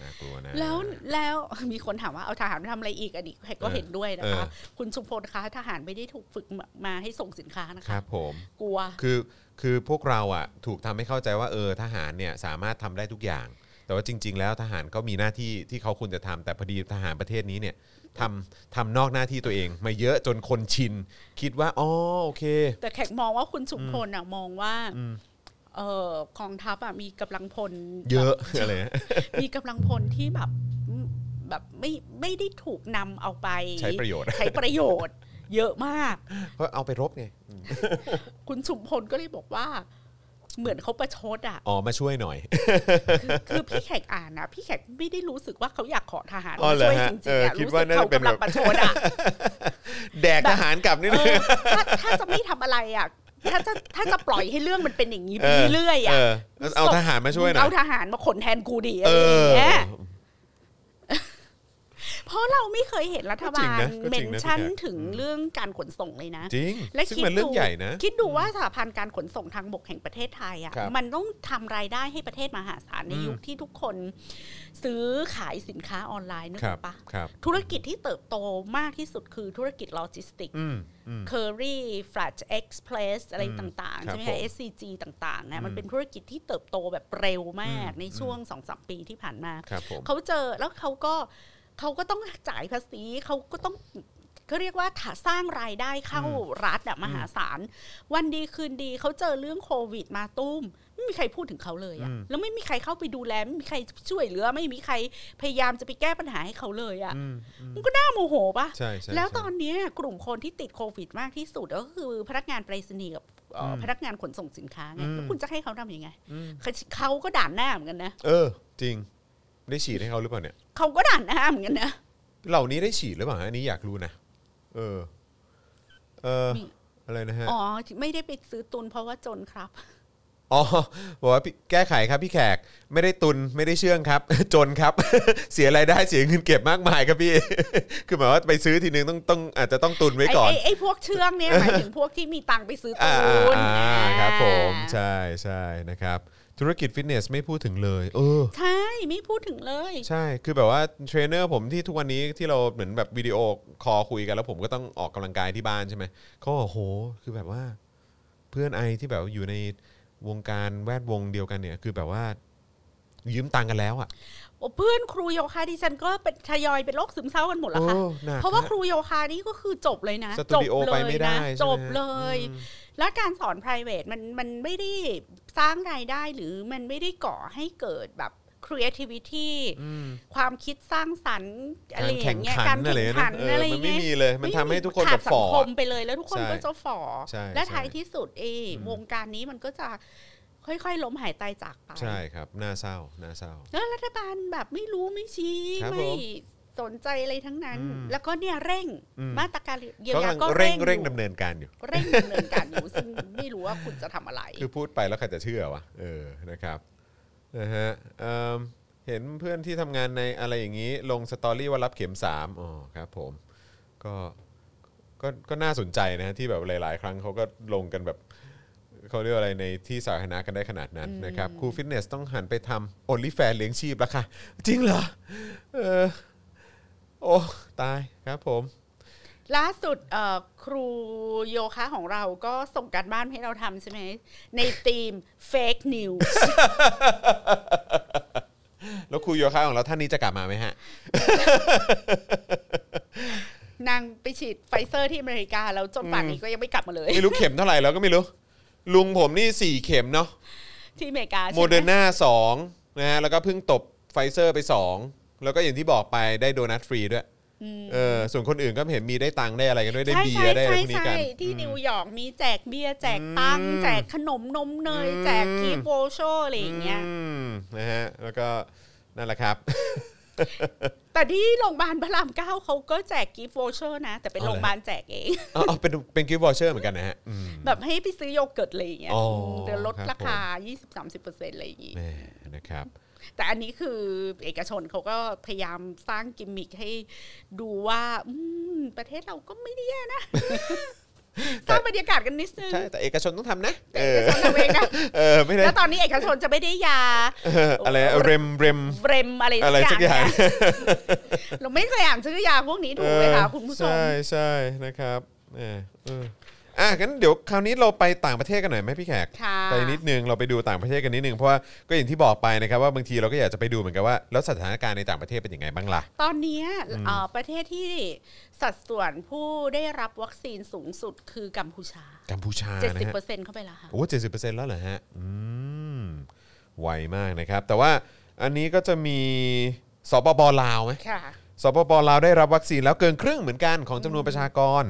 น่ากลัวนะ
แล้วแล้วมีคนถามว่าเอาทหารไปทำอะไรอีกอันนี้แขกก็
เออ
เห็นด้วยนะคะ
เอ
คุณชุมพลคะทหารไม่ได้ถูกฝึกมามาให้ส่งสินค้านะ
ค
คะ
รับผม
กลัว
คือคือพวกเราอ่ะถูกทำให้เข้าใจว่าเออทหารเนี่ยสามารถทำได้ทุกอย่าง แต่ว่าจริง ๆ แล้วทหารก็มีหน้าที่ที่เขาควรจะทำแต่พอดีทหารประเทศนี้เนี่ยทำทำนอกหน้าที่ตัวเอง มาเยอะจนคนชิน คิดว่าอ๋อโอเค
แต่แขกมองว่าคุณชุมพลน่ะมองว่าเออกองทัพอะมีกำลังพล
เยอะ อะไรนะ
มีกำลังพลที่แบบแบบไม่ไม่ได้ถูกนำเอาไป
ใช้ประโยชน์
ใช้ประโยชน์ เยอะมาก
เพราะเอาไปรบไง
คุณชุมพลก็เลยบอกว่า เหมือนเขาประชดอ่ะ
อ๋อมาช่วยหน่อย
คือคือพี่แขกอ่านนะพี่แขกไม่ได้รู้สึกว่าเขาอยากขอทหาร
อ๋อ
มา
เหรอ
ช่วย
ฮะ
จริ
เองอ
ๆอะ
คิด
รู้สึ
ว่าก น่า
เขา
จะเป็น
กำลัง
แบบ
ประชดอ่ะ
แดกทหารกลับนี่
เอ
นะ
อถ้าถ้าจะไม่ทำอะไรอ่ะ ถ้าจะถ้าจะปล่อยให้เรื่องมันเป็นอย่างนี้ไปเรื่อยๆ
เอ
อ่ะ
อเอาทหารมาช่วยหน่อ
เอา
ย
ทหารมาขนแทนกูดีอะ
เอ
ไรอย่า
อ
งเงี้ย เพราะเราไม่เคยเห็นรัฐบาล
ก็จริงนะก็
เม
จริ
น
งนะ
ชั่น
พี่แขก
ถึงเรื่องการขนส่งเลยนะ
จริง
และ
ซึ่ง
คิด
มันเรื่อง
ดู
ใหญ่นะ
คิดดูว่าสหพันธ์การขนส่งทางบกแห่งประเทศไทย
ครับ
อะ่ะมันต้องทำรายได้ให้ประเทศมหาศาลใน
อืม
ยุคที่ทุกคนซื้อขายสินค้าออนไลน์นึก
ค
อ
รั
อบ กปะ
ครับ
ธุรกิจที่เติบโตมากที่สุดคือธุรกิจโลจิสติกส์
อืมอืม
c u r r y f l a t Express อะไรต่าง
ครับ
ๆใช่ไหม
ผ
คะ
ม
SCG ต่างๆ
อืม
นะมันเป็นธุรกิจที่เติบโตแบบเร็วมาก
อืม
ในช่วงสองสามปีที่ผ่านมา
ครับผม
เขาเจอแล้วเขาก็เขาก็ต้องจ่ายภาษีเขาก็ต้องเขาเรียกว่าถ้าสร้างรายได้เข้ารัฐอะมหาศาล วันดีคืนดีเขาเจอเรื่องโควิดมาตุ้ม ไม่มีใครพูดถึงเขาเลยอะแล้วไม่มีใครเข้าไปดูแล ไม่มีใครช่วยเหลือ ไม่มีใครพยายามจะไปแก้ปัญหาให้เขาเลยอะ
อืมอืม
มันก็น่าโมโหปะ
ใช่ใช่
แล้วต
ใช่
อนเนี้ยกลุ่มคนที่ติดโควิดมากที่สุดก็คือพนักงานไปรษณีย์กับเอ่ออ
ม
พนักงานขนส่งสินค้าไง
อืม
แล้วคุณจะให้เขาทำยังไง
อืม
เขาเขาก็ด่านหน้าเหมือนกันนะ
เออ จริง ได้ฉีดให้เขาหรือเปล่าเนี่ย
เขาก็ด่านหน้าเหมือนกันนะ
เหล่านี้ได้ฉีดหรือเปล่าฮะอันนี้อยากรู้นะ เออ เออ
มี
อะไรนะฮะ
อ๋อไม่ได้ไปซื้อตุนเพราะว่าจนครับ
อ๋อบอกว่าพี่แก้ไขครับพี่แขก ไม่ได้ตุนไม่ได้เชื่องครับ จนครับ เสียรายได้เสียเงินเก็บมากมายครับพี่ คือหมายว่าไปซื้อทีนึงต้องต้องอาจจะต้องตุนไว้
ไอ้
ก่อน
ไอ้ไอ้พวกเชื่องเนี่ย หมายถึงพวกที่มีตังค์ไปซื้อตุ
อ่านอ่าอ่าครับ ผม
ใช่
ใช่ใช่นะครับ ธุรกิจฟิตเนสไม่พูดถึงเลย เออ
ใช่ไม่พูดถึงเลย
ใช่คือแบบว่าเทรนเนอร์ผมที่ทุกวันนี้ที่เราเหมือนแบบวิดีโอคอลคุยกันแล้วผมก็ต้องออกกำลังกายที่บ้านใช่ไหมเขาบอกโห คือแบบว่า เพื่อนไอที่แบบอยู่ในวงการแวดวงเดียวกันเนี่ย คือแบบว่า ยืมตังค์กันแล้วอ่ะ
โอ้เพื่อนครูโยคะดิฉันก็เป็นทยอยเป็นโรคซึมเศร้ากันหมดแล้วค่ะ
โอ้หนัก
เพราะว่า
ฮ
ครูโยคะนี่ก็คือจบเลยนะ
สตู
จ
ดิ
บ
โอ
เล
ไป
ย
ไม่ได้
นะ
ใช่ไหม
จบเลย
อืม
และการสอน p r i v a t มันมันไม่ได้สร้างรายได้หรือมันไม่ได้ก่อให้เกิดแบบ creativity
อืม
ความคิดสร้างสรรค์อะไร
การ
อ
แข่
ย่าง
ง
เงี้ย
ขัน
การ
อะไรนะ
แข่งขัน
เออ
อะไร
มันไม่
เงี้ย
มีเลย มันทำให้ทุกคน
ขา
แบ
ด
บ
สั
ฝ่
ง
อ
คมไปเลยแล้วทุกคน
ใช่
ก็จะฝ่อ
ใช่
และ
ใช่
ท้ายที่สุดเอวงการนี้มันก็จะค่อยๆล้มหายตายจากไป
ใช่ครับน่าเศร้าน่าเศร้า
แล้วรัฐบาลแบบไม่รู้ไม่ชี้
ครับ
ไม่
ผม
สนใจอะไรทั้งนั้น
อืม
แล้วก็เนี่ยเร่ง
อืม
มาตรการเยียว
เขาำ
ยาก
ลัง
ก็
เร่ง
อยู่
เร่งดำเนินการอยู่
เร่งดำเนินการ อยู่ซึ่งไม่รู้ว่าคุณจะทำอะไร
คือพูดไปแล้วใครจะเชื่อวะ เออ นะครับ นะฮะเอิ่มเห็นเพื่อนที่ทำงานในอะไรอย่างนี้ ลงสตอรี่ว่ารับเข็มสามอ๋อครับผม ก็ ก็ ก็น่าสนใจนะฮะที่แบบหลาย ๆ ครั้งเขาก็ลงกันแบบ เขาเรียกว่าอะไรในที่สาธารณะกันได้ขนาดนั้นนะครับ ครูฟิตเนสต้องหันไปทำโอลิแฟนเลี้ยงชีพแล้วค่ะ จริงเหรอ เออ โอ้ ตายครับผม
ล่าสุดเอ่อครูโยคะของเราก็ส่งการบ้านให้เราทำใช่ไหม ในทีม fake news
แล้วครูโยคะของเราท่านนี้จะกลับมาไหมฮะ
นางไปฉีดไฟเซอร์ที่อเมริกา แล้วจนป่านนี้ก็ยังไม่กลับมาเลย
ไม่รู้เข็มเท่าไหร่แล้วก็ไม่รู้ ลุงผมนี่ 4 เข็มเนาะ
ที่อเมริกาใช่ไห
โมเดอร์นาสองนะฮะแล้วก็เพิ่งตบไฟเซอร์ไป 2 แล้วก็อย่างที่บอกไปได้โดนัทฟรีด้วยเออส่วนคนอื่นก็เห็นมีได้ตังค์ได้อะไรกันด้วยได้
ใช่
เบีย
ใช่
ร์ได้อะไร
ใช่
พวกนี้
ใช่
กัน
ที่นิวยอร์กมีแจกเบียร์แจกตังค์แจกขนมนมเนย
อืม
แจกคีโวโชอะไรอย่างเงี้ย
อืมนะฮะแล้วก็นั่นแหละครับ
แต่ที่โรงพยาบาลพระรามเก้าเขาก็แจกกิฟต์โวเชอร์นะ แต่เป็น
เอาเหรอ
โรงพยาบาลแจกเอง
เอาเอาเป็นเป็นกิฟต์วอเชอร์เหมือนกันนะฮะอืม
แบบให้ไปซื้อโยเกิร์ตอะไรอย่างเงี้ย
อ๋อ
มเดี๋ยวลด
ครับ
ราคา 20-30%อะไรอย่างงี้
แหม่นะครับ
แต่อันนี้คือเอกชนเขาก็พยายามสร้างกิมมิคให้ดูว่า อืม ประเทศเราก็ไม่ได้แย่ นะ สร้างบรรยากาศกันนิดนึง
ใช่ แต่เอกชนต้องทำนะ
แต่
เอ
เอ
อก
ชนเอาเอง นะ
เออไม่ได้
แล้วตอนนี้เอกชนจะไม่ได้ยา
เอออะไรเรมเรม
เบรมอะไร
อะไรสั
สั
ก
กอย่
อา
ย่าง งเราไม่เคยอ่านชื่อยาพวกนี้ถูกไหมคะคุณผู้ชม
ใช่ใช่นะครับเออเอออ่ะงั้นเดี๋ยวคราวนี้เราไปต่างประเทศกันหน่อยไหมพี่แขก
ค่ะ
ไปนิดนึงเราไปดูต่างประเทศกันนิดนึงเพราะว่าก็อย่างที่บอกไปนะครับว่าบางทีเราก็อยากจะไปดูเหมือนกันว่าแล้วสถานการณ์ในต่างประเทศเป็นยังไงบ้างล่ะ
ตอนเนี้ยเอ่อประเทศที่สัดส่วนผู้ได้รับวัคซีนสูงสุดคือกัมพูชา
กัมพูชานะฮะ
70%เข้าไปแล้วค่ะ
โอ้เจ็ดสิบเปอร์เซ็นต์แล้วเหรอฮะ อืม ไวมากนะครับ แต่ว่าอันนี้ก็จะมีสปปลาวไหม
ค่ะ
สปปลาวได้รับวัคซีนแล้วเกินครึ่งเหมือนกันของจำนวนประชากร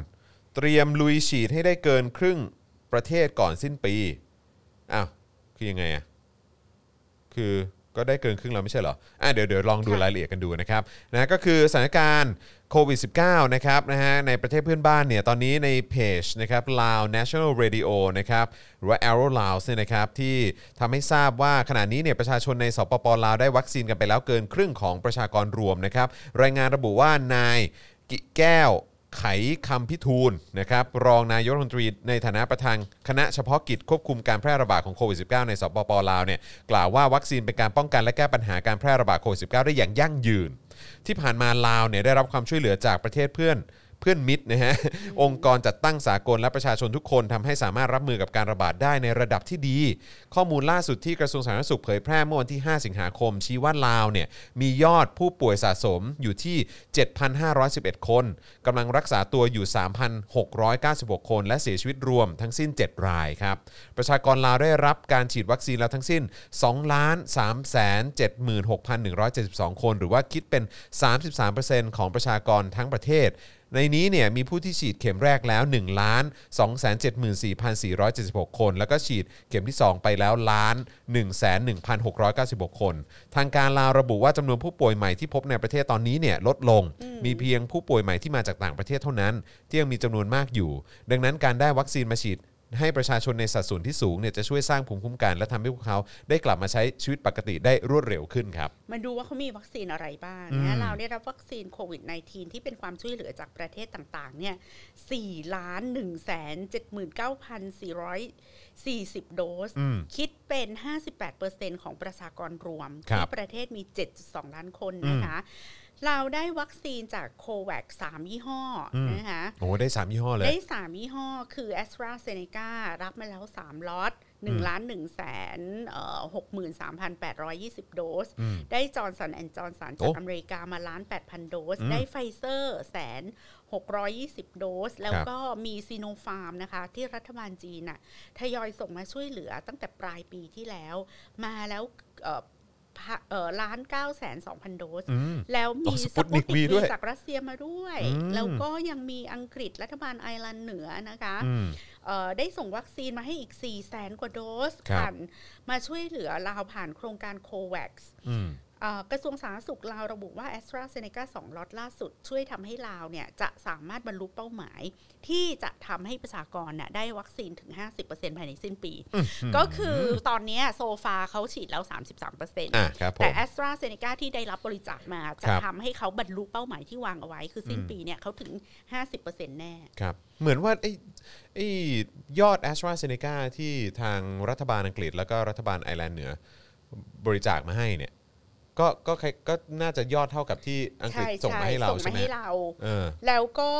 เตรียมลุยฉีดให้ได้เกินครึ่งประเทศก่อนสิ้นปีอ้าวคือยังไงอ่ะคือก็ได้เกินครึ่งแล้วไม่ใช่เหรออ่ะเดี๋ยวเดี๋ยวลองดู
ค่ะ
รายละเอียดกันดูนะครับนะก็คือสถานการณ์โควิด -19 นะครับนะฮะในประเทศเพื่อนบ้านเนี่ยตอนนี้ในเพจนะครับลาว National Radio นะครับหรือว่า Arrow Laos เนี่ยนะครับที่ทำให้ทราบว่าขณะนี้เนี่ยประชาชนในสปปลาวได้วัคซีนกันไปแล้วเกินครึ่งของประชากรรวมนะครับรายงานระบุว่านาย กิแก้วไขคำพิทูลนะครับรองนายกรัฐมนตรีในฐานะประธานคณะเฉพาะกิจควบคุมการแพร่ระบาดของโควิด -19 ในสปปลาวเนี่ยกล่าวว่าวัคซีนเป็นการป้องกันและแก้ปัญหาการแพร่ระบาดโควิด -19 ได้อย่างยั่งยืน ที่ผ่านมาลาวเนี่ยได้รับความช่วยเหลือจากประเทศเพื่อน เพื่อนมิตรนะฮ ะ องค์กรจัดตั้งสากลและประชาชนทุกคนทำให้สามารถรับมือกับการระบาดได้ในระดับที่ดี ข้อมูลล่าสุดที่กระทรวงสาธารณสุขเผยแพร่เมื่อวันที่ 5 สิงหาคม ชี้ว่าลาวเนี่ยมียอดผู้ป่วยสะสมอยู่ที่ 7,511 คนกำลังรักษาตัวอยู่ 3,696 คน และเสียชีวิตรวมทั้งสิ้น 7 รายครับ ประชากรลาวได้รับการฉีดวัคซีนแล้วทั้งสิ้น 2 3 7 6,172 คน หรือว่าคิดเป็น 33%ของประชากรทั้งประเทศ ในนี้เนี่ยมีผู้ที่ฉีดเข็มแรกแล้ว 1 2 7 4 4 7 6 คน แล้วก็ฉีดเข็มที่ 2 ไปแล้วล้าน1 1 6 9 6 คน ทางการลาวระบุว่าจำนวนผู้ป่วยใหม่ที่พบในประเทศตอนนี้เนี่ยลดลง มีเพียงผู้ป่วยใหม่ที่มาจากต่างประเทศเท่านั้น ที่ยังมีจำนวนมากอยู่ ดังนั้นการได้วัคซีนมาฉีด ให้ประชาชนในสัดส่วนที่สูงเนี่ยจะช่วยสร้างภูมิคุ้มกันและทำให้พวกเขาได้กลับมาใช้ชีวิตปกติได้รวดเร็วขึ้นครับ
มันดูว่าเขามีวัคซีนอะไรบ้าง
อื
นะ
ม
เราได้รับวัคซีนโควิด -19 ที่เป็นความช่วยเหลือจากประเทศต่างๆ เนี่ย4ล้าน1แสน79,440 โดส
อืม
คิดเป็น 58%ของประชากรรวม
ครับ
ที่ประเทศมี 7.2 ล้านคนนะคะ เราได้วัคซีนจากโควัค3ยี่ห้ออนะคะ
โอ้ได้ 3 ยี่ห้อเลย
ได้ 3 ยี่ห้อ คือ a s t r a z เซ e c a รับมาแล้ว 3ล็อต1ล้าน1แสนหกหมื่นสามพันแปดร้อยยี่สิบโดส
อืม
ได้จอร์นสันแอนจอร์นสัน
โอ้
จากอเมริกามาล้านแปดพันโดส
อืม
ได้ไฟเซอร์แสนหกร้อยยี่สิบโดส แล้ว
ครับ
ก็มีซีโนฟาร์มนะคะ ที่รัฐบาลจีนน่ะทยอยส่งมาช่วยเหลือตั้งแต่ปลายปีที่แล้ว มาแล้วล้านเก้าแสนสองพันโดส
อืม
แล้ว
อ๋
มี
อ
สปุต
Sputnik
นิก
V
วี
ด้วย
จากรัสเซียมาด้วย
อืม
แล้วก็ยังมีอังกฤษรัฐบาลไอร์แลนด์เหนือนะคะ
อืม
เอ่อได้ส่งวัคซีนมาให้อีก 4 0 0แสนกว่าโดส
ครับ
ผ่านมาช่วยเหลือลาวผ่านโครงการโควัค
อืม
เอ่อกระทรวงสาธารณสุขลาวระบุว่าแอสตราเซเนกาสองล็อตล่าสุด ช่วยทำให้ลาวเนี่ยจะสามารถบรรลุเป้าหมาย ที่จะทำให้ประชากรน่ะได้วัคซีนถึง 50%ภายในสิ้นปี ก็คือตอนเนี้ยโซฟาเขาฉีดแล้ว 33%
อ่ะครับผม
แต่แอสตราเซเนกาที่ได้รับบริจาคมา จะ
ครับ
ทำให้เขาบรรลุเป้าหมายที่วางเอาไว้ คือสิ้นปีเนี่ยเขาถึง 50%แน่
ครับเหมือนว่าไอ้ไอ้ยอดแอสตราเซเนกาที่ทางรัฐบาลอังกฤษ แล้วก็รัฐบาลไอร์แลนด์เหนือบริจาคมาให้เนี่ยก็ก็ใครก็น่าจะยอดเท่ากับที่อังกฤษ
ใช่
ส่งมาให้เรา
ส่ง
ใช่
มา
ไหม
ให้เรา
เออ
แล้วก็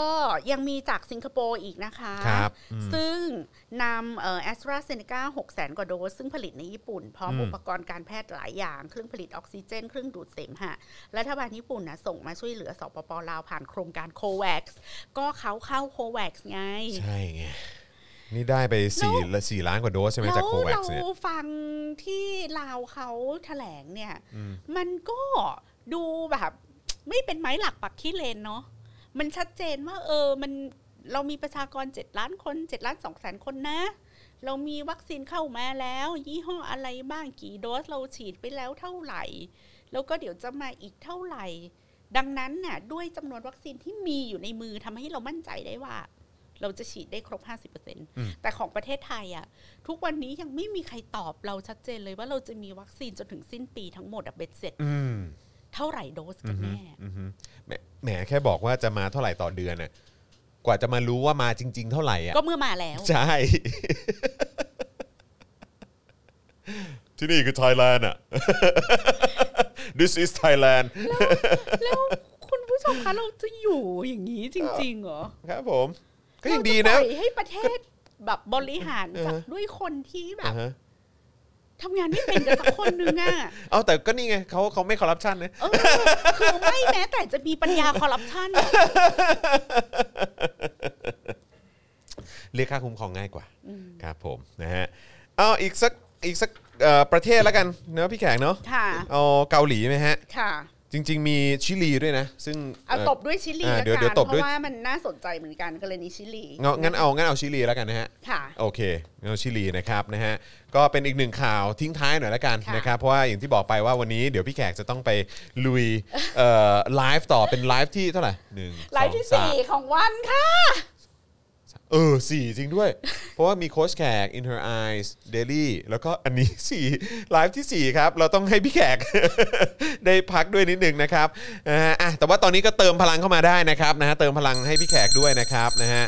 ยังมีจากสิงคโปร์อีกนะคะ
ครับอืม
ซึ่งนำแอสตราเซเนกา6แสนกว่าโดส ซึ่งผลิตในญี่ปุ่น พร้อม
อืม
อุปกรณ์การแพทย์หลายอย่าง เครื่องผลิตออกซิเจน เครื่องดูดเสมหะ รัฐบาลญี่ปุ่นนะส่งมาช่วยเหลือสปปลาวผ่านโครงการโควกก็เขาเข้าโควกไง
ใช่ไงนี่ได้ไปสี่ละสี่ล้านกว่าโดสใช่ไหม
แล้ว
จากโควัค
เรา
ซ์เนี่ย
ฟังที่ลาวเขาแถลงเนี่ย
อืม
มันก็ดูแบบ ไม่เป็นไม้หลักปักขี้เลนเนาะมันชัดเจนว่า เออมันเรามีประชากร 7 ล้านคน 7 ล้าน2แสนคนนะ เรามีวัคซีนเข้ามาแล้ว ยี่ห้ออะไรบ้างกี่โดสเราฉีดไปแล้วเท่าไหร่ แล้วก็เดี๋ยวจะมาอีกเท่าไหร่ ดังนั้นน่ะด้วยจำนวนวัคซีนที่มีอยู่ในมือทำให้เรามั่นใจได้ว่า เราจะฉีดได้ครบ
ม
50%แต่ของประเทศไทยอ่ะ ทุกวันนี้ยังไม่มีใครตอบเราชัดเจนเลยว่าเราจะมีวัคซีนจนถึงสิ้นปีทั้งหมดอะเบ็ดเสร็จ
อืม
เท่าไหร่โดส
อื
กั
อนฮึ
แน่
อือฮึแหมแหมแค่บอกว่าจะมาเท่าไหร่ต่อเดือนน่ะกว่าจะมารู้ว่ามาจริง ๆ เท่าไหร่อ่ะ
ก็เมื่อมาแล้ว
ใช่ ที่นี่คือไทยแลนด์อ่ะ this is Thailand
แล้วคุณผู้ชมคะเราจะอยู่อย่างนี้จริงๆเหรอ
ครับผม ก็ยังดี
เรา
นะ
จปล่อยให้ประเทศแบบบริหารจาก
เออ
ด้วยคนที่แบ
อ่า
บ
ฮะ
ทำงานไม่เป็นกันสักคนนึงอ่ะ
เอาแต่ก็นี่ไงเขาเขาไม่คอร์รัปชันนะ
เออคือไม่แม้แต่จะมีปัญญาคอร์รัปชันอะ
เรียกค่าคุ้มครองง่ายกว่าครับผมนะฮะเอาอีกสักอีกสักเอ่อประเทศแล้วกันเนาะพี่แขกเนาะ
ค่ะ
เอาเกาหลีไหมฮะ
ค่ะ
จริง ๆ มีชิลีด้วยนะ ซึ่ง
เอา
เอ่อ
ตบด้วยชิลี
อ่า
ละ
เดี๋ยว
กั
เดี๋ย
น
วตบ
เพ
ด้วย
ราะว่ามันน่าสนใจเหมือนกันกรณีชิลี
เงางั้นเอางั้นเอาชิลีแล้วกันนะฮะ
ค่ะ
โอเคเงาชิลีนะครับนะฮะก็เป็นอีกหนึ่งข่าวทิ้งท้ายหน่อยละกัน
ค่ะ
นะครับเพราะว่าอย่างที่บอกไปว่าวันนี้เดี๋ยวพี่แขกจะต้องไปลุยเอ่อไลฟ์ต่อเป็นไลฟ์ที่เท่าไหร่หนึ่ง
ไลฟ์
อ
ที่
งาม
สี่ของวันค่ะ
เออสี่จริงด้วย เพราะว่ามีโค้ชแขก In Her Eyes Daily แล้วก็อันนี้ 4 ไลฟ์ที่ 4 ครับ เราต้องให้พี่แขก ได้พักด้วยนิดนึงนะครับนะฮะอ่ะแต่ว่าตอนนี้ก็เติมพลังเข้ามาได้นะครับนะฮะเติมพลังให้พี่แขกด้วยนะครับนะฮะ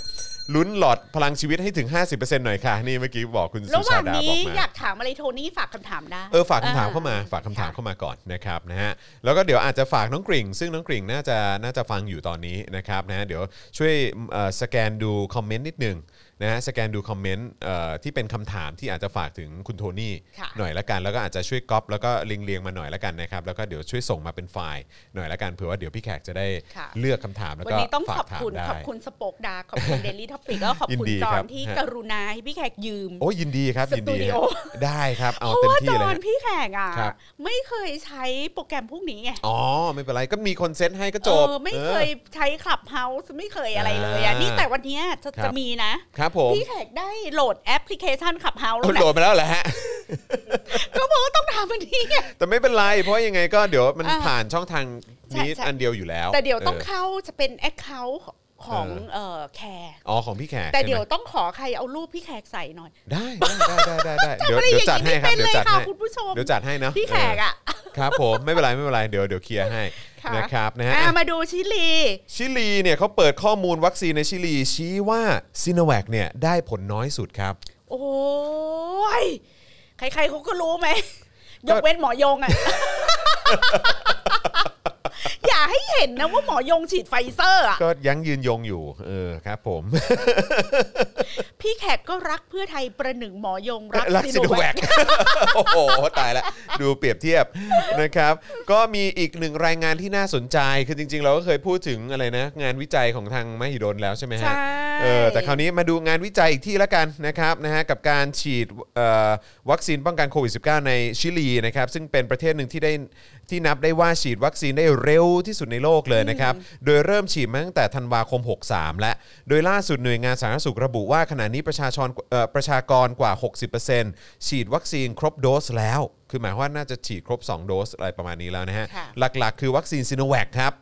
ลุ้นหลอดพลังชีวิตให้ถึง 50%หน่อยค่ะ นี่เมื่อกี้บอกคุณสุ
ระหว่า
ชาง ดา
นี้
บอกมาย
อากถามอะไรโทนี่ฝากคำถามได้
เออฝากคำถามเข้ามาฝากคำถามเข้ามาก่อนนะครับนะฮะแล้วก็เดี๋ยวอาจจะฝากน้องกริ่ง ซึ่งน้องกริ่งน่าจะน่าจะฟังอยู่ตอนนี้นะครับนะฮะเดี๋ยวช่วยเอ่อสแกนดูคอมเมนต์นิดนึง นะฮะสแกนดูคอมเมนต์เอ่อที่เป็นคำถามที่อาจจะฝากถึงคุณโทนี่
ค่ะ
หน่อยละกัน แล้วก็อาจจะช่วยก๊อปแล้วก็เรียงเรียงๆมาหน่อยละกันนะครับแล้วก็เดี๋ยวช่วยส่งมาเป็นไฟล์หน่อยละกันเผื่อว่าเดี๋ยวพี่แขกจะได้เลือกคำถามแล้ว
วัน
ก็
นี้ต้อง
ฝา
ข
ก
อบ
ถาม
คุณ
ได้
ขอบคุณสปอคดาร์กขอบคุณเดลี่ท็อปิกแล้วก็ขอบ
ยิน
คุณ
ดี
จอ
ครั
น
บ
ที่
ฮะ
กรุณาให้พี่แขกยืม
โอ้ยินดีครับยินดี
สตูดิ
ฮะ
โอ
ได้ครับเอา
เพ
เต็ม
ราะว่าจ
ที่เล
อย น
ฮะ
พี่แขกอ่ะ
ครับ
ไม่เคยใช้โปรแกรมพวกนี้ไง
อ๋อไม่เป็นไรก็มีคนเซตให้ก็จ
เอบ อไม่เคย
ออ
ใช้คลับเฮาส์ไม่เคยอะไรเลยอ่ะ
อ่านี่
นี่แต่วันเนี้ยจะ
ครับ
จะมีนะครับ
ผม
พี่แขกได้โหลดแอปพลิเคชันคลับเฮาส์
เอา
แล้
โหล
ว
ด
นะ
ไปแล้วแหละฮะ
ก็บอกว่าต้องทำวันนี้ไง
แต่ไม่เป็นไร เพราะยังไงก็เดี๋ยวมัน
อ่า
ผ่านช่องทางนี้
ใช่ใช่
อันเดียวอยู่แล้ว
แต่เดี๋ยวต้อง
เ
เข้าจะเป็นแอคเคาท์ของเอ่อแคร์
อ๋อของพี่แขก
แต่
ใช่ไหม
เดี๋ยวต้องขอใครเอารูปพี่แขกใส่หน่อย
ได้ได้ได้ได้ได้เดี๋ยว
ไม่ได้
เดี๋
อ
ยว
ย่าง
จัด
นี้
ให้
ไม่
ครับเดี๋ยวยจัด
เป็นเลค่ะ
ให้
คุณผู้ชม
เดี๋ยวจัดให้นะ
พี่แขกอ่ะ
เออครับผมไม่เป็นไรไม่เป็นไรเดี๋ยวเดี๋ยวเคลียร์ให้
ค่ะ
นะครับนะฮะ
อ่ะมาดูชิลี
ชิลีเนี่ยเขาเปิดข้อมูลวัคซีนในชิลี ชี้ว่าซิโนแวคเนี่ยได้ผลน้อยสุดครับ
โอ้ย ใครๆเขาก็รู้ไหม ยกเว้นหมอย งอะ อย่าให้เห็นนะว่าหมอยงฉีดไฟเซอร์อะ
ก็ยังยืนยงอยู่เออครับผม
พี่แขกก็รักเพื่อไทยประหนึ่งหมอยงรัก
รัก
ซิ
ซิ
โน
โน
แว
แว
ค
ค โอ้โห ตายละดูเปรียบเทียบ นะครับ ก็มีอีกหนึ่งรายงานที่น่าสนใจ คือจริง ๆ เราก็เคยพูดถึงอะไรนะ งานวิจัยของทางมหิดลแล้วใช่ไหมฮะ
ใช่
เออแต่คราวนี้มาดูงานวิจัยอีกที่ละกันนะครับนะฮะกับการฉีดเอ่อวัคซีนป้องกันโควิด -19 ในชิลีนะครับ ซึ่งเป็นประเทศหนึ่งที่ได้ที่นับได้ว่าฉีดวัคซีนได้เร็วที่สุด สุดในโลกเลยนะครับ โดยเริ่มฉีดมาตั้งแต่ธันวาคม 63 และ โดยล่าสุดหน่วยงานสาธารณสุขระบุว่าขณะนี้ประชาชนเอ่อประชากรกว่า 60%ฉีดวัคซีนครบโดสแล้ว คือหมายความว่าน่าจะฉีดครบ 2 โดสอะไรประมาณนี้แล้วนะฮะ
ค่ะ
หลักๆ คือวัคซีนซิโนแวคครับ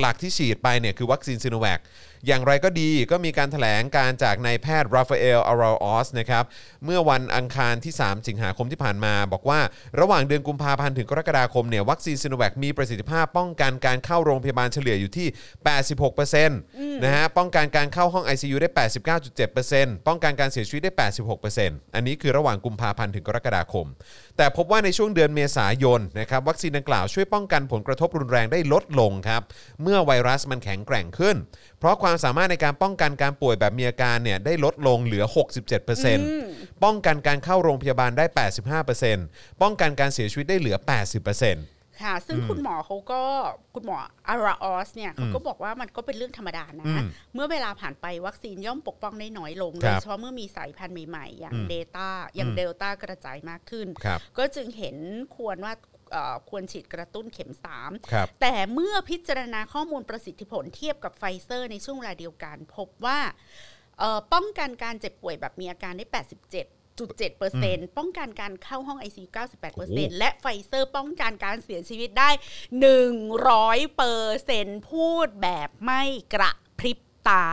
หลักๆ ที่ฉีดไปเนี่ยคือวัคซีนซิโนแวคอย่างไรก็ดีก็มีการถแถลงการจากนายแพทย์ราฟาเอลอาราออสนะครับ เมื่อวันอังคารที่ 3 สิงหาคมที่ผ่านมา บอกว่าระหว่างเดือนกุมภาพันธ์ถึงกรกฎาคมเนี่ยวัคซีนซิโนแวคมีประสิทธิภาพป้องกันการเข้าโรงพยาบาลเฉลี่ยอยู่ที่ 86%นะฮะป้องกันการเข้าห้อง ICU ได้ 89.7%ป้องกันการเสียชีวิตได้ 86%อันนี้คือระหว่างกุมภาพันธ์ถึงกรกฎาคม แต่พบว่าในช่วงเดือนเมษายนนะครับวัคซีนดังกล่าวช่วยป้องกันผลกระทบรุนแรงได้ลดลงครับ เมื่อไวรัสมันแข็งแกร่งขึ้น เพราะความสามารถในการป้องกันการป่วยแบบมีอาการเนี่ยได้ลดลงเหลือ 67%ป้องกันการเข้าโรงพยาบาลได้ 85%ป้องกันการเสียชีวิตได้เหลือ 80%
ค่ะ ซึ่งคุณหมอเขาก็คุณหมออาราออสเนี่ยเขาก็บอกว่ามันก็เป็นเรื่องธรรมดานะ
อืม
เมื่อเวลาผ่านไปวัคซีนย่อมปกป้องได้น้อยลง
ค
โด
รับ
ยเฉพาะเมื่อมีสายพันธุ์ใหม่ๆ อย่าง
อืม
เดต้าอย่า
อื
ง
ม
เดลต้ากระจายมากขึ้น
ครับ
ก็จึงเห็นควรว่าเอ่อควรฉีดกระตุ้นเข็ม 3
ครับ
แต่เมื่อพิจารณาข้อมูลประสิทธิผลเทียบกับไฟเซอร์ในช่วงเวลาเดียวกัน พบว่าเอ่อป้องกันการเจ็บป่วยแบบมีอาการได้ 87 7เปอร์เซ็นต์ป้องกันการเข้าห้อง ICU 98เปอร์เซ็นต์และไฟเซอร์ป้องกันการเสียชีวิตได้ 100เปอร์เซ็นต์พูดแบบไม่กระพริบตา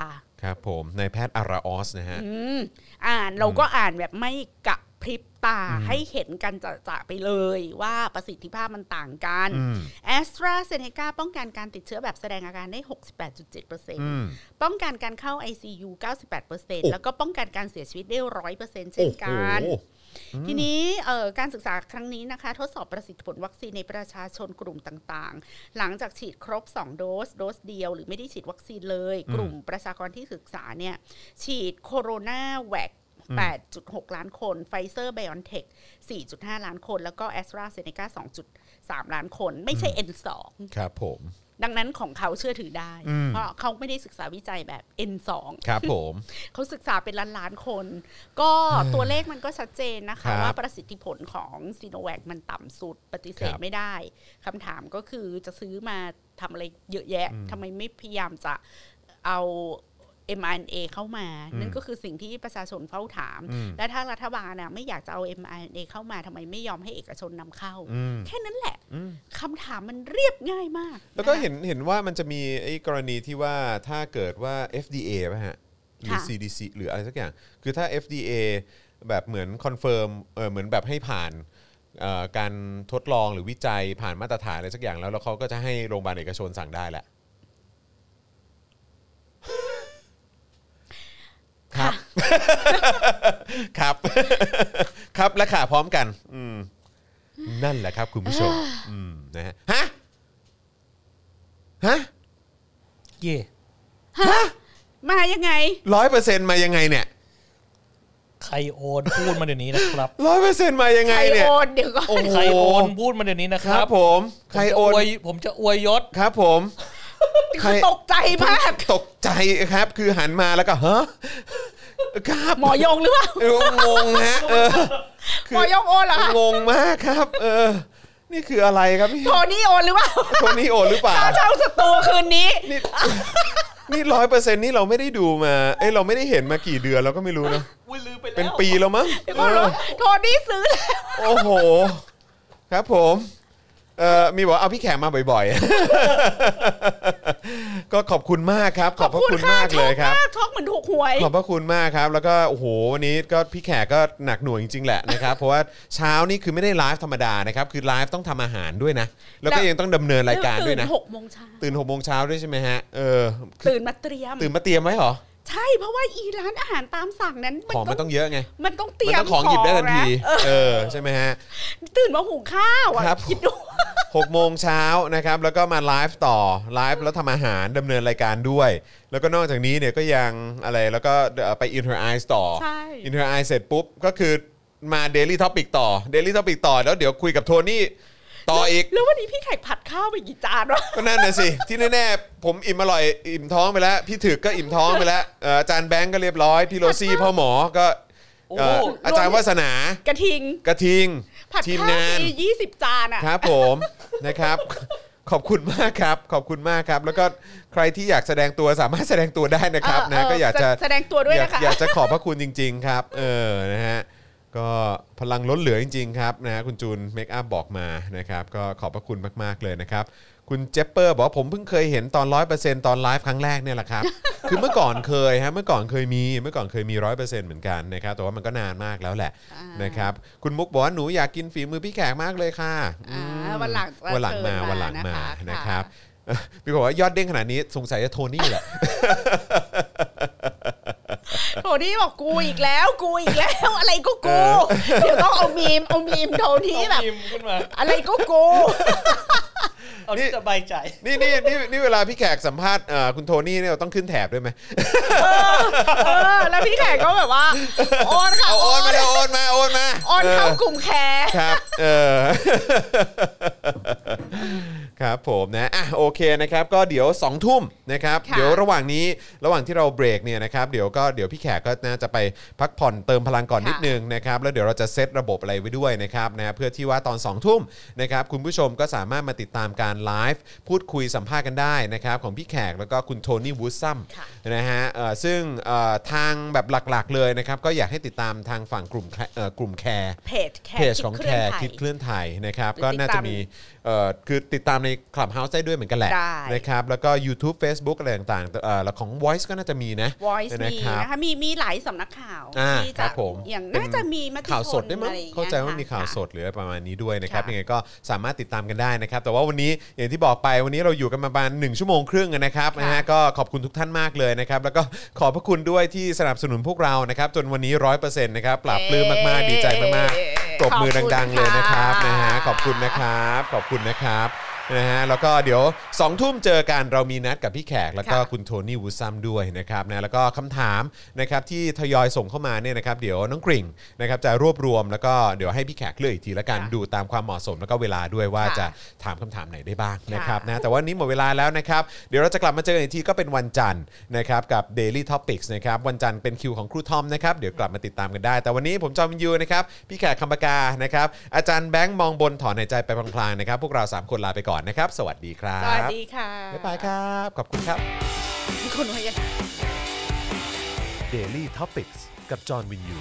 ครับผมนายแพทย์อาราออสนะฮะ
อืมอ่านเราก็อ่านแบบไม่กระพริบตาให้เห็นกันจะๆไปเลยว่าประสิทธิภาพมันต่างกัน
อืม
แอสตราเซเนกาป้องกันการติดเชื้อแบบแสดงอาการได้
อืม
68.7%ป้องกันการเข้า ICU 98%แล้วก็ป้องกันการเสียชีวิตได้ 100%เช่
โอ้
น
โห
กัน ทีนี้เอ่อการศึกษาครั้งนี้นะคะ ทดสอบประสิทธิผลวัคซีนในประชาชนกลุ่มต่างๆ หลังจากฉีดครบ 2 โดส โดสเดียว หรือไม่ได้ฉีดวัคซีนเลย
อืม
กลุ่มประชากรที่ศึกษาเนี่ย ฉีดโคโรนาแวค8.6 ล้านคนไฟเซอร์ไบออนเทค4.5 ล้านคน แล้วก็แอสตราเซเนกา2.3 ล้านคน ไม่ใช่ N2
ครับผม
ดังนั้นของเขาเชื่อถือได้
อืม
เพราะเขาไม่ได้ศึกษาวิจัยแบบ N2
ครับผม
เขาศึกษาเป็นล้านล้านๆคน ก็ตัวเลขมันก็ชัดเจนนะ
ครั
คะ
บ
ว่าประสิทธิผลของซีโนแวคมันต่ำสุดปฏิเสธ
ครับ
ไม่ได้คำถามก็คือจะซื้อมาทำอะไรเยอะแยะทำไมไม่พยายามจะเอา mRNA เข้ามา
อืม
นั่นก็คือสิ่งที่ประชาชนเฝ้าถาม
อืม
และถ้ารัฐบาลนะไม่อยากจะเอา mRNA เข้ามาทำไมไม่ยอมให้เอกชนนำเข้า
อืม
แค่นั้นแหละ
อืม
คำถามมันเรียบง่ายมาก
แล้วก็
ะคะ
เห็นเห็นว่ามันจะมีไอ้กรณีที่ว่าถ้าเกิดว่า FDA ป่ะฮะหรือ
ค่ะ
CDC หรืออะไรสักอย่าง คือถ้า FDA แบบเหมือนคอนเฟิร์มเออเหมือนแบบให้ผ่านเอ่อการทดลองหรือวิจัยผ่านมาตรฐานอะไรสักอย่างแล้ว แล้วเขาก็จะให้โรงพยาบาลเอกชนสั่งได้แหละครับ ครับ ครับและค่ะพร้อมกัน อืม นั่นแหละครับคุณผู้ชม อืมนะฮะฮะฮะ
เย่
มายังไง
ร้อยเปอร์เซ็นต์มายังไงเนี่ย
ใครโอนพูดมาเดี๋ยวนี้นะครับ
ร้อยเปอร์เซ็นต์มายังไง
ใคร
เนี่ย
โอนเดี๋ยวก็
โอ้โห
ใครโอนพูดมาเดี๋ยวนี้นะค
ค
รั
รั
บบ
ผมใครโอน
ผมจะวยผมจะอวยยศ
ครับผม ใคร
ตกใจมาก
ตกใจครับ คือหันมาแล้วก็ฮะครับ
หมอยงหรือเปล่า
เอองงฮะเออ
หมอยงโอนเหรอคะ
งงมากครับ เออ นี่คืออะไรครับนี่
โทนี่โอนหรือเปล่า
โทนี่โอนหรือเปล่า
ค่าเช่าศัตรูคืนนี้
นี่ นี่ร้อยเปอร์เซ็นต์นี่เราไม่ได้ดูมา เอ้ยเราไม่ได้เห็นมากี่เดือนเราก็ไม่รู้นะเป็นปีแล้วมั้ง
โท
เออ
นี่ซื้อแล้ว
โอ้โห ครับผม เอ่อมีบอกว่าเอาพี่แขกมาบ่อยๆ ก็ขอบคุณมากครับ ข
ข
อ
อ
บบ พระ
คุณ
คุณ
ค่ะ
มาก
ช็
เล
อก
ยครับ
มากช็อกเหมือนถูกหวย
ขอบพระคุณมากครับ แล้วก็โอ้โหวันนี้ก็พี่แขกก็หนักหน่วงจริงๆแหละนะครับ เพราะว่าเช้านี่คือไม่ได้ไลฟ์ธรรมดานะครับ คือไลฟ์ต้องทำอาหารด้วยนะ แล้วก็
แล้ว
ยังต้องดำเนินรายการด้วยนะ
ตื่หกโมงเช้า
ตื่นหกโมงเช้าด้วยใช่ไหมฮะ เออคือ
ตื่นมาเตรียม
ตื่นมาเตรียมไว้เหรอ
ใช่เพราะว่าอีร้านอาหารตามสั่งนั้นมั
ของมัน
ต้อง
ต้องเยอะไง
มันต้องเตรี
มัน
ยม
ต้องของหยิบได้ทันที
ะเออ
เออใช่ไหมฮะ
ตื่นมาหุงข้าวอ่ะ
ครับ
คิดดู
6โมงเช้านะครับแล้วก็มาไลฟ์ต่อไลฟ์แล้วทำอาหารดำเนินรายการด้วย แล้วก็นอกจากนี้เนี่ยก็ยังอะไรแล้วก็เอ่อไปอินเทอร์ไอส์ต่อ
ใช่
อินเทอร์ไอส์เสร็จปุ๊บ ก็คือมา Daily Topic ต่อ Daily Topic ต่อ แล้วเดี๋ยวคุยกับโทนี่ต่ออีก
แล้ววันนี้พี่แขกผัดข้าวไปกี่จานวะ
ก็นั่นน่ะสิ ที่แน่ๆผมอิ่มอร่อยอิ่มท้องไปแล้ว พี่ถึกก็อิ่มท้องไปแล้วเอ่ออาจารย์แบงก์ก็เรียบร้อย พี่โรซี่พ่อหมอก็เอ่อ
โอ้
อาจารย์วาสนาก
ระทิง
กระทิง
ผัด
ทีม
ข้าว
งาน
ทียี่สิบจานอ่ะ
ครับผม นะครับ ขอบคุณมากครับ ขอบคุณมากครับ แล้วก็ใครที่อยากแสดงตัวสามารถแสดงตัวได้นะครับ
เ
นะก็อยากจะ
แสดงตัวด้วย
อยาก
นะคะ
อยากจะขอบพระคุณจริง ๆ ครับ เออนะฮะก็พลังล้นเหลือจริง ๆ ครับนะฮะคุณจูนเมคอัพบอกมานะครับ ก็ขอบพระคุณมากๆเลยนะครับ คุณเจปเปอร์บอกว่าผมเพิ่งเคยเห็นตอน 100%ตอนไลฟ์ครั้งแรกเนี่ยแหละครับ คือเมื่อก่อนเคยฮะเมื่อก่อนเคยมีเมื่อก่อนเคยมี 100%เหมือนกันนะครับแต่ว่ามันก็นานมากแล้วแหละ
อ่า
นะครับคุณมุกบอกว่าหนูอยากกินฝีมือพี่แขกมากเลยค่ะ
อ่า
อืม
วันหลังจะ
วันหลังมา
เชิญมา
วันหลังมา
นะคะ
นะครับเอ่อพี่บอกว่ายอดเด้งขนาดนี้สงสัยจะโทนี่แหละ
โทนี่บอกกูอีกแล้ว กูอีกแล้ว อะไรก็กู เดี๋ยวต้องเอามีมเอามีมโทนี่แบบ
เอาพิมพ์ขึ้นมา
อะไรก็กู
เอาที่สบายใจ
นี่นี่นี่นี่เวลาพี่แขกสัมภาษณ์เอ่อคุณโทนี่เนี่ยเราต้องขึ้นแถบด้วยไหม
เออแล้วพี่แขกก็แบบว่าโอนค่ะ
เอาโอนมาเอาโอนมาโอนมา
โอนเข้า
เออก
ลุ่มแคร์
ครับเออ ครับผมนะอ่ะโอเคนะครับ ก็เดี๋ยว 2 ทุ่มนะครับ
ค่ะ
เดี๋ยวระหว่างนี้ระหว่างที่เราเบรกเนี่ยนะครับเดี๋ยวก็เดี๋ยวพี่แขกก็น่าจะไปพักผ่อนเติมพลังก่อน
ค่ะ
นิดนึงนะครับแล้วเดี๋ยวเราจะเซตระบบอะไรไว้ด้วยนะครับนะเพื่อที่ว่าตอน 2 ทุ่มนะครับคุณผู้ชมก็สามารถมาติดตามการไลฟ์พูดคุยสัมภาษณ์กันได้นะครับของพี่แขกแล้วก็คุณโทนี่วูดซัม
ค่ะ
นะฮะเอ่อซึ่งเอ่อทางแบบหลักๆเลยนะครับก็อยากให้ติดตามทางฝั่งกลุ่มแคร์เอ่อกลุ่มแคร์
เพจแค
เพจของแคร์
ไทย
คิดเคลื่อนไทยนะครับ
หรือ
ก็น่าจะ
ติดตาม
มีเอ่อคือติดตามในคลับเฮาส์ได้ด้วยเหมือนกันแหละ
ได้
นะครับแล้วก็ YouTube Facebook อะไรต่างๆเอ่อแล้วของ Voice ก็น่าจะมีนะ
Voice
นะ
มี
ครับ
นะคะมีมีหลายสำนักข่าว
อ่า
ที่
ค
จะ
รับผม
อย่าง
เป็น
น่าจะมีมติชน
ข่าวสดได้วยมั้ง
อะไรอย่งงี้ย
เข้าใจว่ามีข่าว
ค่ะ
สดหรืออะไรประมาณนี้ด้วยนะครับ
ค่ะ
ยังไงก็สามารถติดตามกันได้นะครับ แต่ว่าวันนี้อย่างที่บอกไปวันนี้เราอยู่กันมาประมาณ1ชั่วโมงครึ่งนะครับ
ค่ะ
นะฮะก็ขอบคุณทุกท่านมากเลยนะครับ แล้วก็ขอบพระคุณด้วยที่สนับสนุนพวกเรานะครับ จนวันนี้ร้อยเปอร์เซ็นต์นะครับปราบปลื้มมากๆดีใจมากๆ
เย้
ปรบมือดัง ๆ เลยนะครับนะฮะขอบคุณนะครับขอบคุณนะครับนะฮะแล้วก็เดี๋ยว2องทุ่มเจอกันเรามีนัดกับพี่แขกแล้วก็
ค่ะ
คุณโทนี่วูดซัมด้วยนะครับนะแล้วก็คำถามนะครับที่ทยอยส่งเข้ามาเนี่ยนะครับเดี๋ยวน้องกริ่งนะครับจะรวบรวมแล้วก็เดี๋ยวให้พี่แขกเลือกอีกทีละกัน
ค่ะ
ดูตามความเหมาะสมแล้วก็เวลาด้วยว่า
ค่ะ
จะถามคำถามไหนได้บ้าง
ค่ะ
นะครับนะแต่ว่านี้หมดเวลาแล้วนะครับ เดี๋ยวเราจะกลับมาเจอกันอีกทีก็เป็นวันจันทร์นะครับกับ Daily Topics นะครับวันจันทร์เป็นคิวของครูทอมนะครับเดี๋ยวกลับมาติดตามกันได้ แต่วันนี้ผมจอมยูนะครับพี่แขกคำปากานะครับอาจารย์แบงค์มองบนถอนหายใจไปพลางๆนะครับพวกเราสามคนลาไปก่อนนะครับสวัสดีครับ
สวัสดีค่ะ
บ๊ายบายครับขอบคุณครับ
คุณพยั
Daily Topics กับจอห์นวินยู